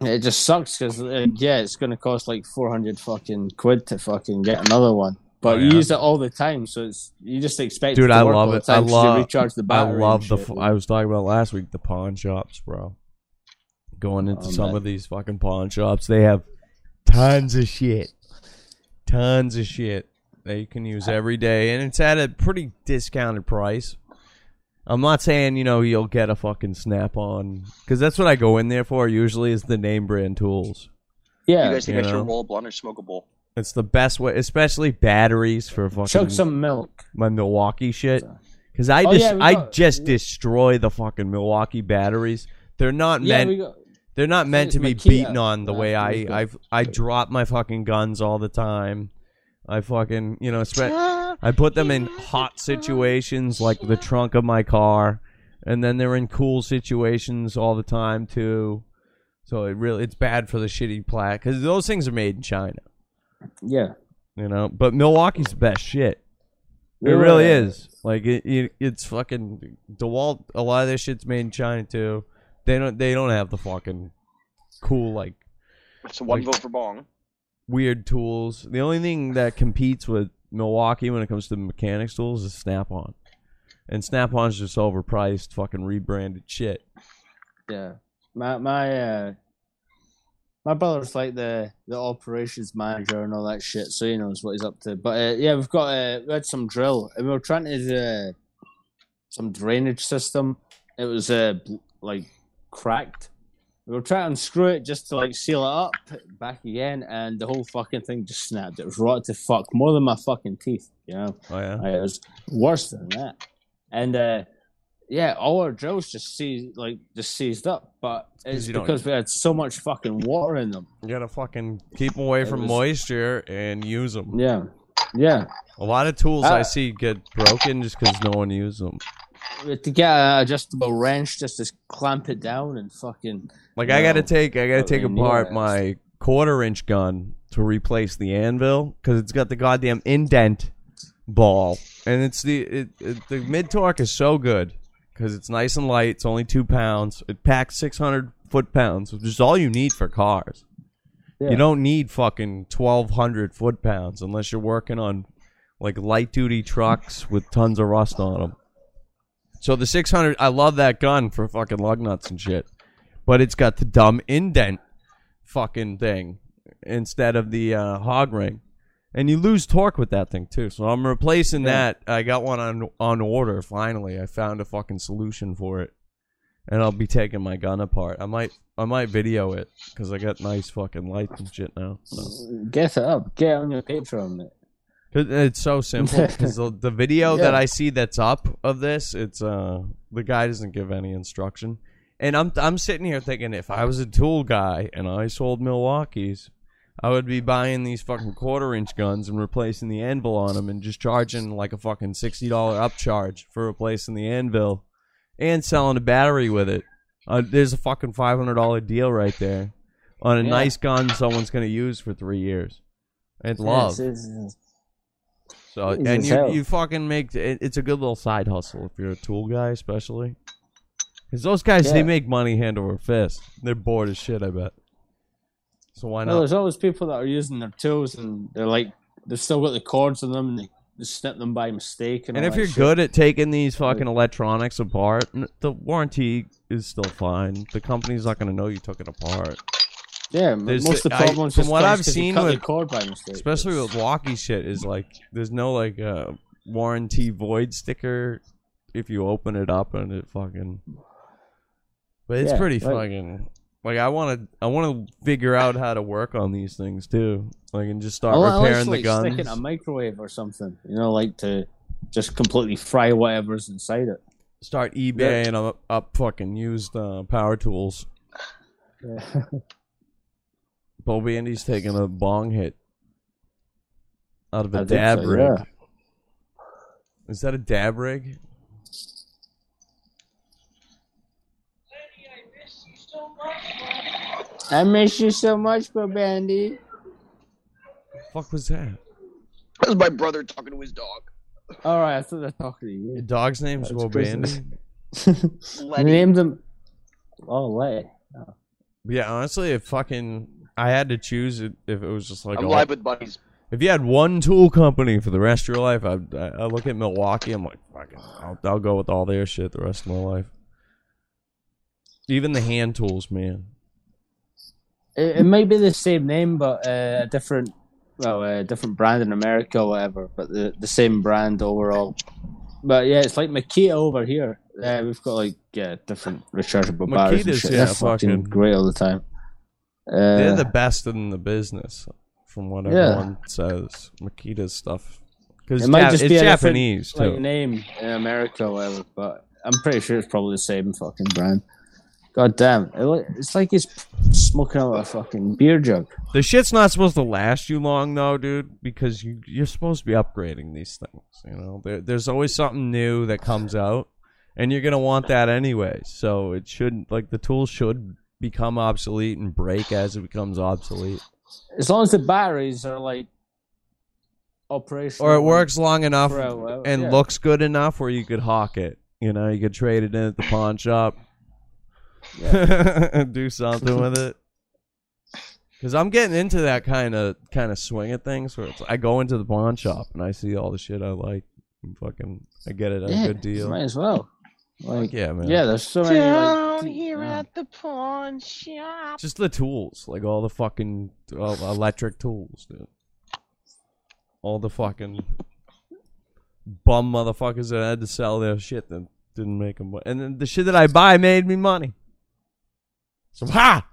Speaker 3: It just sucks because uh, yeah, it's going to cost like four hundred fucking quid to fucking get another one. But
Speaker 1: Oh,
Speaker 3: you
Speaker 1: yeah.
Speaker 3: use it all the time, so it's you just expect.
Speaker 1: Dude,
Speaker 3: it to
Speaker 1: I
Speaker 3: work
Speaker 1: love
Speaker 3: all the
Speaker 1: it. I
Speaker 3: time 'cause you
Speaker 1: love.
Speaker 3: recharge the
Speaker 1: I
Speaker 3: battery. and
Speaker 1: love the.
Speaker 3: shit.
Speaker 1: F- I was talking about last week the pawn shops, bro. Going into
Speaker 3: Oh,
Speaker 1: some
Speaker 3: man.
Speaker 1: of these fucking pawn shops, they have tons of shit, tons of shit that you can use every day, and it's at a pretty discounted price. I'm not saying you know you'll get a fucking snap on because that's what I go in there for usually is the name brand tools.
Speaker 5: You guys think I should
Speaker 1: know?
Speaker 5: roll a blunt or smoke a bowl?
Speaker 1: It's the best way, especially batteries for fucking.
Speaker 3: Chug some milk.
Speaker 1: My Milwaukee shit, because I
Speaker 3: Oh,
Speaker 1: just
Speaker 3: yeah, we
Speaker 1: I
Speaker 3: got-
Speaker 1: just destroy the fucking Milwaukee batteries. They're not
Speaker 3: Yeah, we
Speaker 1: meant.
Speaker 3: got-
Speaker 1: they're not
Speaker 3: I think
Speaker 1: meant
Speaker 3: it's
Speaker 1: to be
Speaker 3: Makita
Speaker 1: beaten on the
Speaker 3: that
Speaker 1: way
Speaker 3: we've
Speaker 1: I
Speaker 3: got.
Speaker 1: I've, I drop my fucking guns all the time. I fucking you know spe- I put them in hot situations like the trunk of my car, and then they're in cool situations all the time too. So it really it's bad for the shitty plaque because those things are made in China.
Speaker 3: Yeah.
Speaker 1: You know, but Milwaukee's the best shit. It
Speaker 3: Yeah.
Speaker 1: really is. Like it, it, it's fucking DeWalt. A lot of their shit's made in China too. They don't. They don't have the fucking cool like
Speaker 5: So one
Speaker 1: Like-
Speaker 5: vote for Bong.
Speaker 1: weird tools. The only thing that competes with Milwaukee when it comes to mechanics tools is Snap On, and Snap On's just overpriced, fucking rebranded shit.
Speaker 3: Yeah, my my uh, my brother's like the the operations manager and all that shit, so he knows what he's up to. But uh, yeah, we've got uh, we had some drill, and we were trying to do uh, some drainage system. It was uh, bl- like cracked. We were trying to unscrew it just to like seal it up, put it back again, and the whole fucking thing just snapped. It was rotted to fuck, more than my fucking teeth. You know,
Speaker 1: Oh yeah,
Speaker 3: Like, it was worse than that. And uh, yeah, all our drills just seized, like just seized up, but it's
Speaker 1: you don't-
Speaker 3: because we had so much fucking water in them.
Speaker 1: You gotta fucking keep them away
Speaker 3: It
Speaker 1: from
Speaker 3: was-
Speaker 1: moisture and use them.
Speaker 3: Yeah, yeah.
Speaker 1: A lot of tools I
Speaker 3: Ah.
Speaker 1: see get broken just because no one uses them.
Speaker 3: We had to get an adjustable wrench just to clamp it down and fucking.
Speaker 1: Like I gotta
Speaker 3: No.
Speaker 1: take I gotta
Speaker 3: Fucking
Speaker 1: take
Speaker 3: knew
Speaker 1: apart
Speaker 3: it.
Speaker 1: my quarter inch gun to replace the anvil because it's got the goddamn indent ball, and it's the it, it, the mid torque is so good because it's nice and light. It's only two pounds. It packs six hundred foot pounds, which is all you need for cars.
Speaker 3: Yeah.
Speaker 1: You don't need fucking twelve hundred foot pounds unless you're working on like light duty trucks with tons of rust on them. So the 600, I love that gun for fucking lug nuts and shit, but it's got the dumb indent fucking thing instead of the uh, hog ring, and you lose torque with that thing too. So I'm replacing that. I got one on on order finally. I found a fucking solution for it, and I'll be taking my gun apart. I might I might video it because I got nice fucking lights and shit now. So.
Speaker 3: Get it up. Get it on your Patreon, mate.
Speaker 1: 'Cause It's
Speaker 3: (laughs)
Speaker 1: so simple because the, the video
Speaker 3: Yeah.
Speaker 1: that I see that's up of this, it's uh the guy doesn't give any instruction, and I'm I'm sitting here thinking if I was a tool guy and I sold Milwaukee's, I would be buying these fucking quarter inch guns and replacing the anvil on them and just charging like a fucking sixty dollar upcharge for replacing the anvil, and selling a battery with it. Uh, there's a fucking five hundred dollar deal right there on a
Speaker 3: Yeah.
Speaker 1: nice gun someone's gonna use for three years. It's
Speaker 3: Yeah,
Speaker 1: love.
Speaker 3: it's- it's-
Speaker 1: So
Speaker 19: Easy
Speaker 1: and
Speaker 19: as
Speaker 1: you,
Speaker 19: hell.
Speaker 1: you fucking make it, it's a good little side hustle if you're a tool guy, especially. Because those guys they
Speaker 3: Yeah.
Speaker 1: make money hand over fist. They're bored as shit, I bet. So why
Speaker 3: Well,
Speaker 1: not?
Speaker 3: there's always people that are using their tools and they're like, they've still got the cords in them and they, they snip them by mistake. And,
Speaker 1: and
Speaker 3: all
Speaker 1: if
Speaker 3: that
Speaker 1: you're
Speaker 3: shit.
Speaker 1: good at taking these fucking electronics apart, n- the warranty is still fine. The company's not going to know you took it apart.
Speaker 3: Yeah, m-
Speaker 1: There's
Speaker 3: most of the
Speaker 1: I-
Speaker 3: problems
Speaker 1: from
Speaker 3: just
Speaker 1: what
Speaker 3: comes
Speaker 1: I've
Speaker 3: 'cause you
Speaker 1: seen
Speaker 3: cut the
Speaker 1: with
Speaker 3: cord by mistake.
Speaker 1: especially with walkie shit, is like there's no like uh, warranty void sticker if you open it up and it fucking. But it's
Speaker 19: Yeah,
Speaker 1: pretty
Speaker 19: like-
Speaker 1: fucking. Like I want to, I want to figure out how to work on these things too. Like and just start
Speaker 3: Unless,
Speaker 1: repairing the
Speaker 3: like,
Speaker 1: guns.
Speaker 3: Stick it in a microwave or something, you know, like to just completely fry whatever's inside it.
Speaker 1: Start eBay and up, up fucking used uh, power
Speaker 3: (laughs)
Speaker 1: tools. Bobby Andy's taking a bong hit out of
Speaker 19: I
Speaker 1: a
Speaker 19: think
Speaker 1: dab
Speaker 19: so,
Speaker 1: rig.
Speaker 19: yeah.
Speaker 1: Is that a dab rig?
Speaker 3: I miss you so much, Bandy.
Speaker 1: Fuck was that?
Speaker 5: That was my brother talking to his dog.
Speaker 3: All right, I thought they're talking to you. Your
Speaker 1: dog's name's Bobby Andy.
Speaker 3: Andy. Named him. (laughs) Oh, Letty.
Speaker 1: Yeah, honestly, if fucking I had to choose it, if it was just like
Speaker 5: I'm
Speaker 1: all-
Speaker 5: live with buddies.
Speaker 1: If you had one tool company for the rest of your life, I'd, I I look at Milwaukee. I'm like, fucking, I'll, I'll go with all their shit the rest of my life. Even the hand tools, man.
Speaker 3: It, it might be the same name, but uh, a different, well, a different brand in America or whatever, but the, the same brand overall. But yeah, it's like Makita over here. Yeah, we've got like yeah different rechargeable batteries. And
Speaker 1: Makita's,
Speaker 3: shit.
Speaker 1: yeah,
Speaker 3: They're fucking,
Speaker 1: fucking-
Speaker 3: great all the time. Uh,
Speaker 1: They're the best in the business, from what
Speaker 3: Yeah.
Speaker 1: everyone says. Makita's stuff, because
Speaker 3: it might just
Speaker 1: it's
Speaker 3: be a different,
Speaker 1: Japanese too.
Speaker 3: like, name in America or whatever, but I'm pretty sure it's probably the same fucking brand. God damn, it look, it's like he's smoking out a fucking beer jug.
Speaker 1: The shit's not supposed to last you long though, dude, because you you're supposed to be upgrading these things. You know, there, there's always something new that comes out, and you're gonna want that anyway. So it shouldn't like the tool should become obsolete and break as it becomes obsolete,
Speaker 3: As long as the batteries are like operational,
Speaker 1: or it works long enough
Speaker 3: for a while,
Speaker 1: and
Speaker 3: yeah.
Speaker 1: looks good enough where you could hawk it. You know, you could trade it in at the pawn shop, (laughs) do something with it. Because I'm getting into that kind of kind of swing of things where it's, I go into the pawn shop and I see all the shit I like and fucking I get it at
Speaker 3: Yeah,
Speaker 1: a good deal.
Speaker 3: might as well. Like,
Speaker 1: yeah, man.
Speaker 3: yeah, there's so many. Like,
Speaker 15: Down here at the pawn shop.
Speaker 1: Just the tools, like all the fucking uh, electric tools, dude. All the fucking bum motherfuckers that had to sell their shit that didn't make them. And then the shit that I buy made me money. So ha!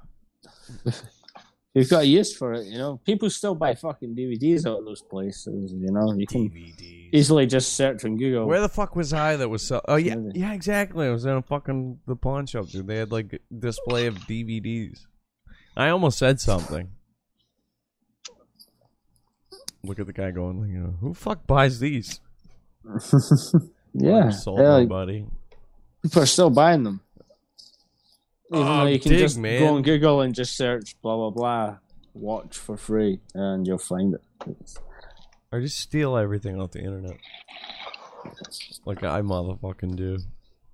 Speaker 3: you've got a use for it, you know. People still buy fucking DVDs out of those places, you know. You can easily just search on Google.
Speaker 1: Where the fuck was I that was so? Oh yeah, yeah, exactly. I was in a fucking the pawn shop, dude. They had like display of DVDs. I almost said something. Look at the guy going, like, you know, who fuck buys these?
Speaker 3: (laughs) yeah,
Speaker 1: sold
Speaker 3: yeah, like,
Speaker 1: nobody.
Speaker 3: people are still buying them. Even
Speaker 1: Oh,
Speaker 3: though you can
Speaker 1: dig,
Speaker 3: just
Speaker 1: man.
Speaker 3: go on Google and just search blah blah blah, watch for free, and you'll find it.
Speaker 1: I just steal everything off the internet, like I motherfucking do.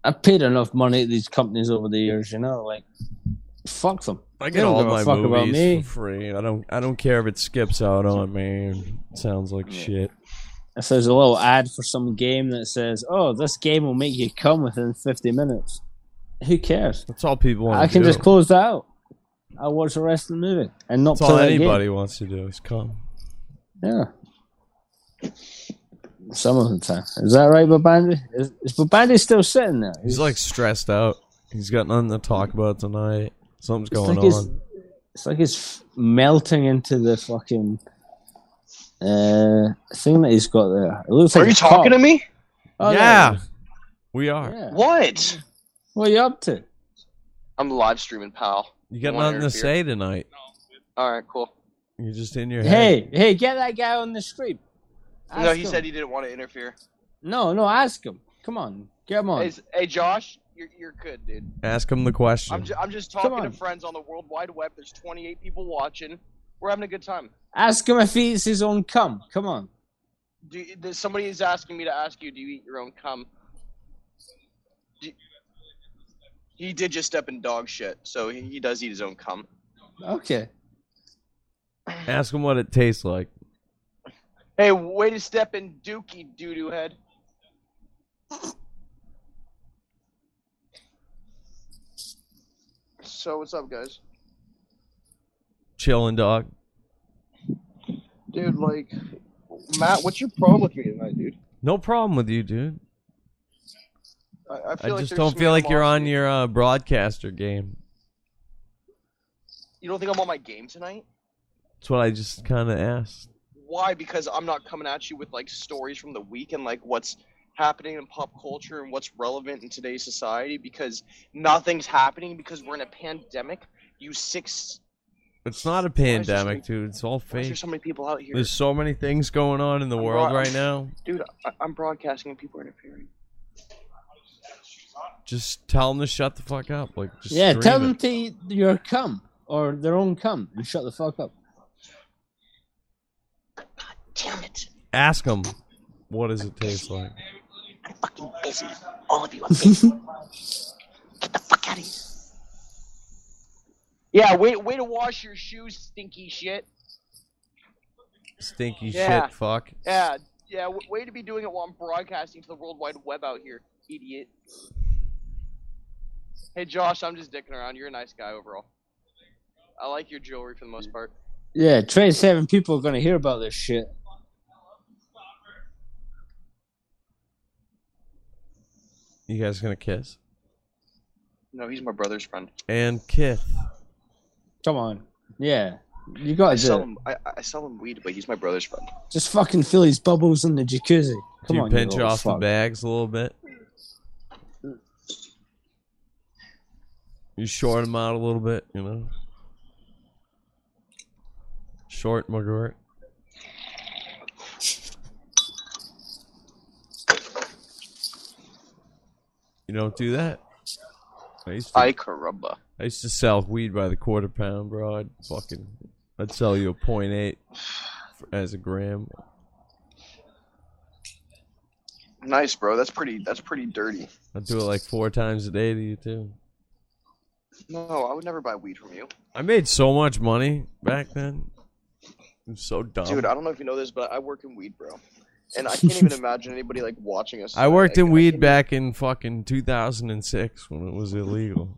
Speaker 3: I paid enough money to these companies over the years, you know, like fuck them.
Speaker 1: I
Speaker 3: They
Speaker 1: get
Speaker 3: don't
Speaker 1: all
Speaker 3: give a
Speaker 1: my
Speaker 3: fuck about
Speaker 1: movies
Speaker 3: me.
Speaker 1: for free. I don't. I don't care if it skips out on me. It sounds like shit.
Speaker 3: If there's a little ad for some game that says, "Oh, this game will make you come within 50 minutes," who cares?
Speaker 1: That's all people want.
Speaker 3: I can just close that out. I watch the rest of the movie and not
Speaker 1: That's all
Speaker 3: play that game.
Speaker 1: anybody wants to do is come.
Speaker 3: Yeah. Some of the time. Is that right, Babandi? Is, is Babandi still sitting there?
Speaker 1: He's like stressed out. He's got nothing to talk about tonight. Something's
Speaker 3: It's
Speaker 1: going
Speaker 3: like he's-
Speaker 1: on.
Speaker 3: it's like he's melting into the fucking uh, thing that he's got there. It looks
Speaker 5: Are
Speaker 3: like
Speaker 5: you
Speaker 3: a
Speaker 5: talking
Speaker 3: cock.
Speaker 5: to me?
Speaker 3: Oh, there
Speaker 1: yeah,
Speaker 3: it is.
Speaker 1: we are.
Speaker 5: What?
Speaker 3: What are you up to?
Speaker 5: I'm live streaming, pal.
Speaker 1: You got
Speaker 5: Don't wanna
Speaker 1: nothing to
Speaker 5: interfere.
Speaker 1: say tonight.
Speaker 5: All right, cool.
Speaker 1: You're just in your head.
Speaker 3: Hey, hey, get that guy on the stream.
Speaker 5: no,
Speaker 3: Ask
Speaker 5: he
Speaker 3: him.
Speaker 5: said he didn't want to interfere.
Speaker 3: No, no, ask him. Come on, get him on.
Speaker 5: Hey, s- hey, Josh, you're, you're good, dude.
Speaker 1: Ask him the
Speaker 5: I'm,
Speaker 1: question.
Speaker 5: ju- I'm just talking to friends on the World Wide Web. There's 28 people watching. We're having a good time.
Speaker 3: Ask him if he eats his own cum. Come on.
Speaker 5: Do you, there's- somebody is asking me to ask you, do you eat your own cum? Do you- he did just step in dog shit, so he, he does eat his own cum.
Speaker 3: Okay.
Speaker 1: Ask him what it tastes like.
Speaker 5: Hey, way to step in, Dookie doo doo head. So what's up, guys?
Speaker 1: Chilling dog.
Speaker 5: Dude, like, Matt, what's your problem with me tonight, dude?
Speaker 1: No problem with you, dude.
Speaker 5: I,
Speaker 1: I
Speaker 5: I, feel like
Speaker 1: just
Speaker 5: there's
Speaker 1: don't
Speaker 5: some
Speaker 1: feel like you're on
Speaker 5: animosity.
Speaker 1: your uh, broadcaster game.
Speaker 5: You don't think I'm on my game tonight?
Speaker 1: That's what I just kind of asked.
Speaker 5: Why? Because I'm not coming at you with like stories from the week and like what's happening in pop culture and what's relevant in today's society. Because nothing's happening because we're in a pandemic. You six.
Speaker 1: It's not a pandemic, dude. It's all
Speaker 5: Why is
Speaker 1: fake.
Speaker 5: there so many people out here?
Speaker 1: There's so many things going on in the world
Speaker 5: Bro,
Speaker 1: right now.
Speaker 5: dude. I, I'm broadcasting and people are interfering.
Speaker 1: Just tell them to shut the fuck up. Like, just
Speaker 3: yeah,
Speaker 1: scream
Speaker 3: tell
Speaker 1: it.
Speaker 3: them to eat your cum or their own cum and shut the fuck up.
Speaker 1: Ask them, what does it taste like?
Speaker 15: fucking busy. All of you are busy. Get the fuck out of here.
Speaker 5: Yeah, way way to wash your shoes, stinky shit.
Speaker 1: Stinky
Speaker 5: Yeah.
Speaker 1: shit, fuck.
Speaker 5: Yeah, yeah. W- way to be doing it while I'm broadcasting to the World Wide Web out here, idiot. Hey Josh, I'm just dicking around. You're a nice guy overall. I like your jewelry for the most part.
Speaker 3: Yeah, 27 people are going to hear about this shit.
Speaker 1: You guys gonna kiss?
Speaker 5: No, he's my brother's friend.
Speaker 1: And kiss.
Speaker 3: Come on. Yeah. You got
Speaker 5: I
Speaker 3: to do
Speaker 5: sell
Speaker 3: it.
Speaker 5: him. I, I sell him weed, but he's my brother's friend.
Speaker 3: Just fucking fill his bubbles in the jacuzzi. Come
Speaker 1: Do you
Speaker 3: on.
Speaker 1: pinch
Speaker 3: little
Speaker 1: off the
Speaker 3: fuck.
Speaker 1: bags a little bit? You short them out a little bit, you know? Short McGirt. You don't do that? I used to,
Speaker 5: I caramba.
Speaker 1: I used to sell weed by the quarter pound, bro. I'd fucking, I'd sell you a point eight as a gram.
Speaker 5: Nice, bro. That's pretty. That's pretty dirty.
Speaker 1: I'd do it like four times a day to you too.
Speaker 5: No, I would never buy weed from you,
Speaker 1: I made so much money back then. I'm so dumb.
Speaker 5: dude. I don't know if you know this, but I work in weed, bro. And
Speaker 1: (laughs)
Speaker 5: I can't even imagine anybody like watching us.
Speaker 1: I worked in weed back in fucking 2006 when it was illegal.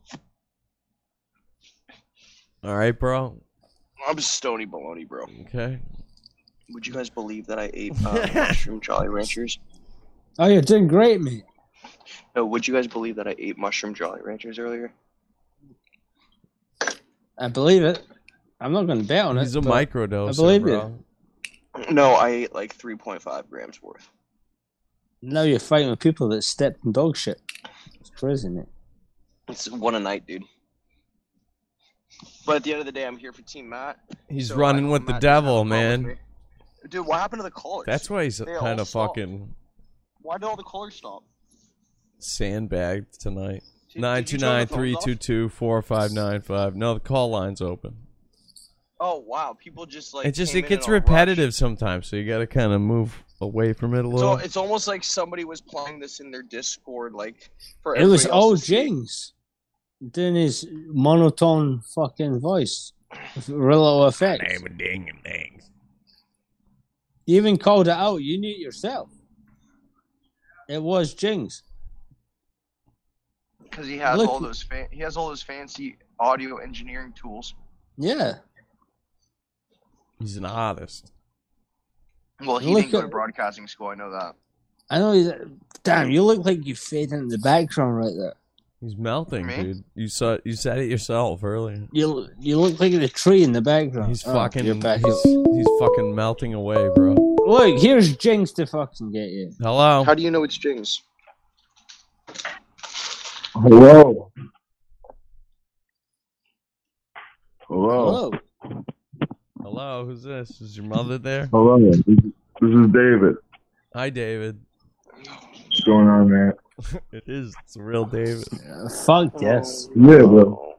Speaker 1: All right, bro.
Speaker 5: I'm stony baloney, bro.
Speaker 1: Okay.
Speaker 5: Would you guys believe that I ate uh, mushroom Jolly Ranchers?
Speaker 3: Oh, you're doing great, mate.
Speaker 5: No, would you guys believe that I ate mushroom Jolly Ranchers earlier? (clears throat)
Speaker 3: I believe it. I'm not going to bet on it.
Speaker 1: He's a
Speaker 3: but
Speaker 1: microdose.
Speaker 3: I believe
Speaker 1: bro.
Speaker 5: No, I ate like 3.5 grams worth.
Speaker 3: you. Now you're fighting with people that stepped in dog shit. It's crazy, mate.
Speaker 5: It's one a night, dude. But at the end of the day, I'm here for Team Matt.
Speaker 1: He's
Speaker 5: So
Speaker 1: running
Speaker 5: I-
Speaker 1: with the
Speaker 5: Matt,
Speaker 1: devil, man.
Speaker 5: Dude, what happened to the callers?
Speaker 1: That's why he's
Speaker 5: They
Speaker 1: kind
Speaker 5: all
Speaker 1: of
Speaker 5: stopped.
Speaker 1: fucking
Speaker 5: Why did all the callers stop?
Speaker 1: sandbagged tonight.
Speaker 5: Did-
Speaker 1: Nine
Speaker 5: did
Speaker 1: two
Speaker 5: you turn
Speaker 1: nine
Speaker 5: the
Speaker 1: three
Speaker 5: phones off?
Speaker 1: two two four five nine five. No, the call line's open.
Speaker 5: Oh wow, people just like
Speaker 1: it just
Speaker 5: came
Speaker 1: it
Speaker 5: in in
Speaker 1: gets
Speaker 5: a rush.
Speaker 1: repetitive sometimes, so you got to kind of move away from it a
Speaker 5: So
Speaker 1: little.
Speaker 5: it's almost like somebody was playing this in their Discord, like for
Speaker 3: It was
Speaker 5: everybody else
Speaker 3: all
Speaker 5: to see.
Speaker 3: James doing his monotone fucking voice. with Real effect. You even called it out. You knew it yourself. It was Jings.
Speaker 5: because he has
Speaker 3: Look-
Speaker 5: all those fan- he has all those fancy audio engineering tools.
Speaker 3: Yeah.
Speaker 1: He's an artist.
Speaker 5: Well, he
Speaker 3: Look
Speaker 5: didn't go
Speaker 3: at-
Speaker 5: to broadcasting school. I know that.
Speaker 3: I know. He's, damn, you look like you fade into the background right there.
Speaker 1: He's melting,
Speaker 3: Me?
Speaker 1: dude. You saw you said it yourself earlier.
Speaker 3: You you look like the tree in the background.
Speaker 1: He's
Speaker 3: Oh,
Speaker 1: fucking
Speaker 3: you're back.
Speaker 1: he's he's fucking melting away, bro.
Speaker 3: Look, here's Jinx to fucking get you.
Speaker 1: Hello.
Speaker 5: How do you know it's Jings?
Speaker 11: Hello. Hello.
Speaker 3: Hello.
Speaker 1: Hello, who's this? Is your mother there?
Speaker 11: Hello. This is David.
Speaker 1: Hi David. (laughs)
Speaker 11: What's going on, man?
Speaker 1: it is it's a real David.
Speaker 3: Fuck yes.
Speaker 11: Yeah, bro.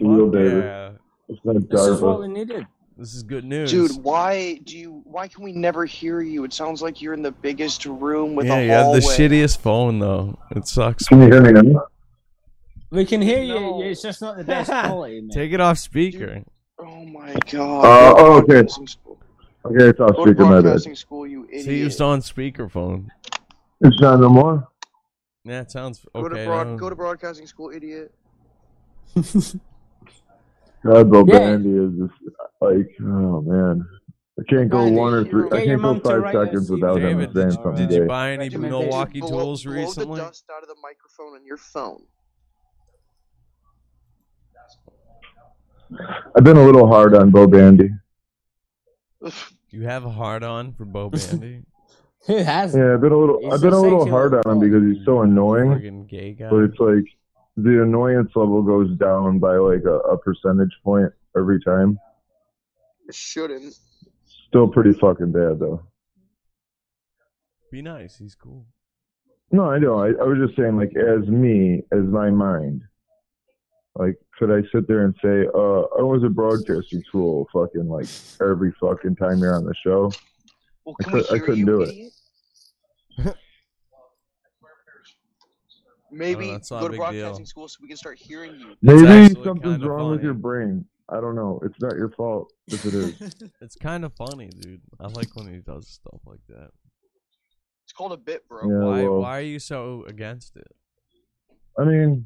Speaker 11: Real David.
Speaker 1: Oh. Yeah.
Speaker 11: It's not
Speaker 3: This is
Speaker 11: dark,
Speaker 3: what
Speaker 11: bro.
Speaker 3: we needed.
Speaker 1: This is good news.
Speaker 5: Dude, why do you? Why can we never hear you? It sounds like you're in the biggest room with
Speaker 1: yeah,
Speaker 5: a
Speaker 1: you have the
Speaker 5: hallway.
Speaker 1: shittiest phone though. It sucks.
Speaker 14: Can you hear me now?
Speaker 3: We can hear you. It's just
Speaker 5: (laughs)
Speaker 3: not the best quality. Man.
Speaker 1: Take it off speaker.
Speaker 5: Oh my god.
Speaker 14: Uh, oh, okay. Okay, it's off
Speaker 5: Go to
Speaker 14: speaker, my bad.
Speaker 5: broadcasting school, you idiot.
Speaker 1: See, used on speakerphone.
Speaker 14: It's not no
Speaker 1: (laughs)
Speaker 14: more?
Speaker 1: Yeah, it sounds
Speaker 5: Go to
Speaker 1: okay.
Speaker 5: broad.
Speaker 1: now.
Speaker 5: Go to broadcasting school, idiot.
Speaker 14: God, but
Speaker 5: Yeah.
Speaker 14: Bandy is just like, oh man. I can't go
Speaker 5: Bandy,
Speaker 14: one or
Speaker 5: you
Speaker 14: three.
Speaker 5: wrote-
Speaker 14: I can't go five seconds without him
Speaker 1: David,
Speaker 14: saying
Speaker 1: did,
Speaker 14: something.
Speaker 1: did you
Speaker 14: great.
Speaker 1: buy any Milwaukee
Speaker 5: Blow-
Speaker 1: tools
Speaker 5: Blow
Speaker 1: recently?
Speaker 5: the dust out of the microphone on your phone.
Speaker 14: I've been a little hard on Bo Bandy.
Speaker 1: You have a hard on
Speaker 3: (laughs)
Speaker 1: for Bo Bandy,
Speaker 3: Who has?
Speaker 14: Yeah, I've been a little.
Speaker 1: He's
Speaker 14: I've been
Speaker 1: a
Speaker 14: a little
Speaker 1: sexy
Speaker 14: hard on him because he's so annoying.
Speaker 1: friggin' gay guy.
Speaker 14: But it's like the annoyance level goes down by like a, a percentage point every time.
Speaker 5: Shouldn't.
Speaker 14: Still pretty fucking bad though.
Speaker 1: Be nice. He's cool.
Speaker 14: No, I know. I, I was just saying, like, as me, as my mind, like, could I sit there and say, uh, I was at broadcasting school, fucking, like, every fucking time you're on the show?
Speaker 5: Well,
Speaker 14: I, could, I couldn't do it.
Speaker 5: Maybe
Speaker 1: Oh, that's not
Speaker 5: go
Speaker 1: a
Speaker 5: to
Speaker 1: big
Speaker 5: broadcasting
Speaker 1: deal.
Speaker 5: school so we can start hearing you.
Speaker 14: Maybe something's wrong with your brain. I don't know. It's not your fault if it is.
Speaker 1: It's kind of funny, dude. I like when he does stuff like that.
Speaker 5: It's called a bit, bro.
Speaker 14: Yeah,
Speaker 1: why?
Speaker 14: well.
Speaker 1: Why are you so against it?
Speaker 14: I mean,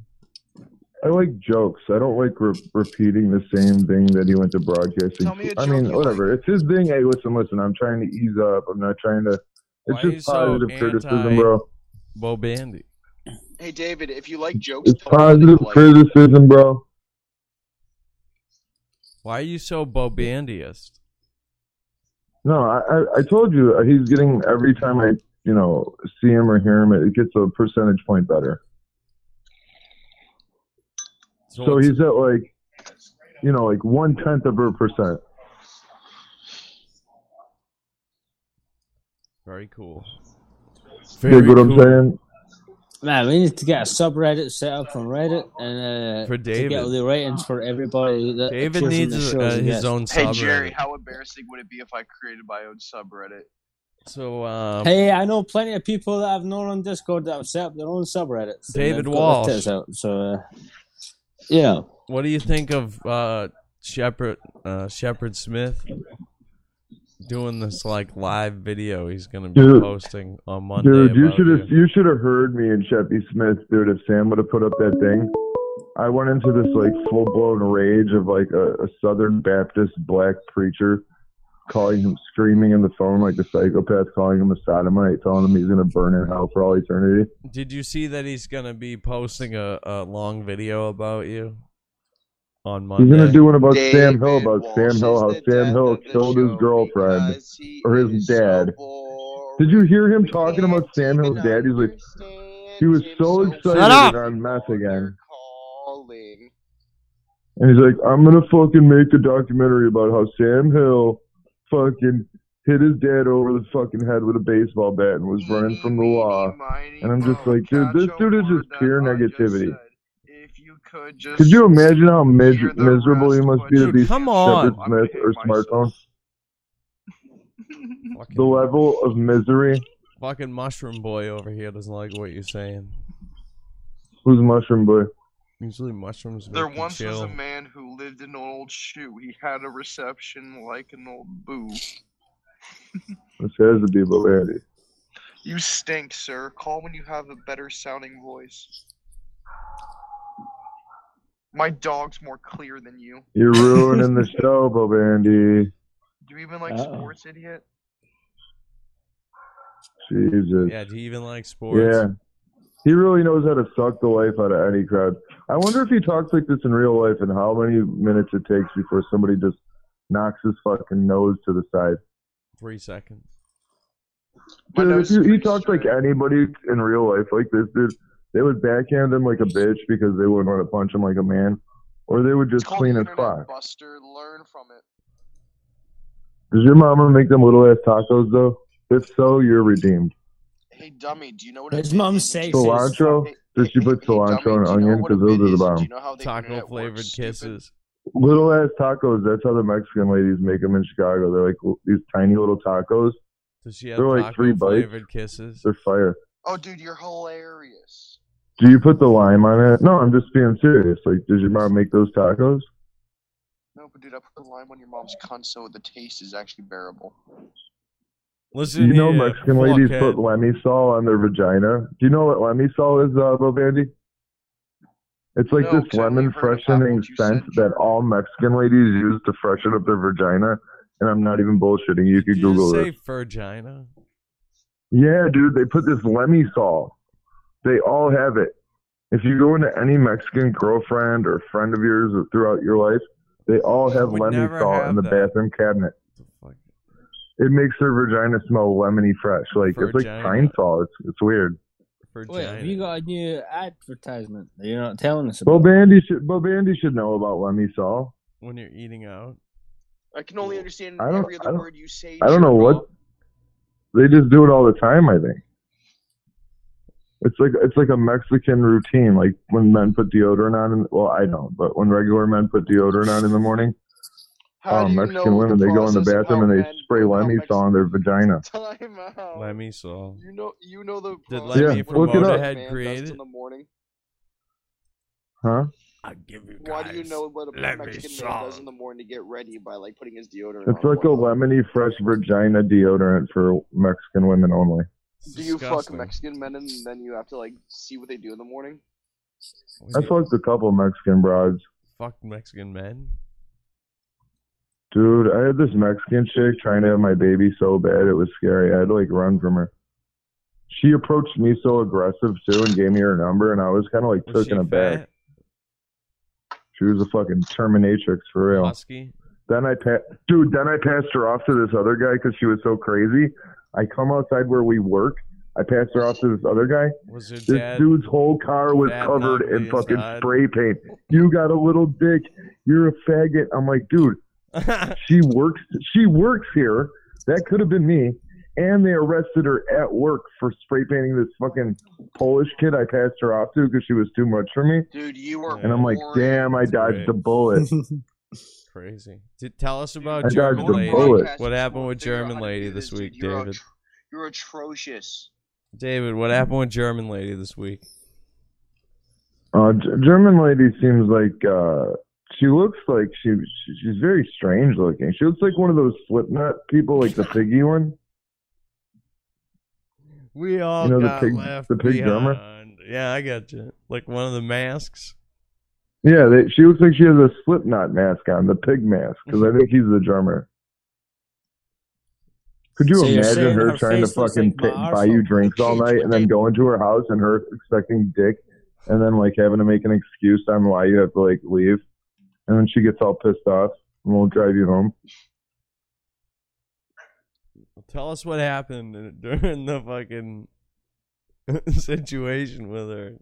Speaker 14: I like jokes. I don't like re- repeating the same thing that he went to broadcasting.
Speaker 1: Tell me a
Speaker 14: school- I
Speaker 1: joke
Speaker 14: mean,
Speaker 1: you
Speaker 14: whatever. It's his thing. Hey, listen, listen. I'm trying to ease up. I'm not trying to. It's
Speaker 1: Why uh, are you
Speaker 14: just
Speaker 1: so
Speaker 14: positive criticism,
Speaker 1: anti
Speaker 14: bro.
Speaker 1: Bo Bandy?
Speaker 5: Hey, David, if you like jokes,
Speaker 14: It's positive criticism, bro.
Speaker 1: Why are you so Bo Bandyist?
Speaker 14: No, I, I, I told you uh, he's getting every time I you know see him or hear him, it gets a percentage point better.
Speaker 1: So,
Speaker 14: he's at like you know like one tenth of a percent.
Speaker 1: Very cool.
Speaker 14: Dig what I'm saying?
Speaker 3: Man, we need to get a subreddit set up on Reddit and uh,
Speaker 1: For
Speaker 3: to
Speaker 1: David.
Speaker 3: get all the ratings for everybody. That
Speaker 1: David
Speaker 3: appears in
Speaker 1: needs
Speaker 3: the
Speaker 1: a-
Speaker 3: shows
Speaker 1: uh,
Speaker 3: and
Speaker 1: his
Speaker 3: gets.
Speaker 1: own
Speaker 5: Hey, Jerry, how embarrassing would it be if I created my own subreddit?
Speaker 1: So, um,
Speaker 3: Hey, I know plenty of people that I've known on Discord that have set up their own subreddits. and
Speaker 1: David
Speaker 3: they've got
Speaker 1: Walsh.
Speaker 3: their tits out, so, uh, yeah.
Speaker 1: What do you think of uh, Shepard uh, Shepard Smith doing this like live video? He's gonna be
Speaker 14: Dude.
Speaker 1: posting on Monday.
Speaker 14: Dude, you
Speaker 1: about
Speaker 14: should have you should have heard me and Sheppy Smith, dude. If Sam would have put up that thing, I went into this like full blown rage of like a, a Southern Baptist black preacher calling him screaming in the phone like a psychopath, calling him a sodomite, telling him he's gonna burn in hell for all eternity.
Speaker 1: Did you see that he's gonna be posting a, a long video about you on Monday?
Speaker 14: He's gonna do one about Sam Hill, about Sam Hill, how Sam Hill killed his girlfriend or his dad. Did you hear him talking about Sam Hill's dad? He's like, he was so
Speaker 5: Shut
Speaker 14: excited
Speaker 5: up!
Speaker 14: and on meth again. And he's like, I'm gonna fucking make a documentary about how Sam Hill fucking hit his dad over the fucking head with a baseball bat and was running from the law. And I'm just like, dude, this dude is just pure negativity. Could you imagine how mis- miserable you must be to be
Speaker 1: Come on.
Speaker 14: Shepard Smith or smartphone?
Speaker 1: (laughs)
Speaker 14: the level of misery.
Speaker 1: Fucking mushroom boy over here doesn't like what you're saying.
Speaker 14: Who's Mushroom Boy?
Speaker 1: Usually mushrooms.
Speaker 5: There
Speaker 1: make you
Speaker 5: once was
Speaker 1: chill.
Speaker 5: a man who lived in an old shoe. He had a reception like an old boo.
Speaker 14: This has to be Bolandy.
Speaker 5: You stink, sir. Call when you have a better sounding voice. My dog's more clear than you.
Speaker 14: You're ruining
Speaker 1: (laughs)
Speaker 5: (laughs)
Speaker 14: the show, Bobandy.
Speaker 5: Do you even like sports, idiot?
Speaker 14: Jesus.
Speaker 1: Yeah, do you even like sports?
Speaker 14: Yeah. He really knows how to suck the life out of any crowd. I wonder if he talks like this in real life and how many minutes it takes before somebody just knocks his fucking nose to the side.
Speaker 1: Three seconds.
Speaker 14: Dude, if you, he talked like anybody in real life like this, dude, they would backhand him like a bitch because they wouldn't want to punch him like a man, or they would just clean his clock.
Speaker 5: Buster, learn from it.
Speaker 14: Does your mama make them little ass tacos though? If so, you're redeemed.
Speaker 5: Hey, dummy, do you know what
Speaker 3: His mom's sexy.
Speaker 14: Cilantro? Does she put cilantro and onion? Because those are the bomb.
Speaker 1: Taco flavored kisses.
Speaker 14: Little ass tacos. That's how the Mexican ladies make them in Chicago. They're like l- these tiny little tacos.
Speaker 1: Does she have
Speaker 14: They're like three bites.
Speaker 1: flavored kisses?
Speaker 14: They're fire.
Speaker 5: Oh, dude, you're hilarious.
Speaker 14: Do you put the lime on it? No, I'm just being serious. Like, does your mom make those tacos?
Speaker 5: No, but dude, I put the lime on your mom's cunt, so the taste is actually bearable.
Speaker 1: Listen,
Speaker 14: you know
Speaker 1: here, eh?
Speaker 14: Mexican ladies
Speaker 1: fuckhead.
Speaker 14: put lemisol on their vagina. Do you know what lemisol is, uh, Bovandy? It's like this lemon freshening scent that all Mexican ladies use to freshen up their vagina. And I'm not even bullshitting. You could
Speaker 1: Did you
Speaker 14: Google
Speaker 1: just
Speaker 14: this.
Speaker 1: say vagina?
Speaker 14: Yeah, dude, they put this lemisol. They all have it. If you go into any Mexican girlfriend or friend of yours throughout your life, they all have
Speaker 1: would never
Speaker 14: lemisol in
Speaker 1: have
Speaker 14: the
Speaker 1: that.
Speaker 14: bathroom cabinet. It makes their vagina smell lemony fresh. Like it's like
Speaker 3: Virginia.
Speaker 14: pine salt. It's it's weird.
Speaker 3: Wait, have you got a new advertisement that you're not telling us
Speaker 14: Bo
Speaker 3: about?
Speaker 14: Bandy should Bo Bandy should know about lemisol.
Speaker 1: When you're eating out?
Speaker 5: I can only understand
Speaker 14: I don't-
Speaker 5: every other word you say.
Speaker 14: I don't know what they just do it all the time. I think it's like it's like a Mexican routine. Like when men put deodorant on. In, well, I don't, but when regular men put deodorant on in the morning, um, Mexican women they go in the bathroom and they spray lemisol on their vagina.
Speaker 1: Lemmy saw.
Speaker 5: You know, you know the.
Speaker 1: Did
Speaker 14: process
Speaker 1: Lemmy
Speaker 14: Yeah,
Speaker 1: from
Speaker 14: look it up.
Speaker 1: Motorhead create it?
Speaker 5: In the morning.
Speaker 14: Huh?
Speaker 1: I give you
Speaker 5: Why do you know what a
Speaker 1: let me
Speaker 5: Mexican man
Speaker 1: solve.
Speaker 5: does in the morning to get ready by like putting his deodorant
Speaker 14: It's
Speaker 5: on?
Speaker 14: like a lemony fresh vagina deodorant for Mexican women only.
Speaker 5: do you fuck
Speaker 1: disgusting.
Speaker 5: Mexican men and then you have to like see what they do in the morning?
Speaker 14: I fucked a couple Mexican broads.
Speaker 1: Fuck Mexican men.
Speaker 14: Dude, I had this Mexican chick trying to have my baby so bad it was scary. I had to like run from her. She approached me so aggressive too and gave me her number and I was kinda like
Speaker 1: Was she
Speaker 14: taken aback.
Speaker 1: fat?
Speaker 14: She was a fucking terminatrix for real.
Speaker 1: Husky?
Speaker 14: Then I pa- dude, then I passed her off to this other guy because she was so crazy. I come outside where we work. I passed her off to this other guy.
Speaker 1: Was her
Speaker 14: this
Speaker 1: dad-
Speaker 14: dude's whole car was
Speaker 1: dad
Speaker 14: covered
Speaker 1: knocked
Speaker 14: in
Speaker 1: me
Speaker 14: fucking
Speaker 1: aside?
Speaker 14: spray paint. You got a little dick. You're a faggot. I'm like, dude, she works. She works here. That could have been me. And they arrested her at work for spray painting this fucking Polish kid I passed her off to because she was too much for me.
Speaker 5: Dude, you were.
Speaker 14: And I'm like, damn, I dodged the bullet.
Speaker 1: Crazy. Did, tell us about
Speaker 14: I
Speaker 1: German
Speaker 14: dodged a
Speaker 1: lady.
Speaker 14: bullet.
Speaker 1: What happened with German lady this week, David?
Speaker 5: You're atrocious.
Speaker 1: David, what happened with German lady this week?
Speaker 14: Uh, G- German lady seems like uh, she looks like she, she she's very strange looking. She looks like one of those Slipknot people,
Speaker 1: (laughs)
Speaker 14: like the piggy one.
Speaker 1: We all
Speaker 14: You know the
Speaker 1: got
Speaker 14: pig-
Speaker 1: left
Speaker 14: the pig drummer?
Speaker 1: behind. Yeah, I got you. Like one of the masks.
Speaker 14: Yeah, they, she looks like she has a Slipknot mask on, the pig mask, because I think he's the drummer. Could you
Speaker 1: So you're
Speaker 14: imagine
Speaker 1: saying
Speaker 14: her
Speaker 1: her
Speaker 14: trying to
Speaker 1: face looks
Speaker 14: fucking
Speaker 1: like my
Speaker 14: ta- buy you drinks all night and then go into her house and her expecting dick and then like having to make an excuse on why you have to like leave and then she gets all pissed off and won't drive you home.
Speaker 1: Tell us what happened (laughs) during the fucking (laughs) situation with her.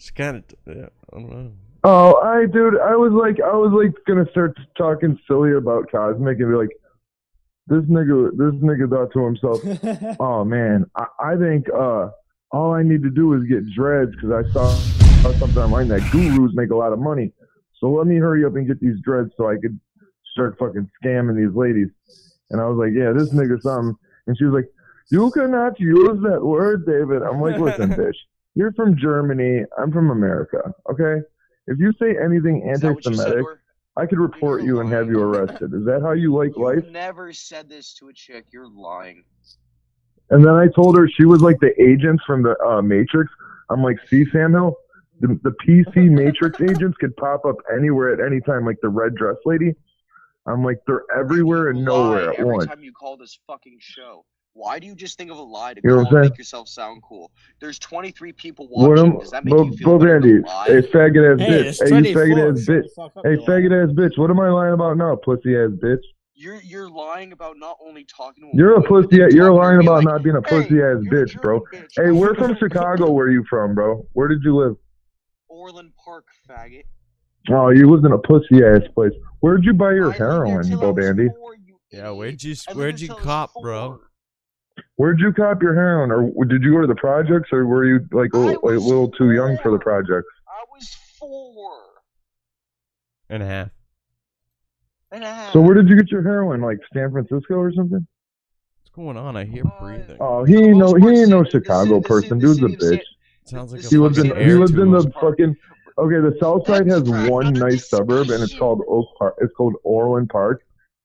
Speaker 1: She kind of, yeah, I don't know.
Speaker 14: Oh, I dude, I was like, I was like gonna start talking silly about Cosmic and be like, this nigga, this nigga thought to himself, oh man, I, I think uh, all I need to do is get dreads because I saw saw something online that gurus make a lot of money, so let me hurry up and get these dreads so I could start fucking scamming these ladies. And I was like, yeah, this nigga something. And she was like, you cannot use that word, David. I'm like, listen, bitch, you're from Germany. I'm from America. Okay? If you say anything anti-Semitic, I could report you and have you arrested. Is that how you like life?
Speaker 5: Never said this to a chick. You're lying.
Speaker 14: And then I told her she was like the agents from the uh, Matrix. I'm like, see, Sam Hill, the, the PC Matrix agents could pop up anywhere at any time, like the red dress lady. I'm like, they're everywhere and nowhere at
Speaker 5: every
Speaker 14: once.
Speaker 5: time you call this fucking show. Why do you just think of a lie to
Speaker 14: You know what
Speaker 5: call
Speaker 14: I'm
Speaker 5: and
Speaker 14: saying?
Speaker 5: make yourself sound cool? There's 23 people
Speaker 14: What
Speaker 5: watching.
Speaker 14: am,
Speaker 5: Does that make
Speaker 14: Bo,
Speaker 5: you feel
Speaker 14: Bo
Speaker 5: better
Speaker 14: Bandy,
Speaker 5: than lying?
Speaker 14: hey faggot ass
Speaker 5: Hey, it's
Speaker 14: bitch, hey you
Speaker 5: 24.
Speaker 14: faggot ass
Speaker 5: Shut
Speaker 14: bitch, hey faggot ass bitch. What am I lying about now, pussy ass bitch?
Speaker 5: You're you're lying about not only talking to a
Speaker 14: You're a
Speaker 5: woman,
Speaker 14: pussy. You're lying about not being a pussy ass bitch, bro. Hey, we're from Chicago. Where you from, bro? Where did you live?
Speaker 5: Orland Park faggot.
Speaker 14: Oh, you lived in a pussy ass place. Where'd you buy your heroin, Bo Bandy?
Speaker 1: Yeah, where'd you where'd you cop, bro?
Speaker 14: Where'd you cop your heroin, or did you go to the projects, or were you like a, a little too young for the projects?
Speaker 5: I was four.
Speaker 1: and a half.
Speaker 14: So where did you get your heroin? Like San Francisco or something?
Speaker 1: What's going on? I hear breathing.
Speaker 14: Oh, he ain't no he ain't no Chicago person. Dude's a bitch.
Speaker 1: Sounds like a
Speaker 14: he lives in
Speaker 1: fucking
Speaker 14: he
Speaker 1: air
Speaker 14: lives in
Speaker 1: tube.
Speaker 14: the fucking okay. The South Side has one nice suburb, and it's called Oak Park. It's called Orland Park,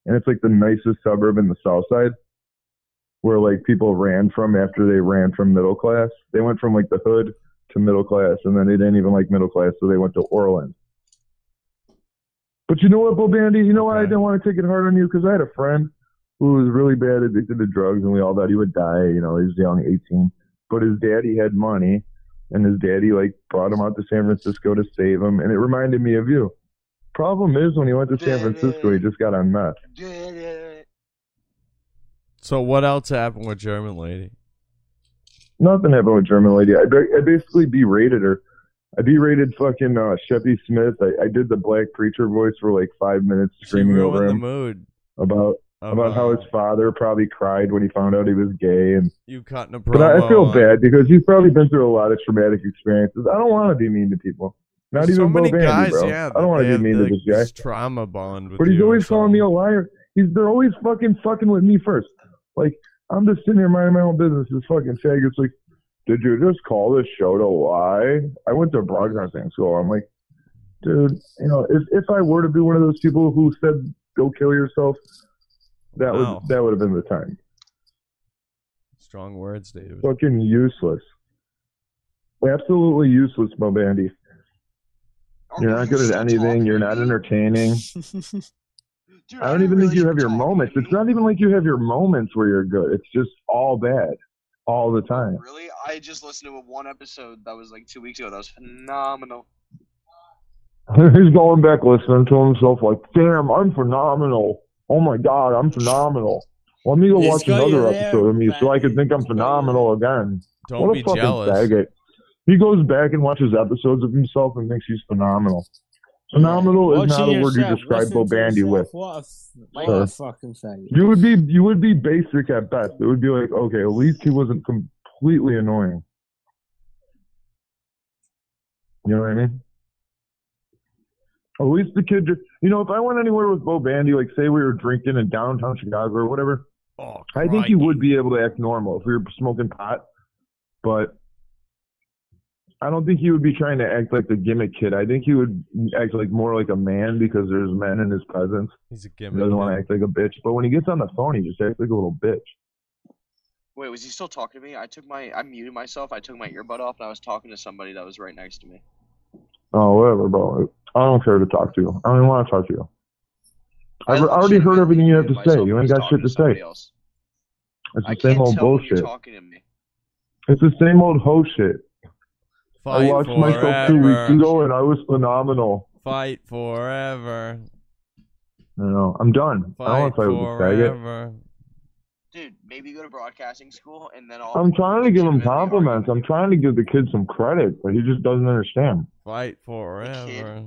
Speaker 14: and it's like the nicest suburb in the South Side, where like people ran from after they ran from middle class. They went from like the hood to middle class, and then they didn't even like middle class, so they went to Orland. But you know what, Bull Bandy? You know why I didn't want to take it hard on you? Because I had a friend who was really bad, addicted to drugs, and we all thought he would die. You know, he was young, 18. But his daddy had money, and his daddy, like, brought him out to San Francisco to save him, and it reminded me of you. Problem is, when he went to San Francisco, he just got on meth.
Speaker 1: So what else happened with German lady?
Speaker 14: Nothing happened with German lady. I, ba- I basically berated her. I berated fucking uh, Sheppy Smith. I, I did the black preacher voice for like five minutes, screaming over
Speaker 1: ruined the
Speaker 14: him
Speaker 1: mood.
Speaker 14: about about how his father probably cried when he found out he was gay, and
Speaker 1: You cutting a promo?
Speaker 14: but I, I feel
Speaker 1: on-
Speaker 14: bad because he's probably been through a lot of traumatic experiences. I don't want to be mean to people. Not
Speaker 1: There's
Speaker 14: even
Speaker 1: so
Speaker 14: Bo
Speaker 1: many
Speaker 14: Vandy,
Speaker 1: guys,
Speaker 14: bro.
Speaker 1: yeah.
Speaker 14: I don't want to be mean to this guy.
Speaker 1: Trauma bond with
Speaker 14: But he's
Speaker 1: you.
Speaker 14: always calling me a liar. He's they're always fucking fucking with me first. Like I'm just sitting here minding my own business. This fucking faggot's like, did you just call this show to lie? I went to broadcasting school. I'm like, dude, you know, if if I were to be one of those people who said go kill yourself, that
Speaker 1: Wow.
Speaker 14: was that would have been the time.
Speaker 1: Strong words, David.
Speaker 14: Fucking useless. Absolutely useless, Mo Bandy. You're not good at anything. You're not entertaining. I don't even think you have your moments. It's not even like you have your moments where you're good. It's just all bad, all the time.
Speaker 5: Really, I just listened to a one episode that was like two weeks ago. That was phenomenal.
Speaker 14: (laughs) He's going back listening to himself like, damn, I'm phenomenal. Oh my god, I'm phenomenal. Let me go
Speaker 1: He's
Speaker 14: watch
Speaker 1: got you
Speaker 14: another
Speaker 1: there,
Speaker 14: episode of me so I can think I'm phenomenal again.
Speaker 1: Don't
Speaker 14: what a
Speaker 1: be
Speaker 14: fucking
Speaker 1: jealous.
Speaker 14: faggot. He goes back and watches episodes of himself and thinks he's phenomenal. Phenomenal is not a
Speaker 3: Watching
Speaker 14: word you
Speaker 3: yourself,
Speaker 14: describe
Speaker 3: listening
Speaker 14: Bo
Speaker 3: to
Speaker 14: Bandy
Speaker 3: yourself,
Speaker 14: with.
Speaker 3: What a, f- what
Speaker 14: Sure.
Speaker 3: a fucking thing.
Speaker 14: You would be you would be basic at best. It would be like, okay, at least he wasn't completely annoying. You know what I mean? At least the kid. You know, if I went anywhere with Bo Bandy, like say we were drinking in downtown Chicago or whatever, I think he would be able to act normal if we were smoking pot. But I don't think he would be trying to act like the gimmick kid. I think he would act like more like a man because there's men in his presence.
Speaker 1: He's a
Speaker 14: He
Speaker 1: gimmick.
Speaker 14: doesn't want to act like a bitch, but when he gets on the phone, he just acts like a little bitch.
Speaker 5: Wait, was he still talking to me? I took my, I muted myself. I took my earbud off, and I was talking to somebody that was right next to me.
Speaker 14: Oh, whatever, bro. I don't care to talk to you. I don't even want to talk to you. I've I already heard everything you have to say. You ain't got shit to say. It's the same old bullshit. It's the same old ho shit. I
Speaker 1: Fight
Speaker 14: watched myself two weeks
Speaker 1: forever.
Speaker 14: ago and I was phenomenal.
Speaker 1: Fight forever.
Speaker 14: You know, I'm done. I don't want
Speaker 1: Fight
Speaker 14: to fight with this faggot.
Speaker 1: forever.
Speaker 14: I'm trying to give him compliments. I'm trying to give the kid some credit, but he just doesn't understand.
Speaker 1: Fight forever.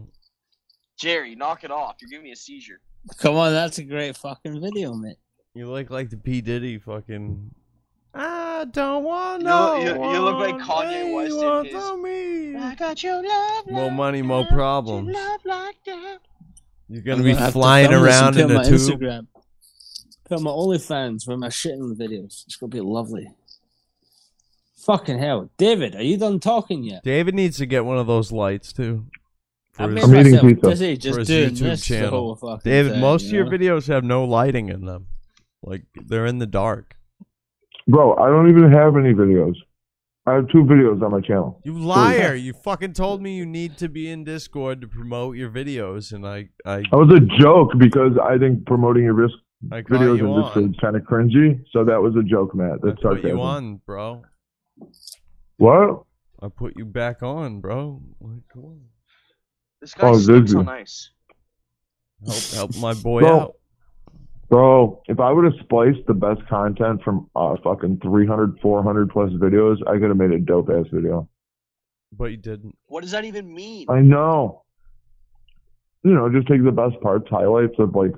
Speaker 5: Jerry, knock it off. You're giving me a seizure.
Speaker 3: Come on, that's a great fucking video, mate.
Speaker 1: You look like the P Diddy fucking. I don't want
Speaker 15: You
Speaker 1: no
Speaker 15: look- you-
Speaker 1: one.
Speaker 15: you look like Kanye
Speaker 1: Hey,
Speaker 15: West in
Speaker 1: what's
Speaker 15: his-
Speaker 1: on me?
Speaker 15: I got your love,
Speaker 1: More money, more problems.
Speaker 15: love like that.
Speaker 1: You're gonna
Speaker 3: I'm
Speaker 1: be
Speaker 3: gonna have to
Speaker 1: flying
Speaker 3: film this and
Speaker 1: around
Speaker 3: put
Speaker 1: in
Speaker 3: it
Speaker 1: a
Speaker 3: on
Speaker 1: tube.
Speaker 3: my Instagram. Put it on my OnlyFans with my shitting videos. It's gonna be lovely. Fucking hell, David, are you done talking yet?
Speaker 1: David needs to get one of those lights too. For
Speaker 3: I
Speaker 1: his-
Speaker 3: made I'm eating myself pizza. busy just doing this the whole fucking
Speaker 1: David,
Speaker 3: thing,
Speaker 1: most of
Speaker 3: you
Speaker 1: your
Speaker 3: know?
Speaker 1: videos have no lighting in them. Like they're in the dark.
Speaker 14: Bro, I don't even have any videos. I have two videos on my channel.
Speaker 1: You liar! You fucking told me you need to be in Discord to promote your videos, and I, I,
Speaker 14: That was a joke because I think promoting your risk
Speaker 1: I got
Speaker 14: videos
Speaker 1: you
Speaker 14: in Discord is kind of cringy. So that was a joke, Matt. That's
Speaker 1: put
Speaker 14: sarcasm.
Speaker 1: you on, bro.
Speaker 14: What?
Speaker 1: I put you back on, bro. Like, come on.
Speaker 5: This
Speaker 14: guy Oh, sleeps did you? on
Speaker 5: ice.
Speaker 1: Help, help my boy
Speaker 14: bro,
Speaker 1: out.
Speaker 14: bro, if I would have spliced the best content from uh, fucking 300, 400 plus videos, I could have made a dope ass video.
Speaker 1: But you didn't.
Speaker 5: What does that even mean?
Speaker 14: I know. You know, just take the best parts, highlights of like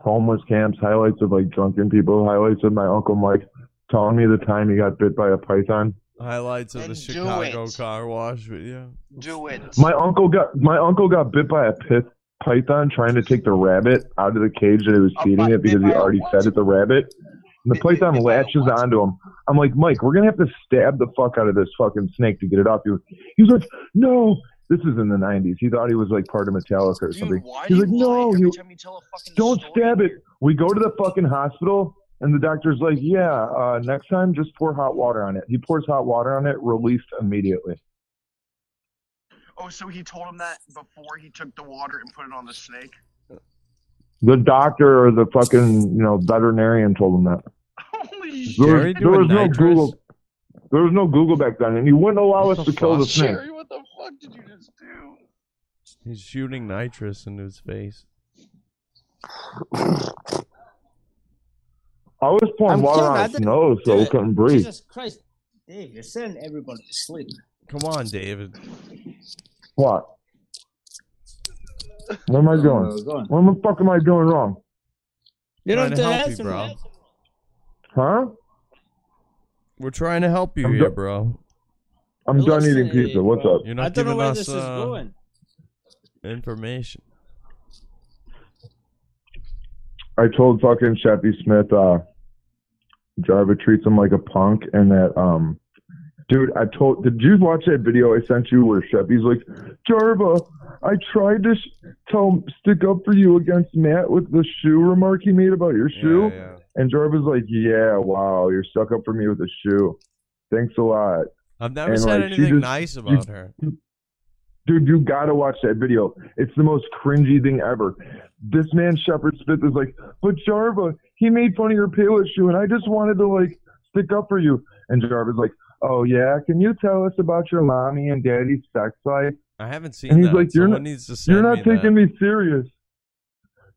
Speaker 14: homeless camps, highlights of like drunken people, highlights of my uncle Mike telling me the time he got bit by a python.
Speaker 1: Highlights of the Chicago car wash video.
Speaker 5: Do it.
Speaker 14: My uncle got my uncle got bit by a pit python trying to take the rabbit out of the cage that it was feeding it because he already fed it the rabbit. And the python latches onto him. I'm like, Mike, we're gonna have to stab the fuck out of this fucking snake to get it off you. He was like, No. This is in the '90s. He thought he was like part of Metallica or something. He's like, No, you, don't stab it. We go to the fucking hospital, and the doctor's like, Yeah, uh, next time just pour hot water on it. He pours hot water on it, released immediately.
Speaker 18: Oh, so he told him that before he took the water and put it on the snake?
Speaker 14: The doctor or the fucking you know veterinarian told him that. Holy
Speaker 18: shit. Jerry
Speaker 14: there was
Speaker 18: doing
Speaker 14: no
Speaker 18: nitrous?
Speaker 14: Google. There was no Google back then, and he wouldn't
Speaker 1: (laughs)
Speaker 14: allow us to kill the snake.
Speaker 18: Jerry, what the fuck did you just do?
Speaker 1: He's shooting nitrous into his face.
Speaker 14: I was pouring
Speaker 3: I'm
Speaker 14: water
Speaker 3: kidding, I
Speaker 14: on his
Speaker 3: didn't
Speaker 14: nose, so
Speaker 3: do
Speaker 14: he
Speaker 3: it.
Speaker 14: couldn't breathe.
Speaker 3: Jesus Christ, Dave, you're sending everybody to sleep.
Speaker 1: Come on, David.
Speaker 18: (laughs)
Speaker 14: What? What am I
Speaker 3: Oh,
Speaker 14: doing?
Speaker 3: where we're going.
Speaker 14: What the fuck am I doing wrong?
Speaker 3: You
Speaker 1: Trying
Speaker 3: don't
Speaker 1: to
Speaker 3: have to
Speaker 1: help you,
Speaker 3: answer
Speaker 1: bro.
Speaker 3: me.
Speaker 14: Huh?
Speaker 1: We're trying to help you
Speaker 14: I'm
Speaker 1: here,
Speaker 14: do-
Speaker 1: bro.
Speaker 14: I'm done eating pizza. What's up?
Speaker 1: You're not
Speaker 3: I don't know
Speaker 1: giving
Speaker 3: where
Speaker 1: us,
Speaker 3: this is
Speaker 1: uh,
Speaker 3: going.
Speaker 1: Information.
Speaker 14: I told fucking Chevy Smith, uh, Jarva treats him like a punk, and that, um, dude, I told, did you watch that video I sent you where Chevy's like, Jarva, I tried to sh- tell, stick up for you against Matt with the shoe remark he made about your shoe, and Jarva's like, yeah, wow, you're stuck up for me with a shoe. Thanks a lot.
Speaker 1: I've never
Speaker 14: And,
Speaker 1: said
Speaker 14: like, she
Speaker 1: anything
Speaker 14: just-
Speaker 1: nice
Speaker 14: you-
Speaker 1: about her.
Speaker 14: Dude, you gotta watch that video. It's the most cringy thing ever. This man Shepard Smith is like, but Jarva, he made fun of your paleo shoe, and I just wanted to like stick up for you. And Jarva's like, oh yeah, can you tell us about your mommy and daddy's sex life?
Speaker 1: I haven't seen
Speaker 14: And he's
Speaker 1: that.
Speaker 14: like, you're
Speaker 1: Someone
Speaker 14: not,
Speaker 1: needs to send
Speaker 14: you're not
Speaker 1: me
Speaker 14: taking me serious,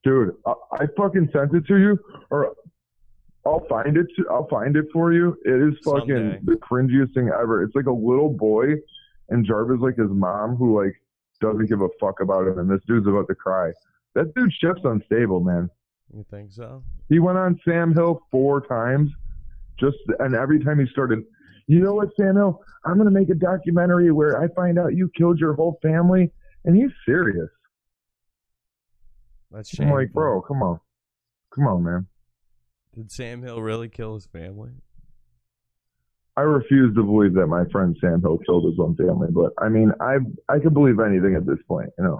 Speaker 14: dude. I, I fucking sent it to you, or I'll find it. To, I'll find it for you. It is fucking
Speaker 1: Someday.
Speaker 14: the cringiest thing ever. It's like a little boy, and Jarvis like his mom who like doesn't give a fuck about him, and this dude's about to cry. That dude shifts unstable, man.
Speaker 1: that. You think so?
Speaker 14: He went on Sam Hill four times, just and every time he started, you know what, Sam Hill, I'm gonna make a documentary where I find out you killed your whole family, and he's serious.
Speaker 1: That's
Speaker 14: I'm
Speaker 1: shameful.
Speaker 14: like, bro, come on, come on, man.
Speaker 1: Did Sam Hill really kill his family?
Speaker 14: I refuse to believe that my friend Sam Hill killed his own family, but I mean, I I could believe anything at this point, you know.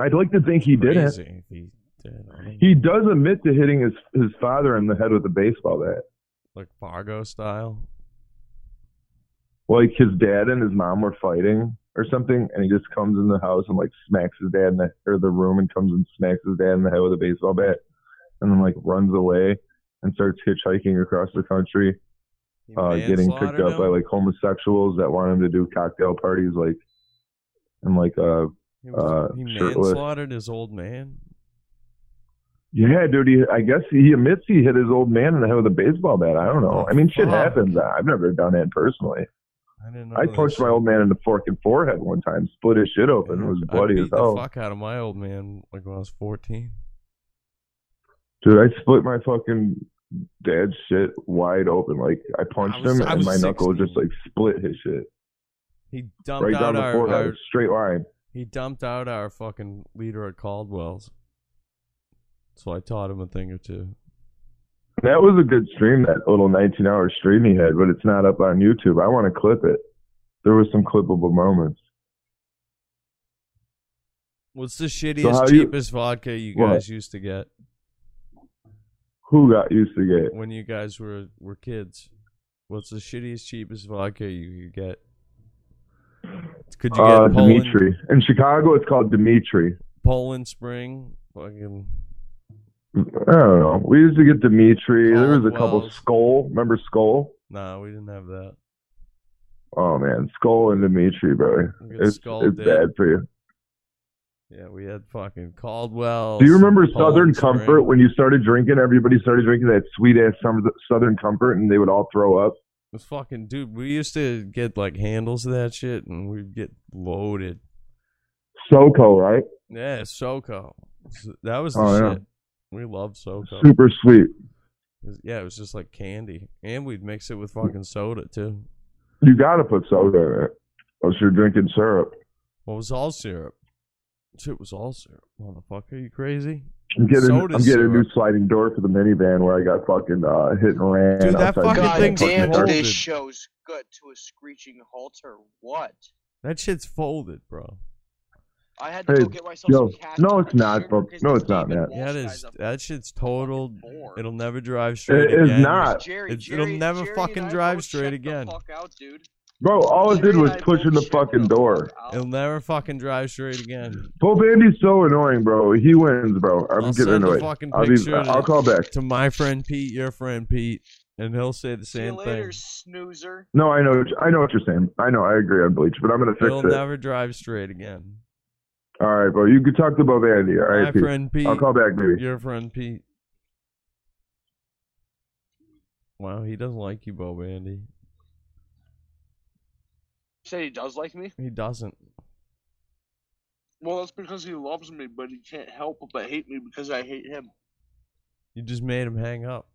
Speaker 14: I'd like to think he didn't.
Speaker 1: Crazy. He did. I mean,
Speaker 14: He does admit to hitting his his father in the head with a baseball bat.
Speaker 1: like Fargo style.
Speaker 14: Like his dad and his mom were fighting or something, and he just comes in the house and like smacks his dad in the or the room and comes and smacks his dad in the head with a baseball bat, and then like runs away and starts hitchhiking across the country. uh, getting picked
Speaker 1: manslaughtered
Speaker 14: up by
Speaker 1: him?
Speaker 14: like homosexuals that want him to do cocktail parties, like and like uh,
Speaker 1: He,
Speaker 14: uh
Speaker 1: was, he
Speaker 14: shirtless.
Speaker 1: manslaughtered his old man.
Speaker 14: Yeah, dude. He, I guess he admits he hit his old man in the head with a baseball bat. I don't know. I mean, shit
Speaker 1: fuck?
Speaker 14: happens. I've never done it personally.
Speaker 1: I didn't know.
Speaker 14: I
Speaker 1: that
Speaker 14: punched my old man in the fork and forehead one time, split his shit open. It was
Speaker 1: I
Speaker 14: bloody as
Speaker 1: beat the
Speaker 14: hell.
Speaker 1: fuck out of my old man like when I was 14.
Speaker 14: Dude, I split my fucking dad's shit wide open. Like I punched
Speaker 1: was-
Speaker 14: him,
Speaker 1: I
Speaker 14: and
Speaker 1: was
Speaker 14: my knuckle just like split his shit
Speaker 1: He dumped
Speaker 14: right
Speaker 1: out
Speaker 14: down the
Speaker 1: our,
Speaker 14: forehead,
Speaker 1: our
Speaker 14: straight line.
Speaker 1: he dumped out our fucking leader at Caldwell's. So I taught him a thing or two.
Speaker 14: That was a good stream, that little 19 hour stream he had, but it's not up on YouTube. I want to clip it. There was some clippable moments.
Speaker 1: What's the
Speaker 14: how
Speaker 1: shittiest,
Speaker 14: you-
Speaker 1: cheapest vodka you
Speaker 14: What?
Speaker 1: guys used to get
Speaker 14: Who got used to get?
Speaker 1: when you guys were were kids? What's the shittiest, cheapest vodka you could get? Could you
Speaker 14: uh,
Speaker 1: get Poland,
Speaker 14: Dimitri. In Chicago, it's called Dimitri.
Speaker 1: Poland Spring? Fucking
Speaker 14: I don't know. We used to get Dimitri. there was a couple
Speaker 1: Caldwell's.
Speaker 14: Skull. Remember Skull?
Speaker 1: nah, we didn't have that.
Speaker 14: Oh, man. Skull and Dimitri, bro.
Speaker 1: We got
Speaker 14: It's,
Speaker 1: Skull,
Speaker 14: it's
Speaker 1: dude.
Speaker 14: bad for you.
Speaker 1: Yeah, we had fucking Caldwell.
Speaker 14: Do you remember Southern Comfort when you started drinking? Everybody started drinking that sweet ass Southern Comfort and they would all throw up.
Speaker 1: It was fucking dude. We used to get like handles of that shit, and we'd get loaded.
Speaker 14: SoCo, right?
Speaker 1: Yeah, SoCo. S- That was the
Speaker 14: Oh, yeah.
Speaker 1: shit. We loved SoCo.
Speaker 14: Super sweet.
Speaker 1: It was- Yeah, it was just like candy, and we'd mix it with fucking soda too.
Speaker 14: You gotta put soda in it, unless you're drinking syrup.
Speaker 1: Well, it was all syrup. Shit was all syrup, motherfucker. You crazy?
Speaker 14: I'm getting,
Speaker 1: Soda
Speaker 14: I'm getting a
Speaker 1: syrup.
Speaker 14: new sliding door for the minivan where I got fucking uh, hit and ran.
Speaker 1: Dude, that
Speaker 14: outside my
Speaker 1: fucking thing's
Speaker 14: fucking
Speaker 1: Goddamn,
Speaker 14: house.
Speaker 1: folded.
Speaker 5: This show's good to a screeching halt or what?
Speaker 1: That shit's folded, bro.
Speaker 5: I had to
Speaker 14: Hey,
Speaker 5: go get myself
Speaker 14: yo,
Speaker 5: some cat.
Speaker 14: no, it's not, bro. No, it's not, man.
Speaker 1: Yeah, it is. That shit's totaled. It'll never drive
Speaker 14: It
Speaker 1: straight
Speaker 14: is
Speaker 1: again.
Speaker 14: not.
Speaker 5: Jerry,
Speaker 1: It's- it'll never fucking drive straight again.
Speaker 14: Bro, all I did was push in the fucking door.
Speaker 1: It'll never fucking drive straight again.
Speaker 14: Bo Bandy's so annoying, bro. He wins, bro. I'm
Speaker 1: I'll
Speaker 14: getting
Speaker 1: send a
Speaker 14: annoyed.
Speaker 1: fucking
Speaker 14: I'll, be, uh,
Speaker 1: picture to-
Speaker 14: I'll call back.
Speaker 1: to my friend Pete, your friend Pete, and he'll say the same thing.
Speaker 14: No, I know, I know what you're saying. I know, I agree on Bleach, but I'm gonna fix
Speaker 1: It'll
Speaker 14: it.
Speaker 1: never drive straight again.
Speaker 14: All right, bro. You can talk to Bo Bandy. All right,
Speaker 1: my
Speaker 14: Pete.
Speaker 1: friend Pete.
Speaker 14: I'll call back, maybe.
Speaker 1: Your friend Pete. Wow, he doesn't like you, Bob Andy.
Speaker 18: Say he does like me?
Speaker 1: He doesn't.
Speaker 18: Well, that's because he loves me, but he can't help but hate me because I hate him.
Speaker 1: You just made him hang up.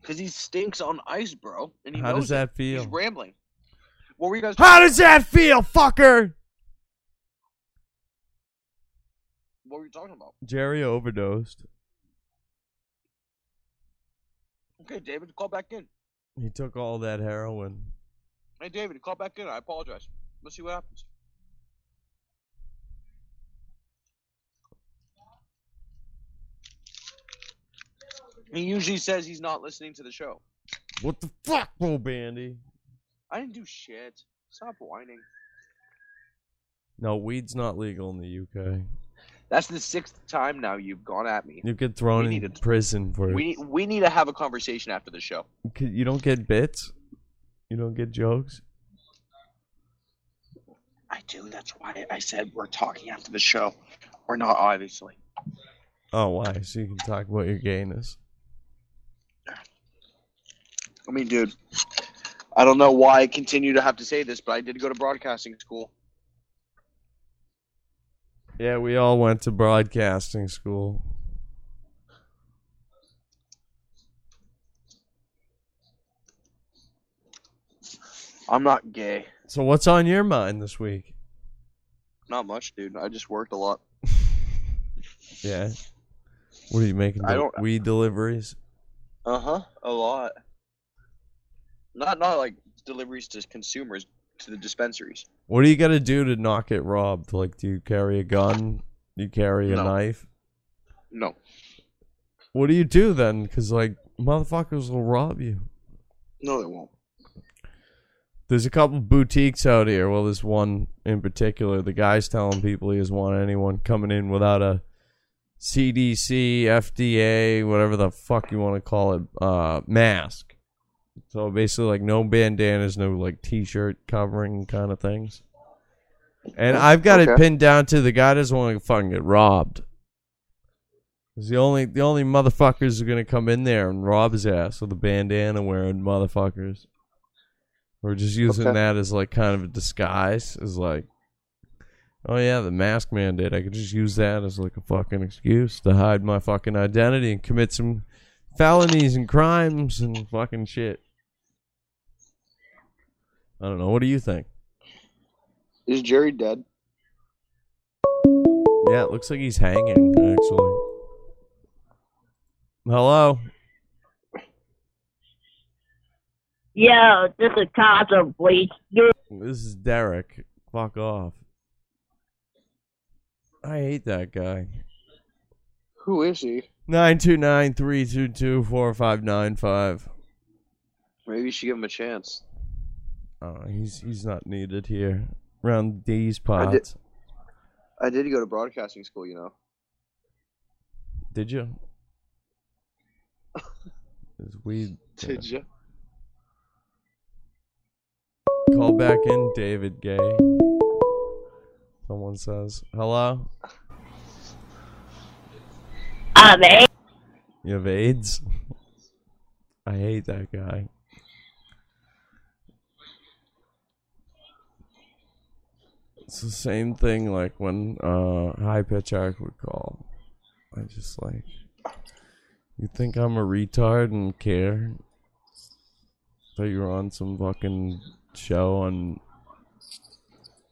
Speaker 5: Because he stinks on ice, bro. And he
Speaker 1: How
Speaker 5: knows
Speaker 1: does that
Speaker 5: it. He's
Speaker 1: feel?
Speaker 5: rambling. What were you guys?
Speaker 1: How does that feel, fucker?
Speaker 5: What were you talking about?
Speaker 1: Jerry overdosed.
Speaker 5: Okay, David, call back in.
Speaker 1: He took all that heroin.
Speaker 5: Hey, David, call back in. I apologize. Let's see what happens. He usually says he's not listening to the show.
Speaker 1: What the fuck, Bo Bandy?
Speaker 5: I didn't do shit. Stop whining.
Speaker 1: No, weed's not legal in the UK.
Speaker 5: That's the sixth time now you've gone at me.
Speaker 1: You get thrown
Speaker 5: We
Speaker 1: in
Speaker 5: need to-
Speaker 1: prison for it.
Speaker 5: We need, we need to have a conversation after the show.
Speaker 1: C- You don't get bits. You don't get jokes.
Speaker 5: I do. That's why I said we're talking after the show. We're not, obviously.
Speaker 1: Oh, why? So you can talk about your gayness.
Speaker 5: I mean, dude, I don't know why I continue to have to say this, but I did go to broadcasting school.
Speaker 1: Yeah, we all went to broadcasting school.
Speaker 5: I'm not gay.
Speaker 1: So what's on your mind this week?
Speaker 5: Not much, dude. I just worked a lot.
Speaker 1: Yeah. What are you making?
Speaker 5: I
Speaker 1: del-
Speaker 5: don't-
Speaker 1: weed deliveries.
Speaker 5: Uh huh. A lot. Not not like deliveries to consumers to the dispensaries.
Speaker 1: What do you got to do to not get robbed? Like, do you carry a gun? Do you carry a
Speaker 5: No.
Speaker 1: knife?
Speaker 5: No.
Speaker 1: What do you do then? Because like motherfuckers will rob you.
Speaker 5: No, they won't.
Speaker 1: There's a couple boutiques out here. Well, there's one in particular. The guy's telling people he doesn't want anyone coming in without a CDC, FDA, whatever the fuck you want to call it, uh, mask. So basically, like no bandanas, no like t-shirt covering kind of things. And I've got it
Speaker 19: Okay.
Speaker 1: pinned down to the guy doesn't want to fucking get robbed. 'Cause the only the only motherfuckers are gonna come in there and rob his ass with the bandana wearing motherfuckers. We're just using
Speaker 19: Okay.
Speaker 1: that as like kind of a disguise. Is like, oh yeah, the mask mandate. I could just use that as like a fucking excuse to hide my fucking identity and commit some felonies and crimes and fucking shit. I don't know. What do you think?
Speaker 5: Is Jerry dead?
Speaker 1: Yeah, it looks like he's hanging, actually. Hello?
Speaker 20: Yo, this is Cosmo Bleach. Dude,
Speaker 1: This is Derek. Fuck off. I hate that guy.
Speaker 5: Who is he?
Speaker 1: Nine two nine three two two four five nine five.
Speaker 5: Maybe you should give him a chance.
Speaker 1: Uh, he's he's not needed here. Around these
Speaker 5: I
Speaker 1: parts.
Speaker 5: did-
Speaker 1: Did,
Speaker 5: I did go to broadcasting school, you know. (laughs)
Speaker 1: you? It's weird.
Speaker 5: Did you?
Speaker 1: Call back in, David Gay. Someone says, "Hello,
Speaker 20: I'm A-
Speaker 1: you have AIDS." I hate that guy. It's the same thing like when uh, High Pitch Arc would call. I just like, you think I'm a retard and care? Thought you were on some fucking show on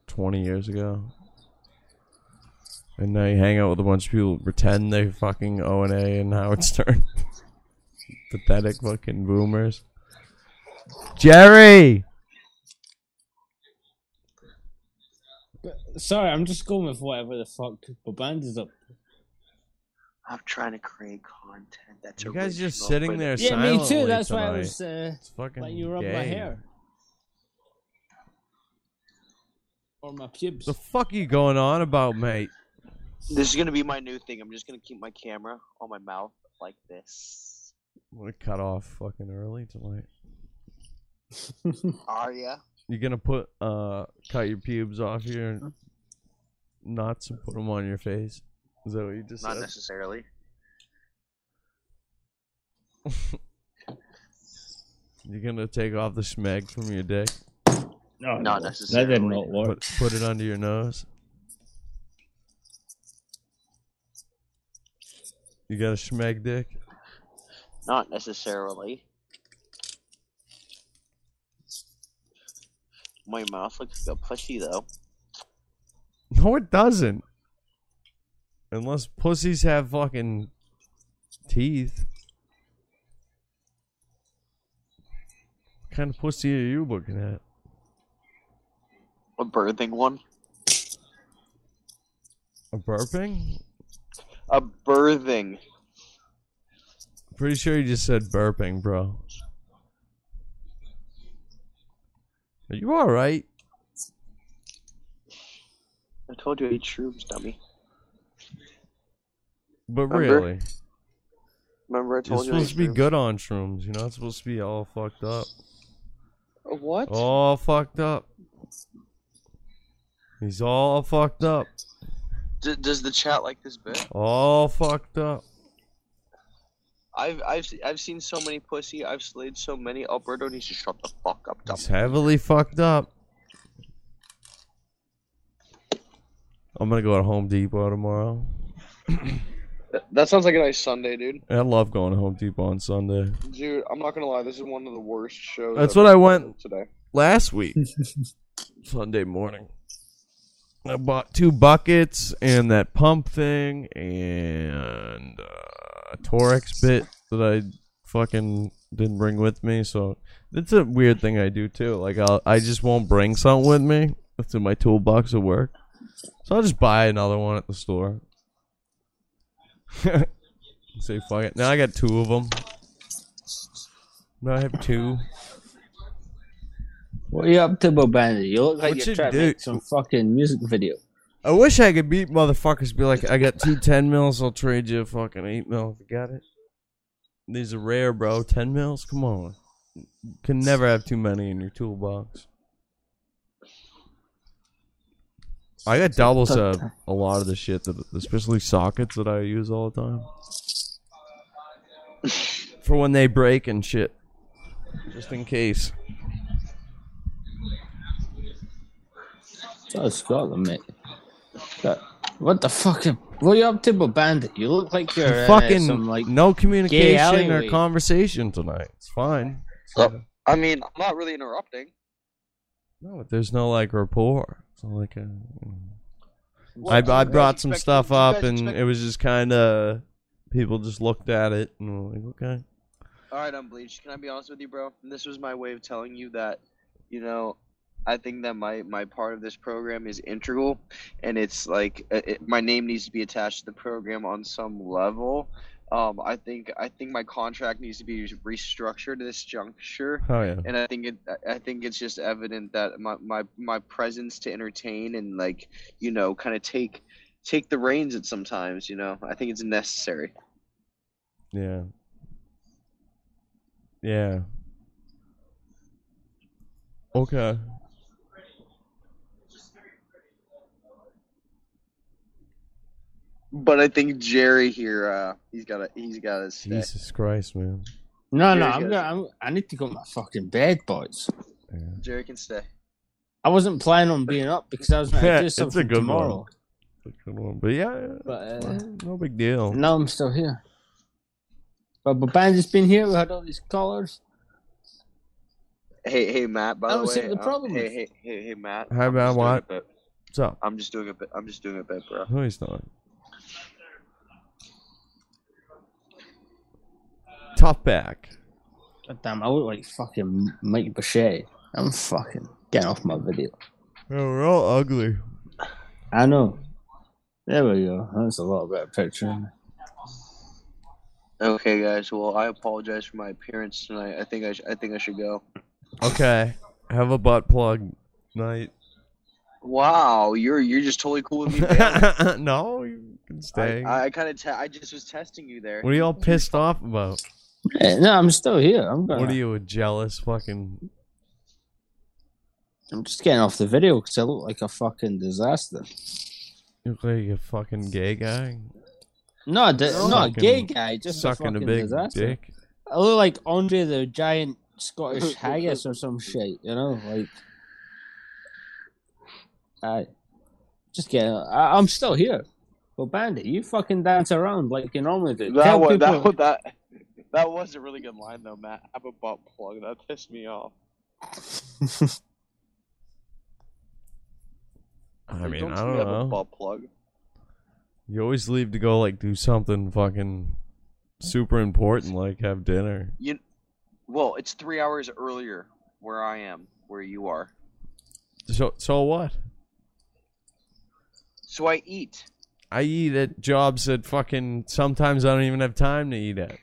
Speaker 1: 20 years ago. And now you hang out with a bunch of people who pretend they fucking O and A
Speaker 3: (laughs)
Speaker 1: and Howard Stern. (laughs) Pathetic fucking boomers. Jerry!
Speaker 3: Sorry, I'm just going with whatever the fuck Boband is up.
Speaker 21: I'm trying to create content that's
Speaker 1: You guys just sitting there
Speaker 3: Yeah, me
Speaker 1: silently
Speaker 3: too. That's why I
Speaker 1: tonight.
Speaker 3: was uh,
Speaker 1: It's fucking
Speaker 3: letting you rub my
Speaker 1: gay.
Speaker 3: hair or my pubes.
Speaker 1: The fuck are you going on about, mate?
Speaker 5: This is gonna be my new thing. I'm just gonna keep my camera on my mouth like this.
Speaker 1: I'm gonna cut off fucking early tonight.
Speaker 5: (laughs) Are ya?
Speaker 1: You're gonna put uh cut your pubes off your knots and put them on your face. Is that what you just
Speaker 5: Not
Speaker 1: said?
Speaker 5: necessarily.
Speaker 1: You're gonna take off the schmeg from your dick.
Speaker 5: No, Not no. necessarily. That did not work.
Speaker 1: Put, put it under your nose. You got a schmeg dick.
Speaker 5: Not necessarily. My mouth looks like a pussy though.
Speaker 1: No, it doesn't. Unless pussies have fucking teeth. What kind of pussy are you looking at?
Speaker 5: A birthing one.
Speaker 1: A burping?
Speaker 5: A birthing.
Speaker 1: Pretty sure you just said burping, bro. Are you alright?
Speaker 5: I told you I eat shrooms, dummy.
Speaker 1: But
Speaker 5: Remember?
Speaker 1: really,
Speaker 5: Remember I
Speaker 1: you're
Speaker 5: told you I
Speaker 1: supposed to
Speaker 5: ate
Speaker 1: be
Speaker 5: shrooms?
Speaker 1: good on shrooms. You're not supposed to be all fucked up.
Speaker 5: Uh, What?
Speaker 1: All fucked up. He's all fucked up.
Speaker 5: D- does the chat like this bit?
Speaker 1: All fucked up.
Speaker 5: I've I've se- I've seen so many pussy. I've slayed so many. Alberto needs to shut the fuck up, dummy.
Speaker 1: He's heavily fucked up. I'm gonna go to Home Depot tomorrow.
Speaker 5: That, that sounds like a nice Sunday, dude.
Speaker 1: I love going to Home Depot on Sunday.
Speaker 5: Dude, I'm not gonna lie. This is one of the worst shows.
Speaker 1: That's
Speaker 5: I've
Speaker 1: what I
Speaker 5: ever
Speaker 1: went
Speaker 5: today.
Speaker 1: last week. Sunday morning. I bought two buckets and that pump thing and uh, a Torex bit that I fucking didn't bring with me. So it's a weird thing I do too. Like I'll, I just won't bring something with me. It's in my toolbox at work. So I'll just buy another one at the store. (laughs) Say fuck it. Now I got two of them. Now I have two.
Speaker 3: What are you up to, Boband? You look like
Speaker 1: What
Speaker 3: you're
Speaker 1: you
Speaker 3: trying to
Speaker 1: do-
Speaker 3: make some fucking music video.
Speaker 1: I wish I could beat motherfuckers. Be like, I got two 10 mils. I'll trade you a fucking eight mil. if you Got it? These are rare, bro. Ten mils. Come on. Can never have too many in your toolbox. I got doubles to a lot of the shit that, especially sockets that I use all the
Speaker 3: (laughs)
Speaker 1: time. For when they break and shit, just in case.
Speaker 3: Oh, Scotland, mate. That- What the fuck? What are you up to, Boband? You look like you're uh,
Speaker 1: fucking
Speaker 3: some, like
Speaker 1: no
Speaker 3: gay
Speaker 1: communication
Speaker 3: alleyway.
Speaker 1: or conversation tonight. It's fine.
Speaker 5: I mean, I'm not really interrupting.
Speaker 1: No, but Oh, there's no like rapport. It's not like a.
Speaker 5: Well,
Speaker 1: I,
Speaker 5: you
Speaker 1: I
Speaker 5: guys
Speaker 1: brought some
Speaker 5: expect-
Speaker 1: stuff
Speaker 5: you
Speaker 1: up
Speaker 5: guys
Speaker 1: and
Speaker 5: expect-
Speaker 1: it was just kind of people just looked at it and were like, okay.
Speaker 5: All right, I'm bleached. Can I be honest with you, bro? This was my way of telling you that, you know, I think that my my part of this program is integral, and it's like uh it, my name needs to be attached to the program on some level. Um, I think I think my contract needs to be restructured at this juncture.
Speaker 1: Oh, yeah.
Speaker 5: And I think it I- I think it's just evident that my my, my presence to entertain and like you know kind of take take the reins at sometimes. You know, I think it's necessary.
Speaker 1: Yeah. Yeah. Okay.
Speaker 5: But I think Jerry here, uh, he's got a he's got a stay.
Speaker 1: Jesus Christ, man.
Speaker 3: No, no,
Speaker 5: Jerry
Speaker 3: I'm
Speaker 5: goes-
Speaker 3: gonna. I'm, I need to go to my fucking bed, boys.
Speaker 5: Jerry can stay.
Speaker 3: I wasn't planning on being up because I was going to
Speaker 1: (laughs) Yeah,
Speaker 3: do
Speaker 1: it's a
Speaker 3: something
Speaker 1: good one.
Speaker 3: tomorrow.
Speaker 1: It's a good one. But yeah,
Speaker 3: But uh,
Speaker 1: no big deal.
Speaker 3: now I'm still here. But Babanji's been here. We had all these callers.
Speaker 5: Hey, hey, Matt. By
Speaker 3: I
Speaker 5: the
Speaker 3: don't
Speaker 5: way,
Speaker 3: see the
Speaker 5: uh,
Speaker 3: problem
Speaker 5: hey,
Speaker 3: is-
Speaker 19: um,
Speaker 5: hey, hey, hey, Matt.
Speaker 1: Hi,
Speaker 5: I'm
Speaker 1: Matt,
Speaker 5: just doing a
Speaker 1: what?
Speaker 5: bit.
Speaker 1: So
Speaker 19: I'm just doing a bit. I'm just doing a bit, bro.
Speaker 1: no, he's not. Tough back.
Speaker 3: God damn, I look like fucking Mike Boucher. I'm fucking getting off my video.
Speaker 1: we're all ugly.
Speaker 3: I know. There we go. That's a lot better picture.
Speaker 19: Okay, guys. Well, I apologize for my appearance tonight. I think I, sh- I think I should go.
Speaker 1: Okay. Have a butt plug night.
Speaker 19: Wow, you're you're just totally cool with me.
Speaker 1: (laughs)
Speaker 19: bailing.
Speaker 1: no, you can stay.
Speaker 19: I, I kind of te- I just was testing you there.
Speaker 1: what are y'all pissed off about?
Speaker 3: eh, no, I'm still here. I'm
Speaker 1: What
Speaker 3: gonna-
Speaker 1: are you, a jealous fucking.
Speaker 3: I'm just getting off the video because I look like a fucking disaster.
Speaker 1: You look like a fucking gay guy?
Speaker 3: No, I did, not a
Speaker 1: Sucking-
Speaker 3: gay guy. Just
Speaker 1: sucking
Speaker 3: a,
Speaker 1: a
Speaker 3: fucking
Speaker 1: big
Speaker 3: disaster.
Speaker 1: dick.
Speaker 3: I look like Andre the Giant (laughs) Scottish Haggis or some shit. You know, like I just get. I, I'm still here. Well, Bandit, you fucking dance around like you normally do.
Speaker 19: That
Speaker 3: Tell
Speaker 19: was,
Speaker 3: people,
Speaker 19: that was that
Speaker 3: (laughs)
Speaker 19: that was a really good line though, Matt. Have a butt plug. That pissed me off.
Speaker 1: I mean,
Speaker 19: don't
Speaker 1: I
Speaker 19: tell me
Speaker 1: don't
Speaker 19: I have
Speaker 1: know.
Speaker 19: a butt plug.
Speaker 1: You always leave to go, like, do something fucking super important, like have dinner.
Speaker 19: You, well, it's three hours earlier where I am, where you are.
Speaker 1: So, so what?
Speaker 19: So I eat.
Speaker 1: I eat at jobs that fucking sometimes I don't even have time to eat at.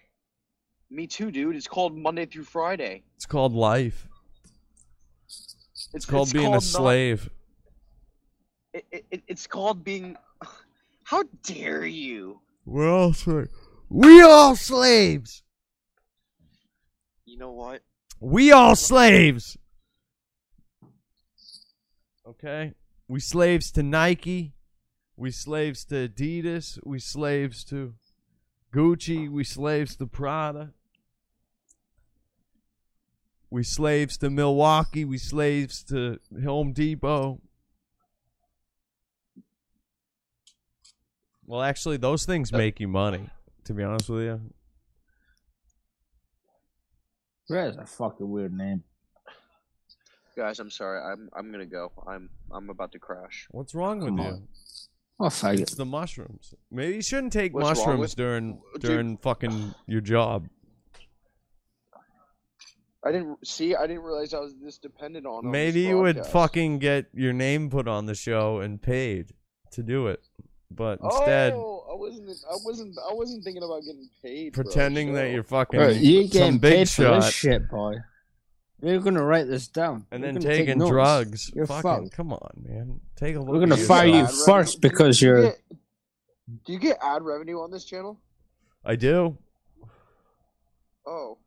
Speaker 19: Me too, dude. It's called Monday through Friday.
Speaker 1: It's called life.
Speaker 19: It's,
Speaker 1: It's called being
Speaker 19: not-
Speaker 1: a slave.
Speaker 19: it, it- it, it's called being. (laughs) How dare you?
Speaker 1: We're all slaves. We all slaves.
Speaker 19: You know what?
Speaker 1: We all slaves. Okay? We slaves to Nike. We slaves to Adidas. We slaves to Gucci. We slaves to Prada. We slaves to Milwaukee. We slaves to Home Depot. Well, actually, those things make you money, to be honest with you.
Speaker 3: That is a fucking weird name.
Speaker 19: Guys, I'm sorry. I'm I'm gonna go. I'm I'm about to crash.
Speaker 1: What's wrong with
Speaker 3: Come
Speaker 1: you?
Speaker 3: on. Oh, faggot.
Speaker 1: It's the mushrooms. Maybe you shouldn't take
Speaker 19: What's wrong
Speaker 1: mushrooms
Speaker 19: with-
Speaker 1: during
Speaker 19: Dude.
Speaker 1: during fucking your job.
Speaker 19: I didn't see. I didn't realize I was this dependent on. on
Speaker 1: Maybe
Speaker 19: this
Speaker 1: you would
Speaker 19: broadcast.
Speaker 1: fucking get your name put on the show and paid to do it. But instead,
Speaker 19: Oh, I wasn't. I wasn't. I wasn't thinking about getting paid. bro.
Speaker 1: pretending that you're fucking
Speaker 3: Bro, you ain't
Speaker 1: some
Speaker 3: getting
Speaker 1: big
Speaker 3: paid for
Speaker 1: shot
Speaker 3: this shit, boy. You're gonna write this down.
Speaker 1: and
Speaker 3: You're
Speaker 1: then
Speaker 3: gonna take
Speaker 1: taking
Speaker 3: notes.
Speaker 1: drugs.
Speaker 3: You're
Speaker 1: fucking,
Speaker 3: fucked.
Speaker 1: come on, man. Take a look.
Speaker 3: We're gonna
Speaker 1: at
Speaker 3: fire you
Speaker 1: yourself.
Speaker 3: first because you're.
Speaker 19: Do you get ad revenue on this channel?
Speaker 1: I do,
Speaker 19: Oh,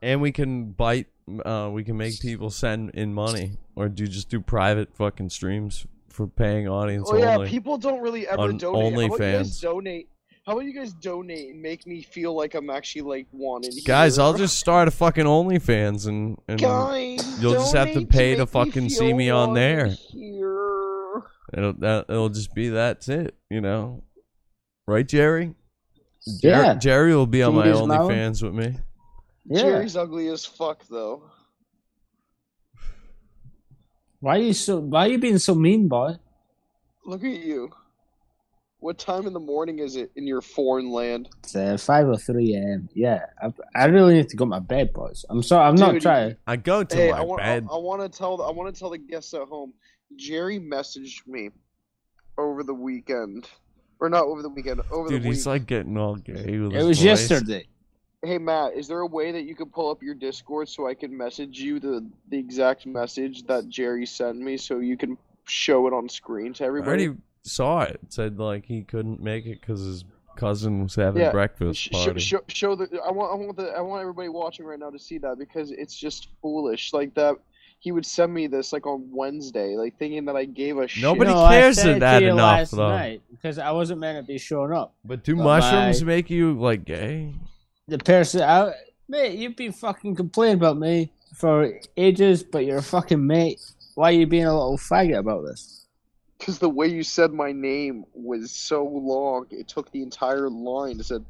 Speaker 1: and we can bite. Uh, we can make people send in money, or do just do private fucking streams for paying audience
Speaker 19: oh yeah.
Speaker 1: only.
Speaker 19: People don't really ever
Speaker 1: on
Speaker 19: donate. How about you guys
Speaker 1: OnlyFans.
Speaker 19: donate? How about you guys donate and make me feel like I'm actually like wanted? here?
Speaker 1: Guys, I'll just start a fucking OnlyFans and, and
Speaker 19: Guys,
Speaker 1: you'll just have to
Speaker 19: donate to
Speaker 1: pay to
Speaker 19: make me
Speaker 1: fucking see
Speaker 19: feel
Speaker 1: me on there.
Speaker 19: here.
Speaker 1: It'll that, it'll just be that's it, you know, right, Jerry? Jer-
Speaker 19: Yeah.
Speaker 1: Jerry will be on my
Speaker 19: Dude is loud.
Speaker 1: OnlyFans with me.
Speaker 19: Jerry's ugly as fuck though.
Speaker 3: Why are you so? Why are you being so mean, boy?
Speaker 19: Look at you. What time in the morning is it in your foreign land?
Speaker 3: It's uh, five or three a.m. Yeah, I, I really need to go to my bed, boys. I'm sorry, I'm not
Speaker 19: Dude,
Speaker 3: trying.
Speaker 1: I go (laughs) to
Speaker 19: hey,
Speaker 1: my
Speaker 19: I want,
Speaker 1: bed.
Speaker 19: I, I want to tell. I want to tell the guests at home. Jerry messaged me over the weekend, or not over the weekend. Over
Speaker 1: Dude,
Speaker 19: the week.
Speaker 1: he's like getting all gay. With
Speaker 3: It
Speaker 1: his
Speaker 3: was
Speaker 1: voice.
Speaker 3: yesterday.
Speaker 19: hey Matt, is there a way that you can pull up your Discord so I can message you the the exact message that Jerry sent me so you can show it on screen to
Speaker 1: I
Speaker 19: everybody?
Speaker 1: already saw it. It Said like he couldn't make it because his cousin was having
Speaker 19: Yeah,
Speaker 1: breakfast
Speaker 19: Sh-
Speaker 1: party.
Speaker 19: show, show the I want I want the I want everybody watching right now to see that because it's just foolish like that. He would send me this like on Wednesday, like thinking that I gave a shit.
Speaker 1: Nobody
Speaker 3: No, I
Speaker 1: cares
Speaker 3: sent it to
Speaker 1: that
Speaker 3: you
Speaker 1: enough,
Speaker 3: last
Speaker 1: though.
Speaker 3: night because I wasn't meant to be showing up.
Speaker 1: but do
Speaker 3: But
Speaker 1: mushrooms
Speaker 3: my-
Speaker 1: make you like gay?
Speaker 3: The person, I, mate, you've been fucking complaining about me for ages, but you're a fucking mate. Why are you being a little faggot about this?
Speaker 19: Because the way you said my name was so long, it took the entire line. It said,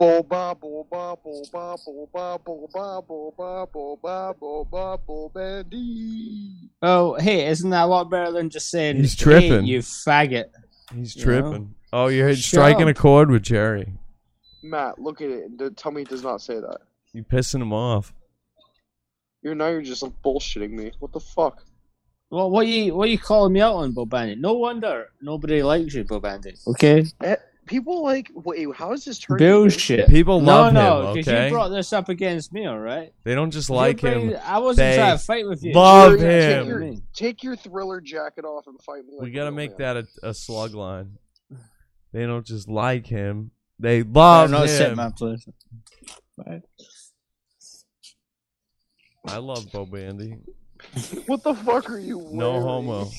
Speaker 19: "Boba, boba, boba, boba, boba, boba, boba, boba, boba, bandy."
Speaker 3: Oh, hey, isn't that a lot better than just saying
Speaker 1: He's
Speaker 3: "Hey,
Speaker 1: tripping.
Speaker 3: you faggot.
Speaker 1: He's
Speaker 3: You know?
Speaker 1: tripping. Oh, you're
Speaker 3: Shut
Speaker 1: striking a
Speaker 3: up.
Speaker 1: chord with Jerry.
Speaker 19: Matt, look at it. D- Tell me it does not say that.
Speaker 1: You pissing him off.
Speaker 19: You're now you're just bullshitting me. What the fuck?
Speaker 3: Well, what you what you calling me out on, Bill Bandit? No wonder nobody likes you, Bill Bandit. Okay,
Speaker 19: Eh, people like wait. How is this turning?
Speaker 3: bullshit.
Speaker 1: People love
Speaker 3: no, No,
Speaker 1: him,
Speaker 3: because
Speaker 1: okay?
Speaker 3: you brought this up against me, all right?
Speaker 1: They don't just like
Speaker 3: bringing-
Speaker 1: him.
Speaker 3: I wasn't
Speaker 1: they
Speaker 3: trying to fight with you.
Speaker 1: Love
Speaker 3: You're- you're-
Speaker 1: him.
Speaker 19: Your, take your thriller jacket off and fight me.
Speaker 1: We
Speaker 19: Like, oh,
Speaker 1: gotta make that a, a slug line. They don't just like him. They love
Speaker 3: not set
Speaker 1: him.
Speaker 3: my place.
Speaker 1: I love Bo Bandy.
Speaker 19: (laughs) what the fuck are you wearing?
Speaker 1: No homo.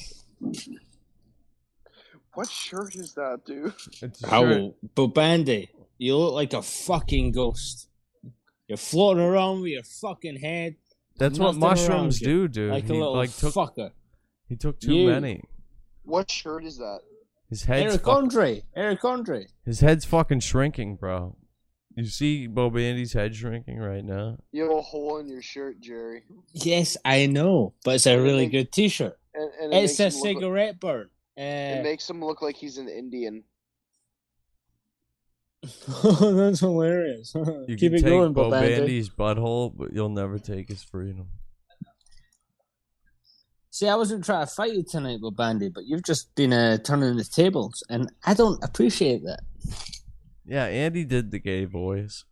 Speaker 19: What shirt is that, dude?
Speaker 1: It's
Speaker 3: Ow, Bill Bandit, you look like a fucking ghost. You're floating around with your fucking head.
Speaker 1: That's what
Speaker 3: nothing around
Speaker 1: mushrooms
Speaker 3: you,
Speaker 1: do, dude.
Speaker 3: Like a
Speaker 1: He,
Speaker 3: little
Speaker 1: like, took-
Speaker 3: fucker.
Speaker 1: He took too
Speaker 3: You-
Speaker 1: many.
Speaker 19: What shirt is that?
Speaker 1: His head's
Speaker 3: Eric
Speaker 1: fuck-
Speaker 3: Andre. Eric Andre.
Speaker 1: his head's fucking shrinking, bro. You see Bo Bandy's head shrinking right now.
Speaker 19: You have a hole in your shirt, Jerry.
Speaker 3: Yes, I know, but it's a really good T-shirt. (laughs)
Speaker 19: And, and it
Speaker 3: It's a
Speaker 19: makes him look like-
Speaker 3: cigarette burn.
Speaker 19: it
Speaker 3: Uh,
Speaker 19: makes him look like he's an Indian.
Speaker 3: that's hilarious. (laughs)
Speaker 1: You
Speaker 3: Keep
Speaker 1: can
Speaker 3: it
Speaker 1: take
Speaker 3: going,
Speaker 1: Bo
Speaker 3: Bill Bandit.
Speaker 1: Bandy's butthole, but you'll never take his freedom.
Speaker 3: See, I wasn't trying to fight you tonight, Bill Bandy, but you've just been uh, turning the tables, and I don't appreciate that.
Speaker 1: Yeah, Andy did the gay boys.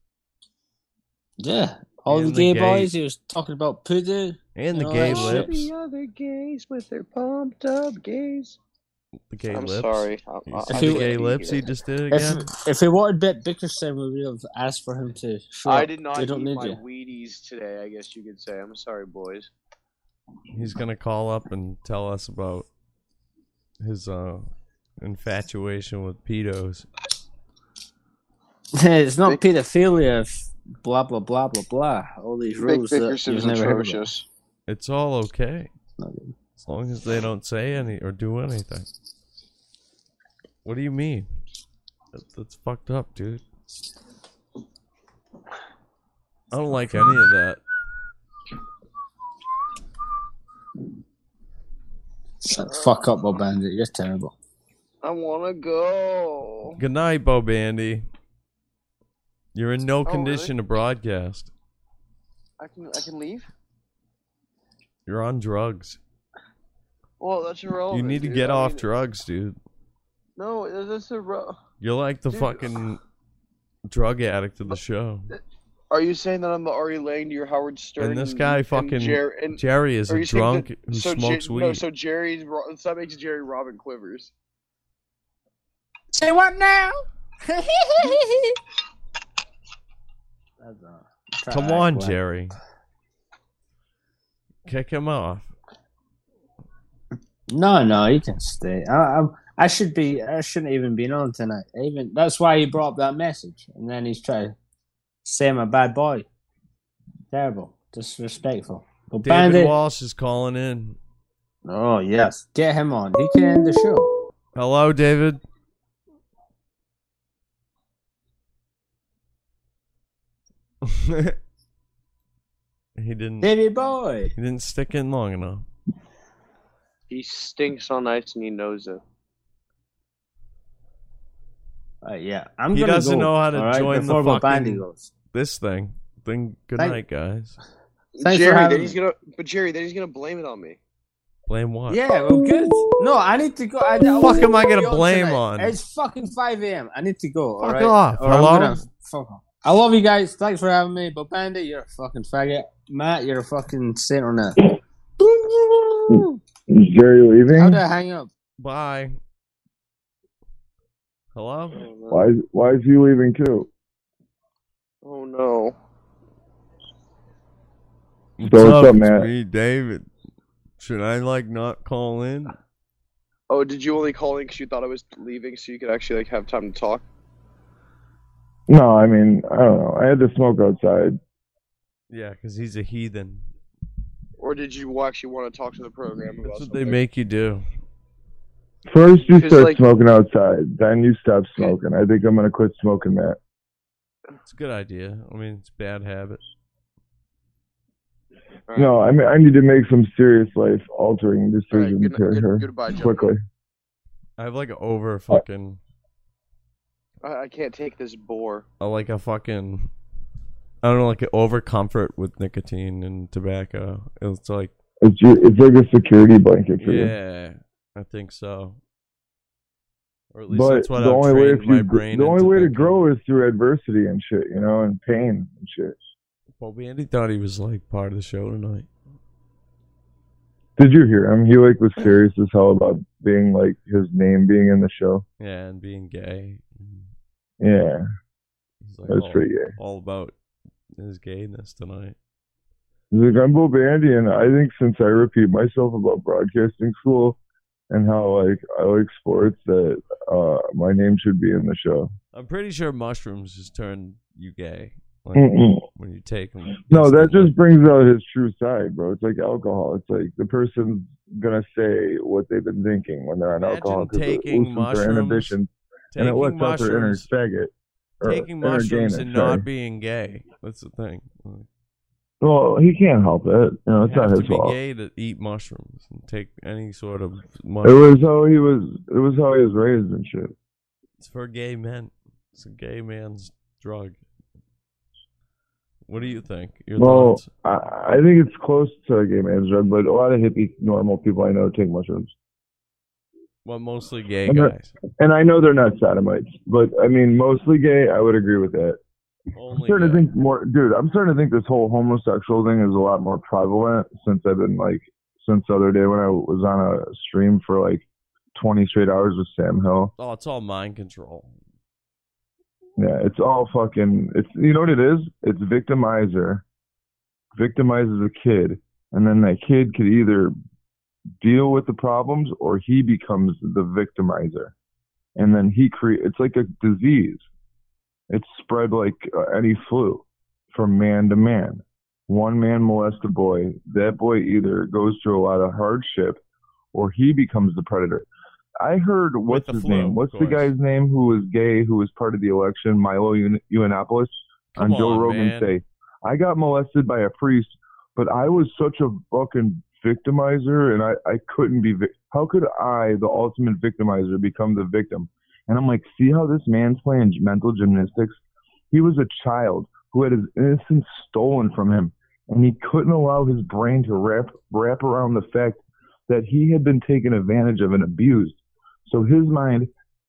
Speaker 3: Yeah, all
Speaker 1: And
Speaker 3: the gay,
Speaker 1: gay-
Speaker 3: boys, he was talking about poodoo
Speaker 1: And the
Speaker 3: all
Speaker 1: gay
Speaker 3: that shit.
Speaker 1: lips.
Speaker 19: other gays with their pumped up gays.
Speaker 1: The gay
Speaker 19: I'm
Speaker 1: lips.
Speaker 19: sorry. I-
Speaker 1: You
Speaker 19: I-
Speaker 3: I
Speaker 1: see the
Speaker 3: feel-
Speaker 1: gay lips he just did again.
Speaker 3: If, if we wanted Bet Bickerson, we would have asked for him to. Show
Speaker 19: I
Speaker 3: up.
Speaker 19: did not
Speaker 3: They
Speaker 19: eat
Speaker 3: don't need
Speaker 19: my
Speaker 3: you.
Speaker 19: Wheaties today. I guess you could say. I'm sorry, boys.
Speaker 1: He's gonna call up and tell us about his uh infatuation with pedos.
Speaker 3: (laughs) it's not pedophilia. if Blah blah blah blah blah. All these rules that you've never heard about.
Speaker 1: It's all okay. As long as they don't say any or do anything. What do you mean? That- That's fucked up, dude. I don't like any of that.
Speaker 3: Shut the fuck up, Bill Bandit. You're terrible.
Speaker 19: I wanna go.
Speaker 1: Good night, Bo Bandy. You're in
Speaker 19: Oh,
Speaker 1: no condition to broadcast.
Speaker 19: I can. I can leave.
Speaker 1: You're on drugs.
Speaker 19: Well, that's irrelevant.
Speaker 1: You need to
Speaker 19: Oh, dude.
Speaker 1: get
Speaker 19: I
Speaker 1: off
Speaker 19: mean-
Speaker 1: drugs, dude.
Speaker 19: No, that- that's irrelevant.
Speaker 1: You're like the
Speaker 19: Dude.
Speaker 1: fucking drug addict of the show.
Speaker 19: Are you saying that I'm the Ari Lang to your Howard Stern?
Speaker 1: And this guy fucking- Jerry is
Speaker 19: are
Speaker 1: a
Speaker 19: you saying
Speaker 1: drunk
Speaker 19: that-
Speaker 1: who
Speaker 19: so
Speaker 1: smokes
Speaker 19: No,
Speaker 1: weed.
Speaker 19: so Jerry's ro- so that makes Jerry Robin Quivers.
Speaker 15: Say what
Speaker 3: (laughs)
Speaker 15: now?
Speaker 1: Come on, Jerry. Kick him off.
Speaker 3: No, no, you can stay. I, I, I should be. I shouldn't even been on tonight. Even that's why he brought up that message, and then he's trying to say I'm a bad boy. Terrible, disrespectful. But
Speaker 1: David
Speaker 3: Bandit,
Speaker 1: Walsh is calling in.
Speaker 3: Oh yes, get him on. He can end the show.
Speaker 1: Hello, David. (laughs) he didn't.
Speaker 3: David boy.
Speaker 1: He didn't stick in long enough.
Speaker 19: He stinks on ice and he knows it.
Speaker 3: Uh, yeah, I'm
Speaker 1: he
Speaker 3: gonna
Speaker 1: doesn't
Speaker 3: go,
Speaker 1: know how to
Speaker 3: all right,
Speaker 1: join the
Speaker 3: before Bill Bandy
Speaker 1: fucking
Speaker 3: goes.
Speaker 1: this thing. Then good
Speaker 3: Thank-
Speaker 1: night, guys.
Speaker 3: Thanks for
Speaker 19: Jerry,
Speaker 3: having
Speaker 19: then he's
Speaker 3: me.
Speaker 19: gonna. But Jerry, then he's gonna blame it on me.
Speaker 1: Blame what?
Speaker 3: Yeah, well, good. No, I need to go. I, I
Speaker 1: Fuck
Speaker 3: wasn't
Speaker 1: am I gonna
Speaker 3: be
Speaker 1: blame
Speaker 3: tonight.
Speaker 1: on?
Speaker 3: It's fucking five a.m. I need to go. all
Speaker 1: Fuck
Speaker 3: right?
Speaker 1: off.
Speaker 3: Or I'm
Speaker 1: Hello?
Speaker 3: gonna- fuck off. I love you guys. Thanks for having me. But Bandit, you're a fucking faggot. Matt, you're a fucking saint on that.
Speaker 14: Is Jerry
Speaker 3: How
Speaker 14: leaving?
Speaker 3: do I hang up?
Speaker 1: Bye. Hello.
Speaker 14: Why? Is, why is he leaving too?
Speaker 19: Oh no.
Speaker 14: So what's up,
Speaker 1: it's
Speaker 14: Matt?
Speaker 1: Me, David. Should I like not call in?
Speaker 19: Oh, did you only call in because you thought I was leaving, so you could actually like have time to talk?
Speaker 14: No, I mean I don't know. I had to smoke outside.
Speaker 1: Yeah, because he's a heathen.
Speaker 19: Or did you actually want to talk to the program about
Speaker 1: That's what
Speaker 19: something?
Speaker 1: they make you do.
Speaker 14: First you
Speaker 19: Just
Speaker 14: start
Speaker 19: like-
Speaker 14: smoking outside, then you stop smoking. I think I'm gonna quit smoking that.
Speaker 1: It's a good idea. I mean, it's a bad habit.
Speaker 14: No, I mean I need to make some serious life altering decisions here quickly.
Speaker 1: I have like over fucking
Speaker 5: I, I can't take this bore.
Speaker 1: uh, like a fucking I don't know like an over comfort with nicotine and tobacco. It's like
Speaker 14: It's ju- it's like a security blanket for you.
Speaker 1: yeah, I think so. Or at least
Speaker 14: but
Speaker 1: that's what
Speaker 14: the
Speaker 1: I've
Speaker 14: only way
Speaker 1: trained
Speaker 14: if
Speaker 1: my
Speaker 14: you,
Speaker 1: brain
Speaker 14: the only
Speaker 1: into
Speaker 14: way to
Speaker 1: thinking.
Speaker 14: grow is through adversity and shit, you know, and pain and shit.
Speaker 1: Well, Andy thought he was like part of the show tonight.
Speaker 14: Did you hear him? He like was serious as hell about being like his name being in the show.
Speaker 1: Yeah, and being gay.
Speaker 14: Yeah,
Speaker 1: He's like
Speaker 14: that's
Speaker 1: all,
Speaker 14: pretty gay.
Speaker 1: all about his gayness tonight.
Speaker 14: He's like I'm Bo Bandy, and I think since I repeat myself about broadcasting school and how like I like sports, that uh my name should be in the show.
Speaker 1: I'm pretty sure mushrooms just turn you gay. Like,
Speaker 14: Mm-mm.
Speaker 1: when you take them.
Speaker 14: No, that just brings out his true side, bro. It's like alcohol. It's like the person's gonna say what they've been thinking when they're on alcohol because it
Speaker 1: taking
Speaker 14: loosens their
Speaker 1: mushrooms-
Speaker 14: inhibition and it
Speaker 1: taking
Speaker 14: lets out their inner
Speaker 1: mushrooms-
Speaker 14: faggot. or
Speaker 1: Taking
Speaker 14: inner
Speaker 1: mushrooms
Speaker 14: gayness,
Speaker 1: and
Speaker 14: sorry.
Speaker 1: not being gay. That's the thing. Like,
Speaker 14: Well, he can't help it. You know, it's
Speaker 1: you
Speaker 14: not
Speaker 1: have
Speaker 14: his
Speaker 1: to be
Speaker 14: fault.
Speaker 1: gay to eat mushrooms and take any sort of
Speaker 14: It
Speaker 1: mushroom.
Speaker 14: was how he was. It was how he was raised and shit.
Speaker 1: It's for gay men. It's a gay man's drug. What do you think? Your
Speaker 14: well,
Speaker 1: thoughts?
Speaker 14: I, I think it's close to a gay man's drug, but a lot of hippie, normal people I know take mushrooms.
Speaker 1: Well, mostly gay
Speaker 14: and, they're-
Speaker 1: guys.
Speaker 14: and I know they're not sodomites, but I mean, mostly gay. I would agree with that. I'm
Speaker 1: Only
Speaker 14: starting
Speaker 1: gay.
Speaker 14: to think more, dude. I'm starting to think this whole homosexual thing is a lot more prevalent since I've been like, since the other day when I was on a stream for like 20 straight hours with Sam Hill.
Speaker 1: Oh, it's all mind control.
Speaker 14: Yeah, it's all fucking. It's you know what it is? It's victimizer. Victimizes a kid, and then that kid could either deal with the problems or he becomes the victimizer, and then he create. It's like a disease. It's spread like uh, any flu, from man to man. One man molests a boy. That boy either goes through a lot of hardship, or he becomes the predator. I heard what's
Speaker 1: the
Speaker 14: his
Speaker 1: flu,
Speaker 14: name?
Speaker 1: of
Speaker 14: What's the
Speaker 1: course.
Speaker 14: guy's name who was gay, who was part of the election? Milo Un- Yiannopoulos
Speaker 1: Come
Speaker 14: on Joe
Speaker 1: on,
Speaker 14: Rogan
Speaker 1: man.
Speaker 14: say, "I got molested by a priest, but I was such a fucking victimizer, and I I couldn't be. Vic- how could I, the ultimate victimizer, become the victim?" And I'm like, "See how this man's playing mental gymnastics? He was a child who had his innocence stolen from him, and he couldn't allow his brain to wrap wrap around the fact that he had been taken advantage of and abused. So his mind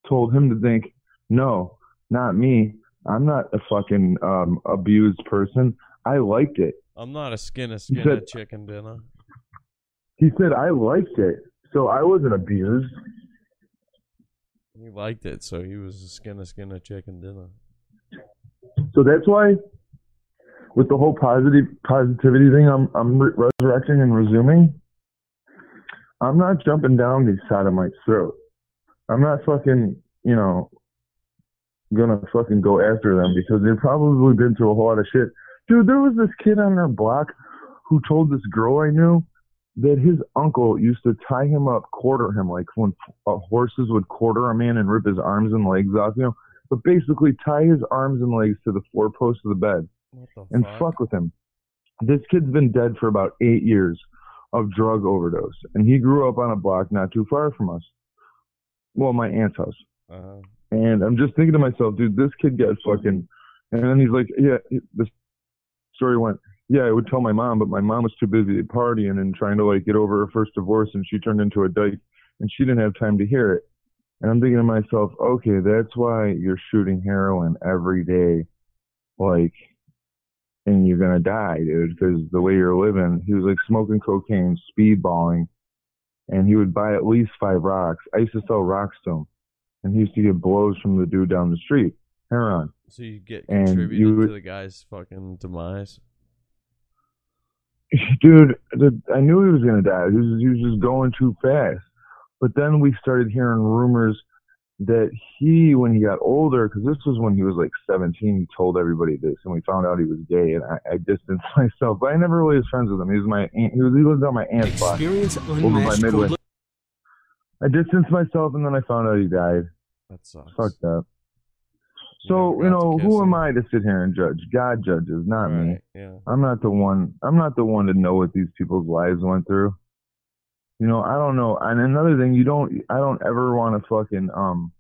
Speaker 14: told him to think, no, not me. I'm not a fucking um, abused person. I liked it.
Speaker 1: I'm not a skin of
Speaker 14: You
Speaker 1: skin of
Speaker 14: said-
Speaker 1: chicken dinner.
Speaker 14: He said, I liked it. So I wasn't abused.
Speaker 1: He liked it, so he was a skin of skin of chicken dinner.
Speaker 14: So that's why, with the whole positive positivity thing, I'm I'm re- resurrecting and resuming. I'm not jumping down these sodomites' throat. I'm not fucking you know gonna fucking go after them because they've probably been through a whole lot of shit. Dude, there was this kid on our block who told this girl I knew that his uncle used to tie him up, quarter him, like when uh, horses would quarter a man and rip his arms and legs off, you know, but basically tie his arms and legs to the four posts of the bed and fuck with him. This kid's been dead for about eight years of drug overdose, and he grew up on a block not too far from us. Well, my aunt's house.
Speaker 1: Uh-huh.
Speaker 14: And I'm just thinking to myself, dude, this kid got fucking. And then he's like, yeah, this story went, yeah, I would tell my mom, but my mom was too busy partying and trying to like get over her first divorce, and she turned into a dyke, and she didn't have time to hear it. And I'm thinking to myself, okay, that's why you're shooting heroin every day, like, and you're gonna die, dude, because the way you're living. He was like smoking cocaine, speedballing, and he would buy at least five rocks. I used to sell rocks to him, and he used to get blows from the dude down the street, heroin.
Speaker 1: So you get
Speaker 14: And
Speaker 1: contributed
Speaker 14: you would-
Speaker 1: to the guy's fucking demise.
Speaker 14: (laughs) dude, the, I knew he was gonna die. He was, he was just going too fast. But then we started hearing rumors that he, when he got older, because this was when he was like 17, he told everybody this, and we found out he was gay. And I, I distanced (laughs) myself, but I never really was friends with him. He was my aunt. He was he lived on my aunt's block
Speaker 22: Experience
Speaker 14: over by
Speaker 22: unmatched
Speaker 14: Midway.
Speaker 22: cool-
Speaker 14: I distanced myself, and then I found out he died.
Speaker 1: That sucks.
Speaker 14: Fucked up. So you know, who am I to sit here and judge? God judges, not me.
Speaker 1: Yeah.
Speaker 14: I'm not the one. I'm not the one to know what these people's lives went through. You know, I don't know. And another thing, you don't. I don't ever want to fucking um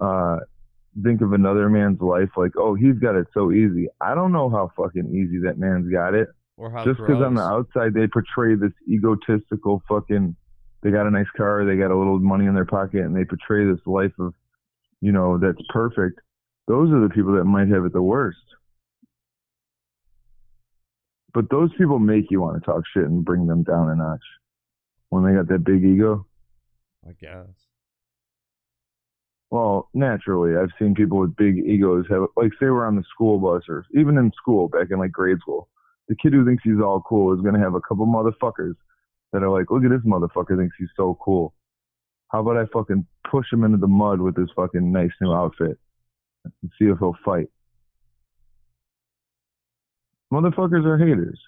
Speaker 14: uh think of another man's life like, oh, he's got it so easy. I don't know how fucking easy that man's got it.
Speaker 1: Or how
Speaker 14: Just because on the
Speaker 1: gross.
Speaker 14: outside they portray this egotistical fucking. They got a nice car. They got a little money in their pocket, and they portray this life of, you know, that's perfect. Those are the people that might have it the worst. But those people make you want to talk shit and bring them down a notch when they got that big ego.
Speaker 1: I guess.
Speaker 14: Well, naturally, I've seen people with big egos have, like, say we're on the school bus or even in school back in like grade school. The kid who thinks he's all cool is going to have a couple motherfuckers that are like, look at this motherfucker thinks he's so cool. How about I fucking push him into the mud with this fucking nice new outfit and see if he'll fight? Motherfuckers are haters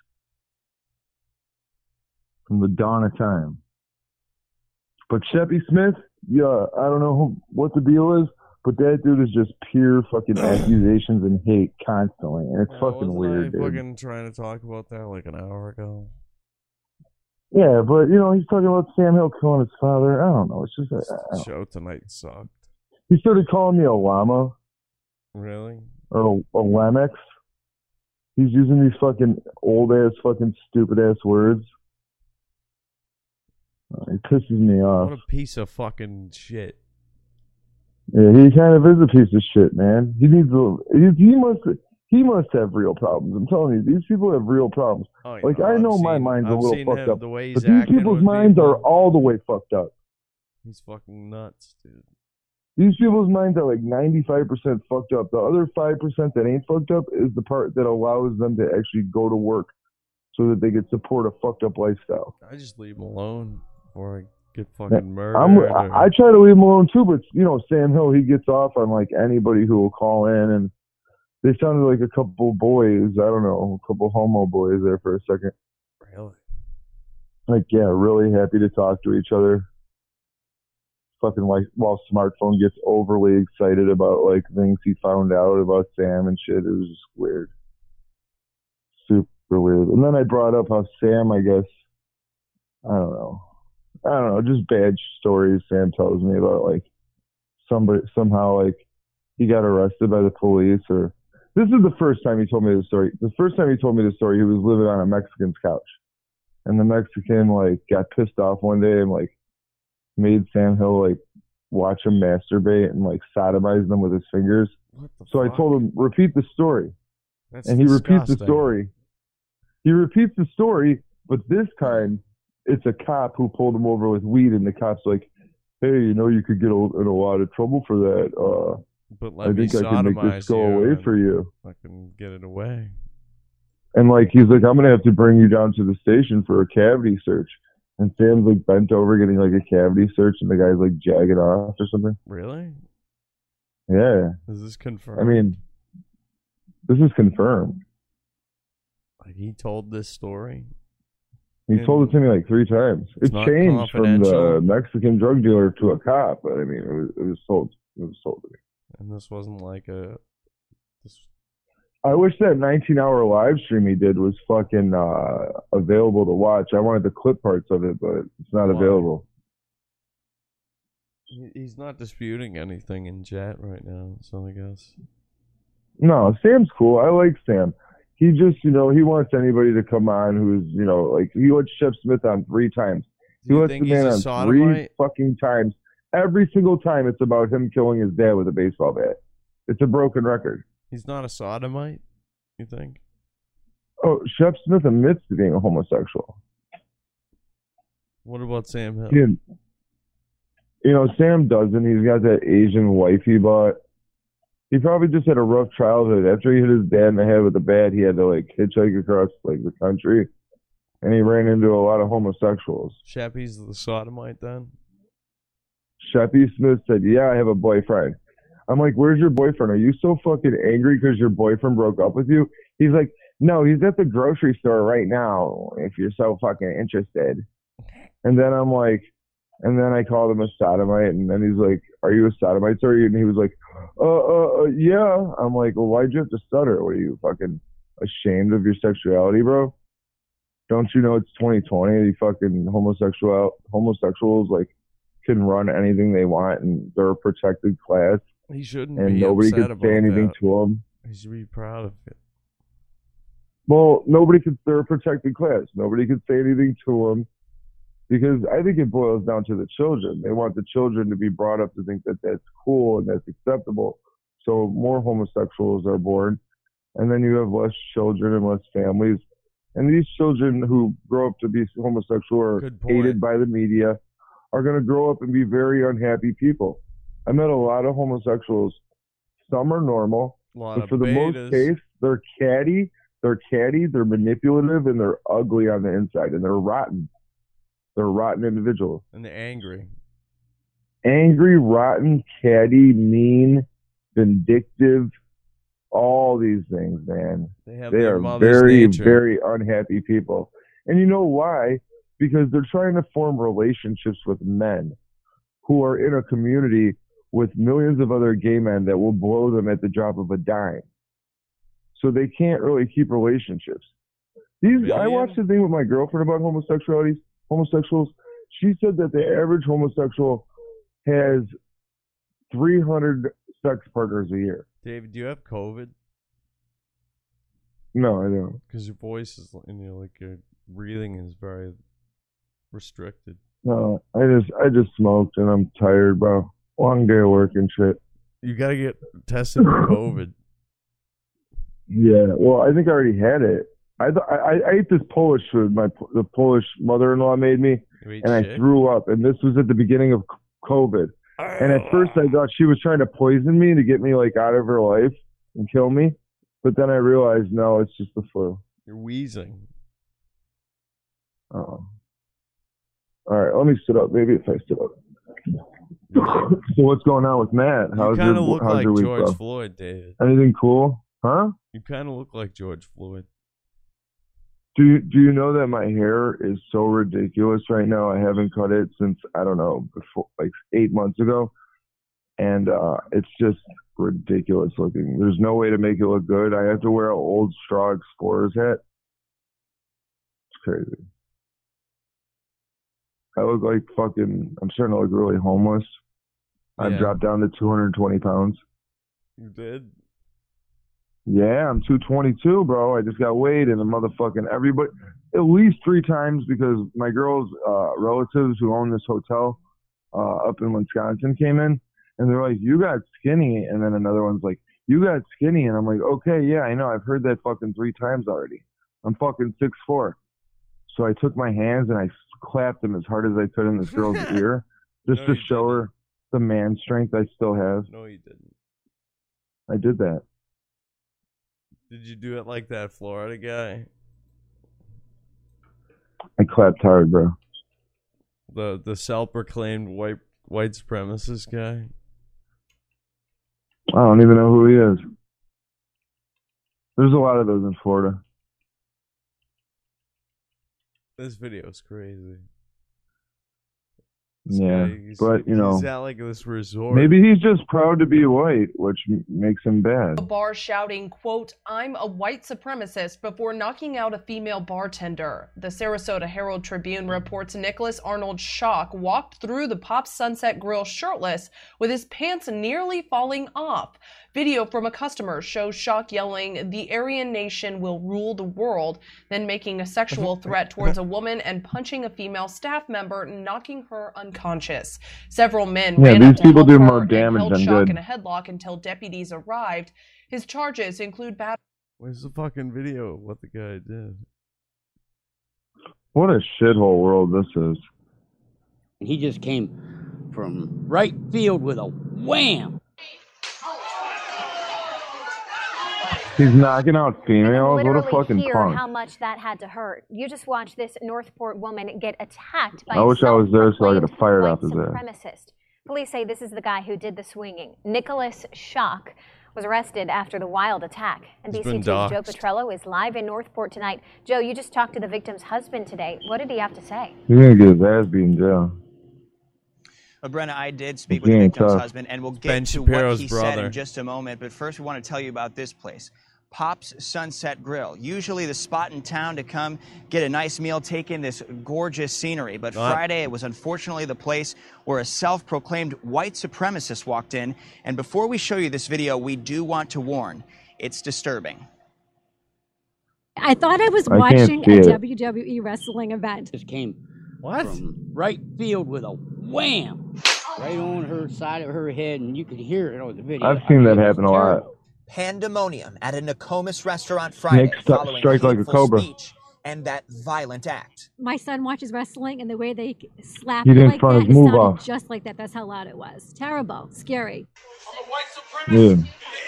Speaker 14: from the dawn of time. But Sheppy Smith, yeah, I don't know who, what the deal is, but that dude is just pure
Speaker 1: (sighs)
Speaker 14: fucking accusations and hate constantly, and it's
Speaker 1: Yeah,
Speaker 14: fucking
Speaker 1: wasn't
Speaker 14: weird,
Speaker 1: I
Speaker 14: dude.
Speaker 1: fucking trying to talk about that like an hour ago.
Speaker 14: Yeah, but you know he's talking about Sam Hill killing his father. I don't know. It's just uh, I
Speaker 1: The
Speaker 14: don't-
Speaker 1: show tonight sucked.
Speaker 14: he started calling me a llama
Speaker 1: Really?
Speaker 14: or a, a lamex. He's using these fucking old ass, fucking stupid ass words. Uh, It pisses me off.
Speaker 1: What a piece of fucking shit.
Speaker 14: Yeah, he kind of is a piece of shit, man. He needs a. He, he must. He must have real problems. I'm telling you, these people have real problems.
Speaker 1: Oh, yeah,
Speaker 14: like I
Speaker 1: I've
Speaker 14: know my
Speaker 1: seen-
Speaker 14: mind's a
Speaker 1: I've
Speaker 14: little
Speaker 1: seen
Speaker 14: fucked
Speaker 1: him,
Speaker 14: up,
Speaker 1: the way he's
Speaker 14: but these
Speaker 1: acting
Speaker 14: people's
Speaker 1: with
Speaker 14: minds are
Speaker 1: people.
Speaker 14: all the way fucked up.
Speaker 1: He's fucking nuts, dude.
Speaker 14: These people's minds are like 95% fucked up. The other 5% that ain't fucked up is the part that allows them to actually go to work so that they could support a fucked up lifestyle.
Speaker 1: I just leave him alone or I get fucking murdered.
Speaker 14: I'm,
Speaker 1: or-
Speaker 14: I I try to leave him alone too, but you know, Sam Hill, he gets off on like anybody who will call in and they sounded like a couple boys. I don't know, a couple homo boys there for a second.
Speaker 1: Really?
Speaker 14: Like, yeah, really happy to talk to each other. Fucking like, while smartphone gets overly excited about like things he found out about Sam and shit. It was just weird. Super weird. And then I brought up how Sam, I guess, I don't know. I don't know, just bad stories Sam tells me about like somebody somehow like he got arrested by the police or this is the first time he told me the story. The first time he told me the story, he was living on a Mexican's couch. And the Mexican like got pissed off one day and like made Sam Hill like watch him masturbate and like sodomize them with his fingers. So I told him, repeat the story.
Speaker 1: That's
Speaker 14: and he repeats the
Speaker 1: disgusting.
Speaker 14: story. He repeats the story, but this time it's a cop who pulled him over with weed, and the cop's like, "Hey, you know, you could get a, in a lot of trouble for that. Uh,
Speaker 1: But let
Speaker 14: I
Speaker 1: me
Speaker 14: think I can make this
Speaker 1: sodomize
Speaker 14: go
Speaker 1: you
Speaker 14: away
Speaker 1: and
Speaker 14: for you."
Speaker 1: Fucking get it away.
Speaker 14: And like he's like, "I'm gonna have to bring you down to the station for a cavity search." And Sam's like bent over getting like a cavity search, and the guy's like jagging off or something.
Speaker 1: Really?
Speaker 14: Yeah,
Speaker 1: Is this confirmed?
Speaker 14: I mean, this is confirmed.
Speaker 1: Like, he told this story.
Speaker 14: He
Speaker 1: And-
Speaker 14: told it to me like three times.
Speaker 1: It's
Speaker 14: It
Speaker 1: not
Speaker 14: changed from the
Speaker 1: confidential.
Speaker 14: Mexican drug dealer to a cop, but I mean, it was, it was sold. It was sold to me.
Speaker 1: And this wasn't like a. This,
Speaker 14: I wish that 19-hour live stream he did was fucking uh, available to watch. I wanted the clip parts of it, but it's not
Speaker 1: Why?
Speaker 14: available.
Speaker 1: he- he's not disputing anything in chat right now, so I guess.
Speaker 14: No, Sam's cool. I like Sam. He just, you know, he wants anybody to come on who's, you know, like he wants Shep Smith on three times. He
Speaker 1: Do you
Speaker 14: wants the
Speaker 1: think he's
Speaker 14: man
Speaker 1: a
Speaker 14: on three
Speaker 1: sodomite?
Speaker 14: fucking times. Every single time, it's about him killing his dad with a baseball bat. It's a broken record.
Speaker 1: He's not a sodomite, you think?
Speaker 14: Oh, Shep Smith admits to being a homosexual.
Speaker 1: What about Sam Hill?
Speaker 14: Yeah. You know, Sam doesn't. He's got that Asian wife he bought. He probably just had a rough childhood. After he hit his dad in the head with a bat, he had to like hitchhike across like the country, and he ran into a lot of homosexuals.
Speaker 1: Shappy's the sodomite then?
Speaker 14: Sheppy Smith said, "Yeah, I have a boyfriend." I'm like, "Where's your boyfriend? Are you so fucking angry because your boyfriend broke up with you?" He's like, "No, he's at the grocery store right now. If you're so fucking interested." And then I'm like, And then I called him a sodomite, and then he's like, "Are you a sodomite, sir?" And he was like, "Uh, uh, uh yeah." I'm like, "Well, why'd you have to stutter? What are you fucking ashamed of your sexuality, bro? Don't you know it's 2020? The fucking homosexual homosexuals like can run anything they want, and they're a protected class,
Speaker 1: He shouldn't
Speaker 14: and
Speaker 1: be
Speaker 14: nobody
Speaker 1: upset
Speaker 14: can
Speaker 1: about
Speaker 14: say anything
Speaker 1: that.
Speaker 14: to them."
Speaker 1: He should be proud of it.
Speaker 14: Well, nobody could. They're a protected class. Nobody could say anything to them because I think it boils down to the children. They want the children to be brought up to think that that's cool and that's acceptable. So more homosexuals are born, and then you have less children and less families. And these children who grow up to be homosexual or aided by the media are going to grow up and be very unhappy people. I met a lot of homosexuals. Some are normal,
Speaker 1: Lot
Speaker 14: but
Speaker 1: of
Speaker 14: for the
Speaker 1: betas.
Speaker 14: most case, they're catty, they're catty, they're manipulative, and they're ugly on the inside, and they're rotten. They're rotten individuals.
Speaker 1: And they're angry.
Speaker 14: Angry, rotten, catty, mean, vindictive, all these things, man.
Speaker 1: They have
Speaker 14: they
Speaker 1: their
Speaker 14: are
Speaker 1: mother's
Speaker 14: very,
Speaker 1: nature.
Speaker 14: very unhappy people. And you know why? Because they're trying to form relationships with men who are in a community with millions of other gay men that will blow them at the drop of a dime. So they can't really keep relationships. These I watched the thing with my girlfriend about homosexuality, homosexuals. She said that the average homosexual has 300 sex partners a year.
Speaker 1: David, do you have COVID?
Speaker 14: No, I don't.
Speaker 1: Because your voice is and you're like your breathing is very restricted.
Speaker 14: No, I just I just smoked and I'm tired, bro. Long day of work and shit.
Speaker 1: You gotta get tested for
Speaker 14: (laughs)
Speaker 1: COVID.
Speaker 14: Yeah. Well, I think I already had it. I th- I, I ate this Polish food my p- the Polish mother-in-law made me,
Speaker 1: You ate
Speaker 14: and I
Speaker 1: shit?
Speaker 14: threw up. And this was at the beginning of c- COVID. And at first I thought she was trying to poison me to get me like out of her life and kill me, but then I realized no, it's just the flu.
Speaker 1: You're wheezing.
Speaker 14: Oh. All right, let me sit up. Maybe if I sit up. so what's going on with Matt? How's
Speaker 1: you
Speaker 14: your
Speaker 1: kinda look
Speaker 14: how's
Speaker 1: like
Speaker 14: your week,
Speaker 1: George
Speaker 14: bro?
Speaker 1: Floyd, David.
Speaker 14: Anything cool? Huh?
Speaker 1: You kinda look like George Floyd.
Speaker 14: Do you, do you know that my hair is so ridiculous right now? I haven't cut it since I don't know before like eight months ago, and uh, it's just ridiculous looking. There's no way to make it look good. I have to wear an old straw explorer's hat. It's crazy. I look like fucking. I'm starting to look really homeless. I've
Speaker 1: Yeah.
Speaker 14: dropped down to 220 pounds.
Speaker 1: You did?
Speaker 14: Yeah, I'm 222, bro. I just got weighed and the motherfucking everybody at least three times because my girl's uh, relatives who own this hotel uh, up in Wisconsin came in and they're like, "You got skinny," and then another one's like, "You got skinny," and I'm like, "Okay, yeah, I know. I've heard that fucking three times already. I'm fucking six four. So I took my hands and I clapped them as hard as I could in this girl's ear just to show her the man strength I still have.
Speaker 1: No you didn't.
Speaker 14: I did that.
Speaker 1: Did you do it like that Florida guy?
Speaker 14: I clapped hard, bro.
Speaker 1: The the self proclaimed white white supremacist guy?
Speaker 14: I don't even know who he is. There's a lot of those in Florida.
Speaker 1: This video is crazy.
Speaker 14: yeah, but you know,
Speaker 1: He's at like this resort.
Speaker 14: maybe he's just proud to be white, which m- makes him bad.
Speaker 22: a bar shouting, quote, I'm a white supremacist before knocking out a female bartender. The Sarasota Herald Tribune reports Nicholas Arnold Shock walked through the Pop Sunset Grill shirtless with his pants nearly falling off. Video from a customer shows Shock yelling, The Aryan Nation will rule the world, then making a sexual threat towards a woman and punching a female staff member, knocking her unconscious. Several men
Speaker 14: Yeah,
Speaker 22: ran up
Speaker 14: these
Speaker 22: to
Speaker 14: people
Speaker 22: help
Speaker 14: do
Speaker 22: her
Speaker 14: more
Speaker 22: and
Speaker 14: damage
Speaker 22: held
Speaker 14: than
Speaker 22: Shock
Speaker 14: good.
Speaker 22: in a headlock until deputies arrived. His charges include battery.
Speaker 1: Where's the fucking video of what the guy did?
Speaker 14: What a shithole world this is.
Speaker 23: And he just came from right field with a wham.
Speaker 14: He's knocking out females. What a
Speaker 24: literally
Speaker 14: Oh, fucking
Speaker 24: hear
Speaker 14: punk.
Speaker 24: how much that had to hurt. You just watched this Northport woman get attacked by
Speaker 14: I wish
Speaker 24: a
Speaker 14: I was there so I could have fired off his ass.
Speaker 24: supremacist. Police say this is the guy who did the swinging. Nicholas Shock was arrested after the wild attack.
Speaker 1: He's
Speaker 24: NBC2's
Speaker 1: been doxxed.
Speaker 24: Joe Petrello is live in Northport tonight. Joe, you just talked to the victim's husband today. What did he have to say?
Speaker 14: He's gonna get his ass beat in jail.
Speaker 7: But Brenna, I did speak
Speaker 14: It's
Speaker 7: with the
Speaker 14: being
Speaker 7: victim's
Speaker 14: tough.
Speaker 7: husband, and we'll get
Speaker 1: Ben
Speaker 7: to
Speaker 1: Shapiro's
Speaker 7: what he said
Speaker 1: brother.
Speaker 7: in just a moment. But first, we want to tell you about this place. Pop's Sunset Grill, usually the spot in town to come get a nice meal, take in this gorgeous scenery. But
Speaker 10: Right.
Speaker 7: Friday, it was unfortunately the place where a self proclaimed white supremacist walked in. And before we show you this video, we do want to warn it's disturbing.
Speaker 25: I thought I was
Speaker 7: I can't
Speaker 25: watching
Speaker 7: see
Speaker 25: a
Speaker 7: it.
Speaker 25: WWE wrestling event.
Speaker 23: Just came
Speaker 25: What?
Speaker 23: from right field with a wham, right on her side of her head, and you could hear it on the video.
Speaker 14: I've seen that happen a lot.
Speaker 7: Pandemonium at a Nokomis restaurant Friday
Speaker 14: Nick st-
Speaker 7: following
Speaker 14: strike like a
Speaker 7: hateful
Speaker 14: cobra.
Speaker 7: speech and that violent act.
Speaker 25: My son watches wrestling, and the way they slap
Speaker 14: He
Speaker 25: it
Speaker 14: didn't
Speaker 25: like
Speaker 14: front
Speaker 25: that,
Speaker 14: his
Speaker 25: it
Speaker 14: move
Speaker 25: sounded
Speaker 14: off.
Speaker 25: just like that. That's how loud it was. Terrible, scary.
Speaker 14: Yeah.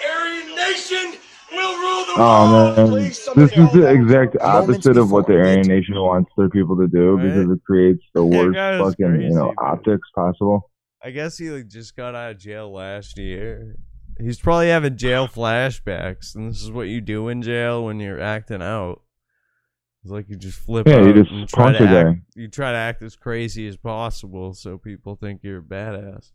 Speaker 17: Aryan Nation will rule the
Speaker 14: Oh man, this is the exact opposite of what the Aryan Nation wants their people to do because it creates the worst
Speaker 1: God, it's
Speaker 14: fucking you know
Speaker 1: crazy,
Speaker 14: optics possible.
Speaker 1: I guess he like, just got out of jail last year. He's probably having jail flashbacks, and this is what you do in jail when you're acting out. It's like you just flip
Speaker 14: Yeah,
Speaker 1: out.
Speaker 14: you just
Speaker 1: and try
Speaker 14: punch
Speaker 1: to
Speaker 14: a
Speaker 1: act,
Speaker 14: guy.
Speaker 1: You try to act as crazy as possible so people think you're a badass.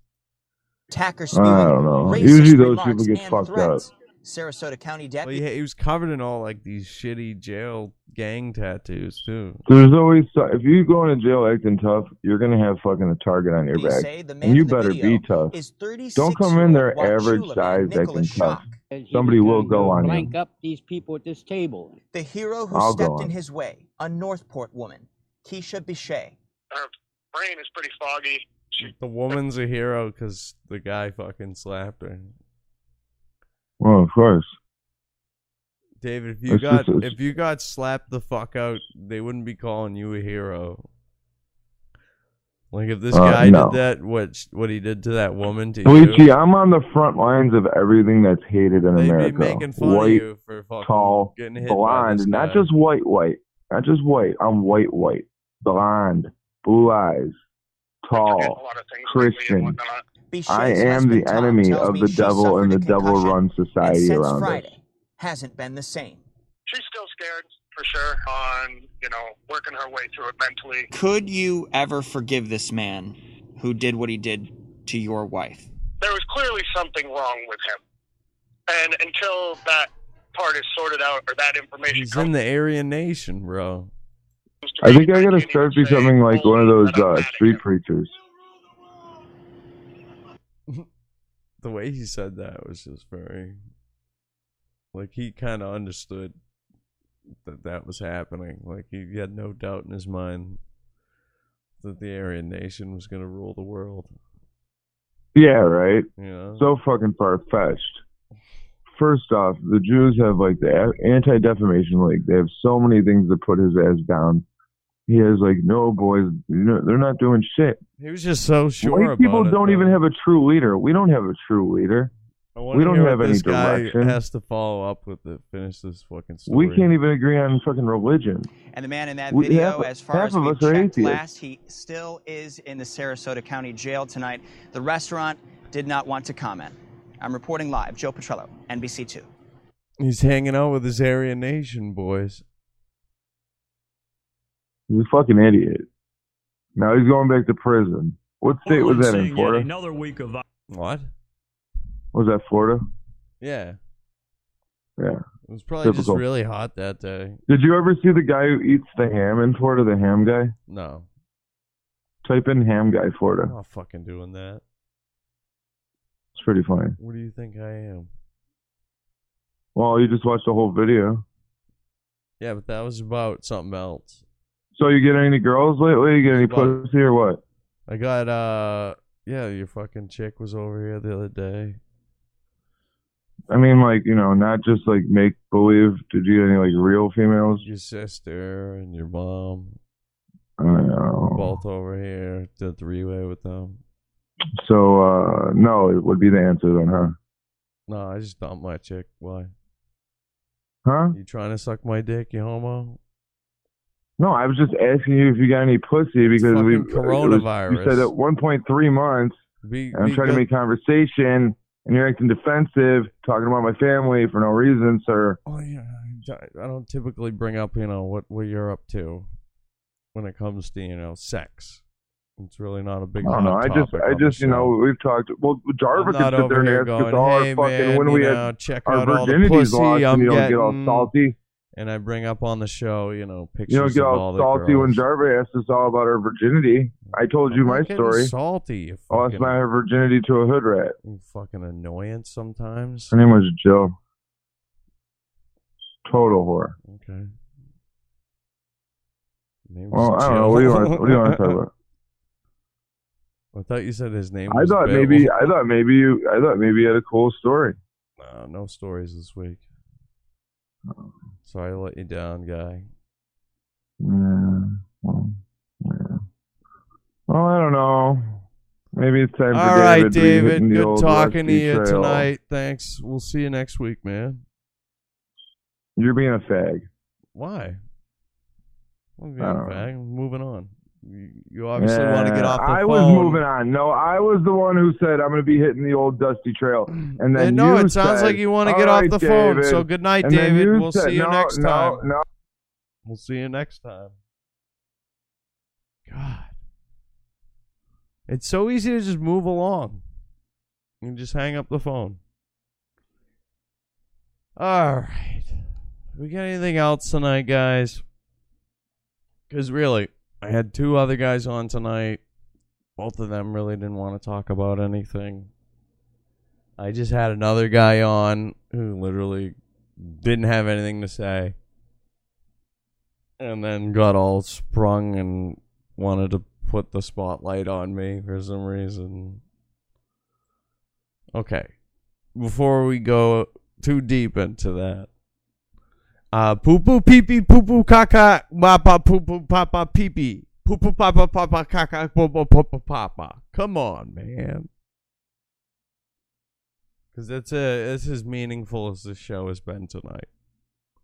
Speaker 7: Attacker spewing
Speaker 14: I don't know.
Speaker 7: racist
Speaker 14: Usually those
Speaker 7: remarks
Speaker 14: people get
Speaker 7: and
Speaker 14: fucked up.
Speaker 7: threats. Sarasota County
Speaker 1: Well,
Speaker 7: deputy
Speaker 1: yeah, he was covered in all like these shitty jail gang tattoos too.
Speaker 14: There's always so- if you go into jail acting tough, you're gonna have fucking a target on your back, and you better be tough. Don't come in there average size acting tough. Somebody will go on you.
Speaker 23: Blank up these people at this table.
Speaker 7: The hero who
Speaker 14: I'll go
Speaker 7: stepped
Speaker 14: on.
Speaker 7: in his way, a Northport woman, Keisha Bichet.
Speaker 26: brain is pretty foggy.
Speaker 1: The woman's a hero because the guy fucking slapped her.
Speaker 14: Well, of course.
Speaker 1: David, if you
Speaker 14: It's
Speaker 1: got
Speaker 14: just- it's-
Speaker 1: if you got slapped the fuck out, they wouldn't be calling you a hero. Like if this
Speaker 14: Uh,
Speaker 1: guy
Speaker 14: no.
Speaker 1: did that, what sh- what he did to that woman to
Speaker 14: Luigi,
Speaker 1: you,
Speaker 14: I'm on the front lines of everything that's hated in
Speaker 1: They'd be
Speaker 14: America.
Speaker 1: making fun of
Speaker 14: white,
Speaker 1: you for fucking
Speaker 14: tall,
Speaker 1: getting hit by
Speaker 14: blonde,
Speaker 1: this
Speaker 14: not
Speaker 1: guy.
Speaker 14: just white, white, not just white. I'm white, white, blonde, blue eyes, tall, Christian. I am the enemy of the devil and the devil run society
Speaker 7: Since
Speaker 14: around us.
Speaker 7: Friday, hasn't been the same. She's still scared for sure on, you know, working her way through it mentally. Could you ever forgive this man who did what he did to your wife?
Speaker 26: There was clearly something wrong with him. And until that part is sorted out or that information
Speaker 1: he's in the Aryan nation, bro.
Speaker 14: I think I gotta start becoming like one of those uh, street preachers.
Speaker 1: The way he said that was just very, like he kind of understood that that was happening. Like he had no doubt in his mind that the Aryan nation was gonna rule the world.
Speaker 14: Yeah, right.
Speaker 1: Yeah.
Speaker 14: So fucking far fetched. First off, the Jews have like the Anti Defamation League. They have so many things to put his ass down. He has like, no boys, no, they're not doing shit.
Speaker 1: He was just so sure
Speaker 14: White
Speaker 1: about
Speaker 14: people
Speaker 1: it,
Speaker 14: don't
Speaker 1: though.
Speaker 14: even have a true leader. We don't have a true leader.
Speaker 1: I wanna
Speaker 14: We don't
Speaker 1: hear what
Speaker 14: have any
Speaker 1: this guy
Speaker 14: direction.
Speaker 1: Has to follow up with it. Finish this fucking story.
Speaker 14: We can't even agree on fucking religion.
Speaker 7: And the man in that
Speaker 14: We-
Speaker 7: video,
Speaker 14: half-
Speaker 7: as far
Speaker 14: half
Speaker 7: as
Speaker 14: of
Speaker 7: we
Speaker 14: us are
Speaker 7: checked
Speaker 14: atheists.
Speaker 7: last, he still is in the Sarasota County Jail tonight. The restaurant did not want to comment. I'm reporting live. Joe Petrello, NBC2.
Speaker 1: He's hanging out with his Aryan Nation boys.
Speaker 14: He's a fucking idiot. Now he's going back to prison. What state was that in? Florida?
Speaker 27: Another week of
Speaker 1: What?
Speaker 14: Was that Florida?
Speaker 1: Yeah,
Speaker 14: Yeah.
Speaker 1: it was probably
Speaker 14: Typical.
Speaker 1: just really hot that day.
Speaker 14: Did you ever see the guy who eats the ham in Florida? The ham guy.
Speaker 1: No,
Speaker 14: Type in ham guy Florida.
Speaker 1: I'm not fucking doing that.
Speaker 14: It's pretty funny.
Speaker 1: What do you think I am?
Speaker 14: Well, you just watched the whole video.
Speaker 1: Yeah, but that was about something else.
Speaker 14: So you get any girls lately? You get any
Speaker 1: Well-
Speaker 14: pussy or what?
Speaker 1: I got uh, yeah, your fucking chick was over here the other day.
Speaker 14: I mean, like you know, not just like make believe. Did you get any like real females?
Speaker 1: Your sister and your mom.
Speaker 14: I don't know.
Speaker 1: were Both over here did three way with them.
Speaker 14: So uh no, it would be the answer then, huh?
Speaker 1: No, I just dumped my chick. Why?
Speaker 14: Huh?
Speaker 1: You trying to suck my dick, you homo?
Speaker 14: No, I was just asking you if you got any pussy because we
Speaker 1: fucking
Speaker 14: it was- you said
Speaker 1: coronavirus.
Speaker 14: at 1.3 months,
Speaker 1: Be,
Speaker 14: and I'm
Speaker 1: be
Speaker 14: trying
Speaker 1: good-
Speaker 14: to make conversation, and you're acting defensive, talking about my family for no reason, sir.
Speaker 1: Oh yeah, I- I don't typically bring up you know what what you're up to when it comes to you know sex. It's really not a big.
Speaker 14: I don't know.
Speaker 1: hot
Speaker 14: I just,
Speaker 1: topic
Speaker 14: I
Speaker 1: on the
Speaker 14: just, you
Speaker 1: show.
Speaker 14: know, we've talked. Well, Jarvis
Speaker 1: I'm not
Speaker 14: can sit there
Speaker 1: over
Speaker 14: and
Speaker 1: here
Speaker 14: ask us
Speaker 1: going,
Speaker 14: all
Speaker 1: "Hey,
Speaker 14: our fucking
Speaker 1: man,
Speaker 14: when
Speaker 1: you
Speaker 14: we
Speaker 1: know,
Speaker 14: had
Speaker 1: check
Speaker 14: our
Speaker 1: out all the
Speaker 14: virginities
Speaker 1: pussy
Speaker 14: lost,
Speaker 1: I'm
Speaker 14: and you don't get all
Speaker 1: getting."
Speaker 14: salty.
Speaker 1: And I bring up on the show, you know, pictures
Speaker 14: You don't get
Speaker 1: of
Speaker 14: all,
Speaker 1: all the
Speaker 14: salty
Speaker 1: girls.
Speaker 14: when Jarvis asks us all about our virginity. I told you
Speaker 1: I'm
Speaker 14: my
Speaker 1: not getting
Speaker 14: story.
Speaker 1: Salty, you
Speaker 14: I lost
Speaker 1: fucking-
Speaker 14: my virginity to a hood rat.
Speaker 1: you fucking annoyance sometimes.
Speaker 14: Her name was Jill. Total whore.
Speaker 1: Okay. Name was
Speaker 14: Well, I don't know. What do you
Speaker 1: (laughs)
Speaker 14: want? What do you want to talk about?
Speaker 1: I thought you said his name.
Speaker 14: I
Speaker 1: was
Speaker 14: thought
Speaker 1: Bill.
Speaker 14: maybe I thought maybe you I thought maybe you had a cool story.
Speaker 1: Uh, no stories this week. Sorry to let you down, guy.
Speaker 14: Yeah. Well, yeah. Well, I don't know. Maybe it's time for
Speaker 1: All right,
Speaker 14: David, to be
Speaker 1: David.
Speaker 14: hitting the
Speaker 1: Good
Speaker 14: old uh,
Speaker 1: talking to
Speaker 14: rusty
Speaker 1: you
Speaker 14: trail.
Speaker 1: tonight. Thanks. We'll see you next week, man.
Speaker 14: You're being a fag.
Speaker 1: Why? Well,
Speaker 14: I don't know.
Speaker 1: yeah, I'm moving on. You, you obviously
Speaker 14: Yeah,
Speaker 1: want to get off the
Speaker 14: I
Speaker 1: phone.
Speaker 14: was moving on. No, I was the one who said I'm going to be hitting the old dusty trail, and
Speaker 1: Yeah,
Speaker 14: then
Speaker 1: no,
Speaker 14: you
Speaker 1: it sounds
Speaker 14: said,
Speaker 1: like you wanna
Speaker 14: "All
Speaker 1: get off
Speaker 14: right,
Speaker 1: the phone." So
Speaker 14: David."
Speaker 1: good night,
Speaker 14: And then
Speaker 1: David.
Speaker 14: you
Speaker 1: We'll
Speaker 14: said,
Speaker 1: see you
Speaker 14: "No,
Speaker 1: next
Speaker 14: no,
Speaker 1: time."
Speaker 14: No,
Speaker 1: We'll see you next time. God. It's so easy to just move along and just hang up the phone. All right. We got anything else tonight, guys? Because really, I had two other guys on tonight. Both of them really didn't want to talk about anything. I just had another guy on who literally didn't have anything to say and then got all sprung and wanted to put the spotlight on me for some reason. Okay. Before we go too deep into that. Uh poo poo pee pee poo poo caca mapa poo poo papa pee pee. Poo poo papa papa caca poo poo papa papa. Come on, man. Cause that's a that's as meaningful as this show has been tonight.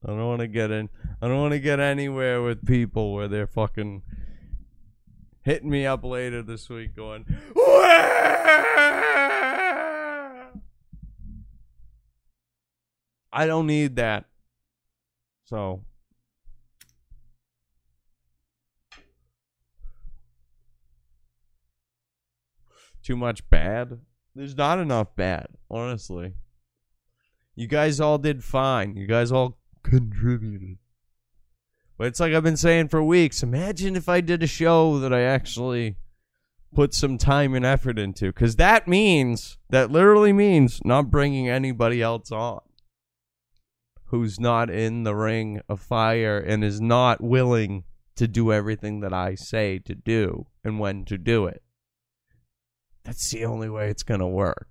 Speaker 1: I don't want to get in. I don't want to get anywhere with people where they're fucking hitting me up later this week, going, I don't need that. So. Too much bad? There's not enough bad, honestly. You guys all did fine. You guys all contributed. But it's like I've been saying for weeks imagine if I did a show that I actually put some time and effort into. Because that means, that literally means not bringing anybody else on who's not in the ring of fire and is not willing to do everything that I say to do and when to do it. That's the only way it's going to work.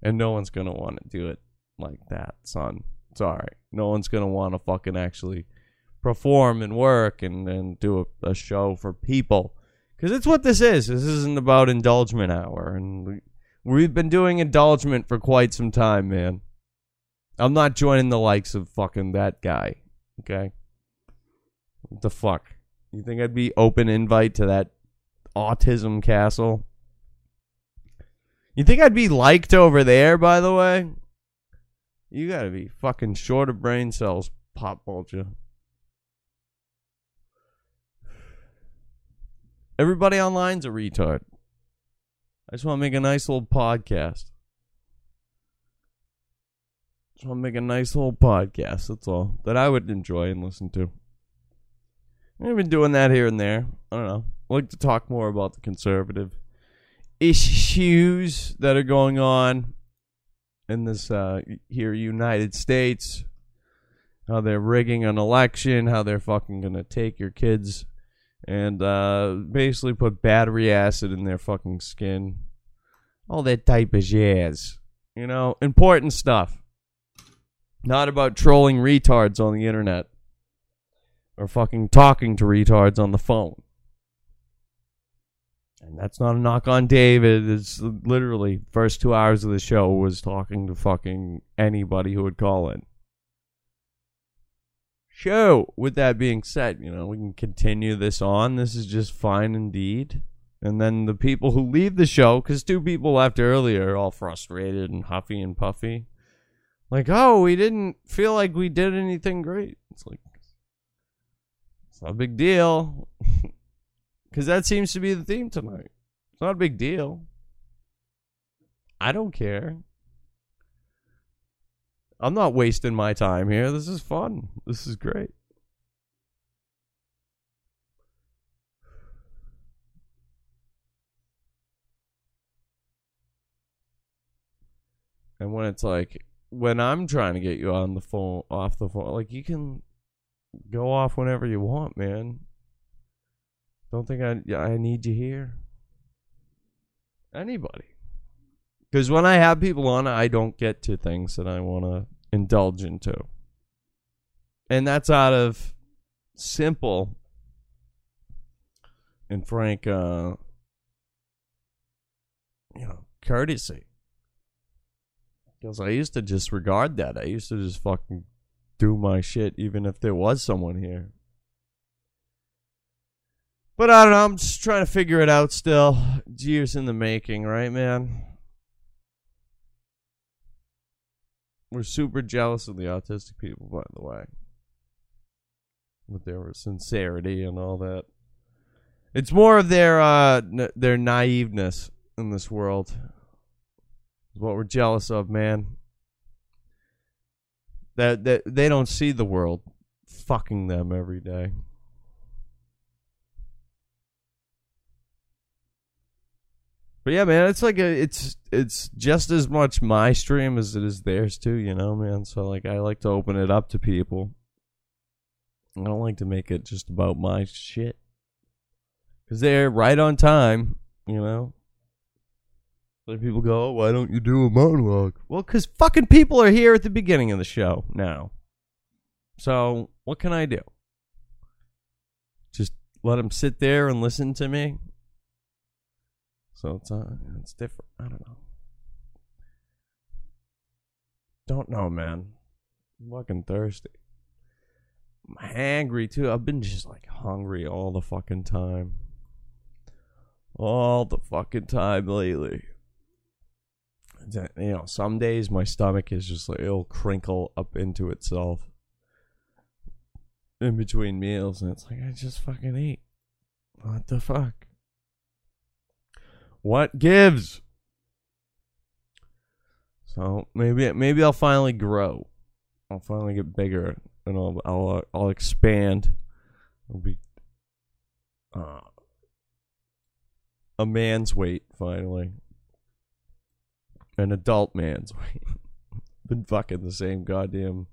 Speaker 1: And no one's going to want to do it like that, son. Sorry. No one's going to want to fucking actually perform and work and, and do a, a show for people. Because it's what this is. This isn't about indulgement hour. And we, we've been doing indulgement for quite some time, man. I'm not joining the likes of fucking that guy. Okay? What the fuck? You think I'd be open invite to that autism castle? You think I'd be liked over there, by the way? You gotta be fucking short of brain cells, pop culture. Everybody online's a retard. I just wanna make a nice little podcast. Just wanna make a nice little podcast, that's all. That I would enjoy and listen to. I've been doing that here and there. I don't know. I like to talk more about the conservative issues that are going on in this uh, here United States. How they're rigging an election, how they're fucking gonna take your kids and uh, basically put battery acid in their fucking skin. All that type of jazz. You know, important stuff. Not about trolling retards on the internet or fucking talking to retards on the phone. And that's not a knock on David. It's literally first two hours of the show was talking to fucking anybody who would call in. So, with that being said, you know, we can continue this on. This is just fine indeed. And then the people who leave the show, because two people left earlier, are all frustrated and huffy and puffy. Like, oh, we didn't feel like we did (laughs) anything great. It's like, it's not a big deal. Because that seems to be the theme tonight. It's not a big deal. I don't care. I'm not wasting my time here. This is fun. This is great. And when it's like when I'm trying to get you on the phone off the phone, like you can go off whenever you want, man. Don't think I I need you here. Anybody. Because when I have people on, I don't get to things that I want to indulge into. And that's out of simple and frank, uh, you know, courtesy. Because I used to just regard that. I used to just fucking do my shit, even if there was someone here. But I don't know. I'm just trying to figure it out still. It's years in the making, right, man? We're super jealous of the autistic people, by the way, with their sincerity and all that. It's more of their uh, n- their naiveness in this world. Is what we're jealous of, man. That that they don't see the world fucking them every day. But yeah, man, it's like a, it's it's just as much my stream as it is theirs too, you know, man. So like, I like to open it up to people. I don't like to make it just about my shit because they're right on time, you know. Other people go, oh, "Why don't you do a monologue?" Well, because fucking people are here at the beginning of the show now. So what can I do? Just let them sit there and listen to me. So it's uh, it's different. I don't know. Don't know, man. I'm fucking thirsty. I'm hangry too. I've been just like hungry all the fucking time. All the fucking time lately. That- You know, some days my stomach is just like it'll crinkle up into itself in between meals, and it's like I just fucking ate. What the fuck? What gives? So maybe maybe I'll finally grow. I'll finally get bigger, and I'll I'll uh, I'll expand. I'll be uh, a man's weight finally, an adult man's (laughs) weight. Been fucking the same goddamn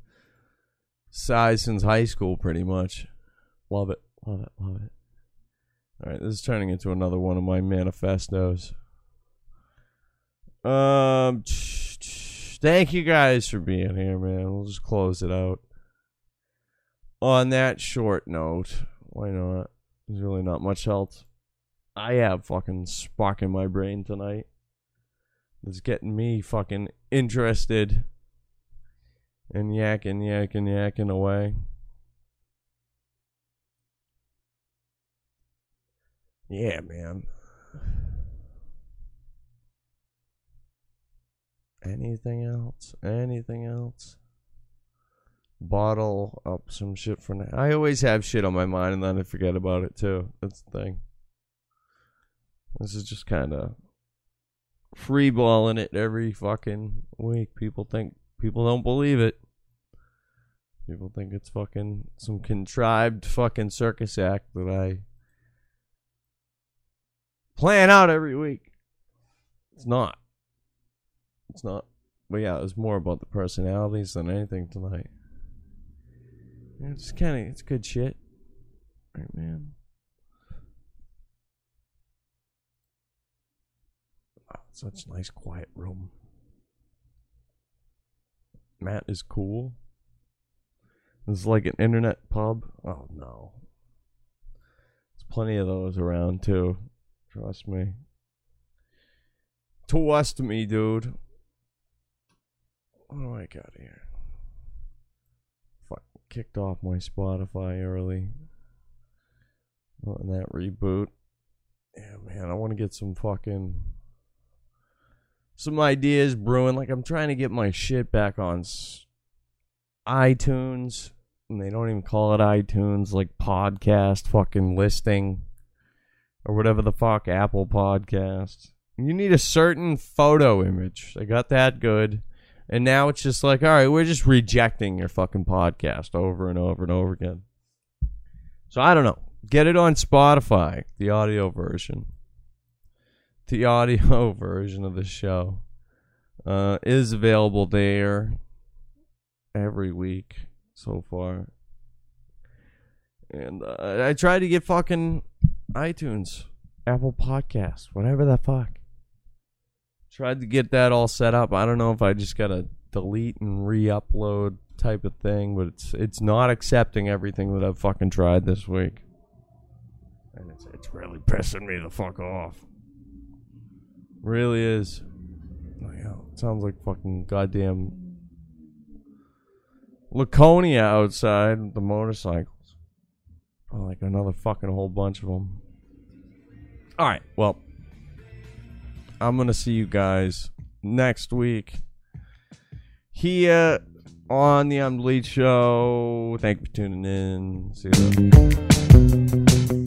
Speaker 1: size since high school, pretty much. Love it, love it, love it. All right, this is turning into another one of my manifestos. Um, (sniffs) thank you guys for being here, man. We'll just close it out on that short note. Why not? There's really not much else. I have fucking spark in my brain tonight. It's getting me fucking interested and yakking, yakking, yakking away. Yeah, man. Anything else? Anything else? Bottle up some shit for now. I always have shit on my mind and then I forget about it too. That's the thing. This is just kind of free balling it every fucking week. People think people don't believe it. People think it's fucking some contrived fucking circus act that I plan out every week. It's not. It's not. But yeah, it was more about the personalities than anything tonight. Yeah, it's kind of it's good shit, right, man? Oh, such a nice quiet room. Matt is cool. This is like an internet pub. Oh no, there's plenty of those around too. Trust me. Trust me, dude. What do I got here? Fuck, kicked off my Spotify early. Letting that reboot. Yeah, man, I want to get some fucking. Some ideas brewing. Like, I'm trying to get my shit back on s- iTunes. And they don't even call it iTunes, like podcast fucking listing. or whatever the fuck Apple Podcast. You need a certain photo image. They got that good. And now it's just like, all right, we're just rejecting your fucking podcast over and over and over again. So I don't know. Get it on Spotify, the audio version. The audio (laughs) version of the show uh, is available there every week so far. And uh, I tried to get fucking iTunes, Apple Podcasts, whatever the fuck. Tried to get that all set up. I don't know if I just got to delete and re-upload type of thing, but it's it's not accepting everything that I've fucking tried this week. And it's it's really pissing me the fuck off. Really is. Like, oh, it sounds like fucking goddamn Laconia outside with the motorcycles. Oh, like another fucking whole bunch of them. All right, well, I'm gonna see you guys next week here on the Unbleed Show. Thank you for tuning in. See you. Later.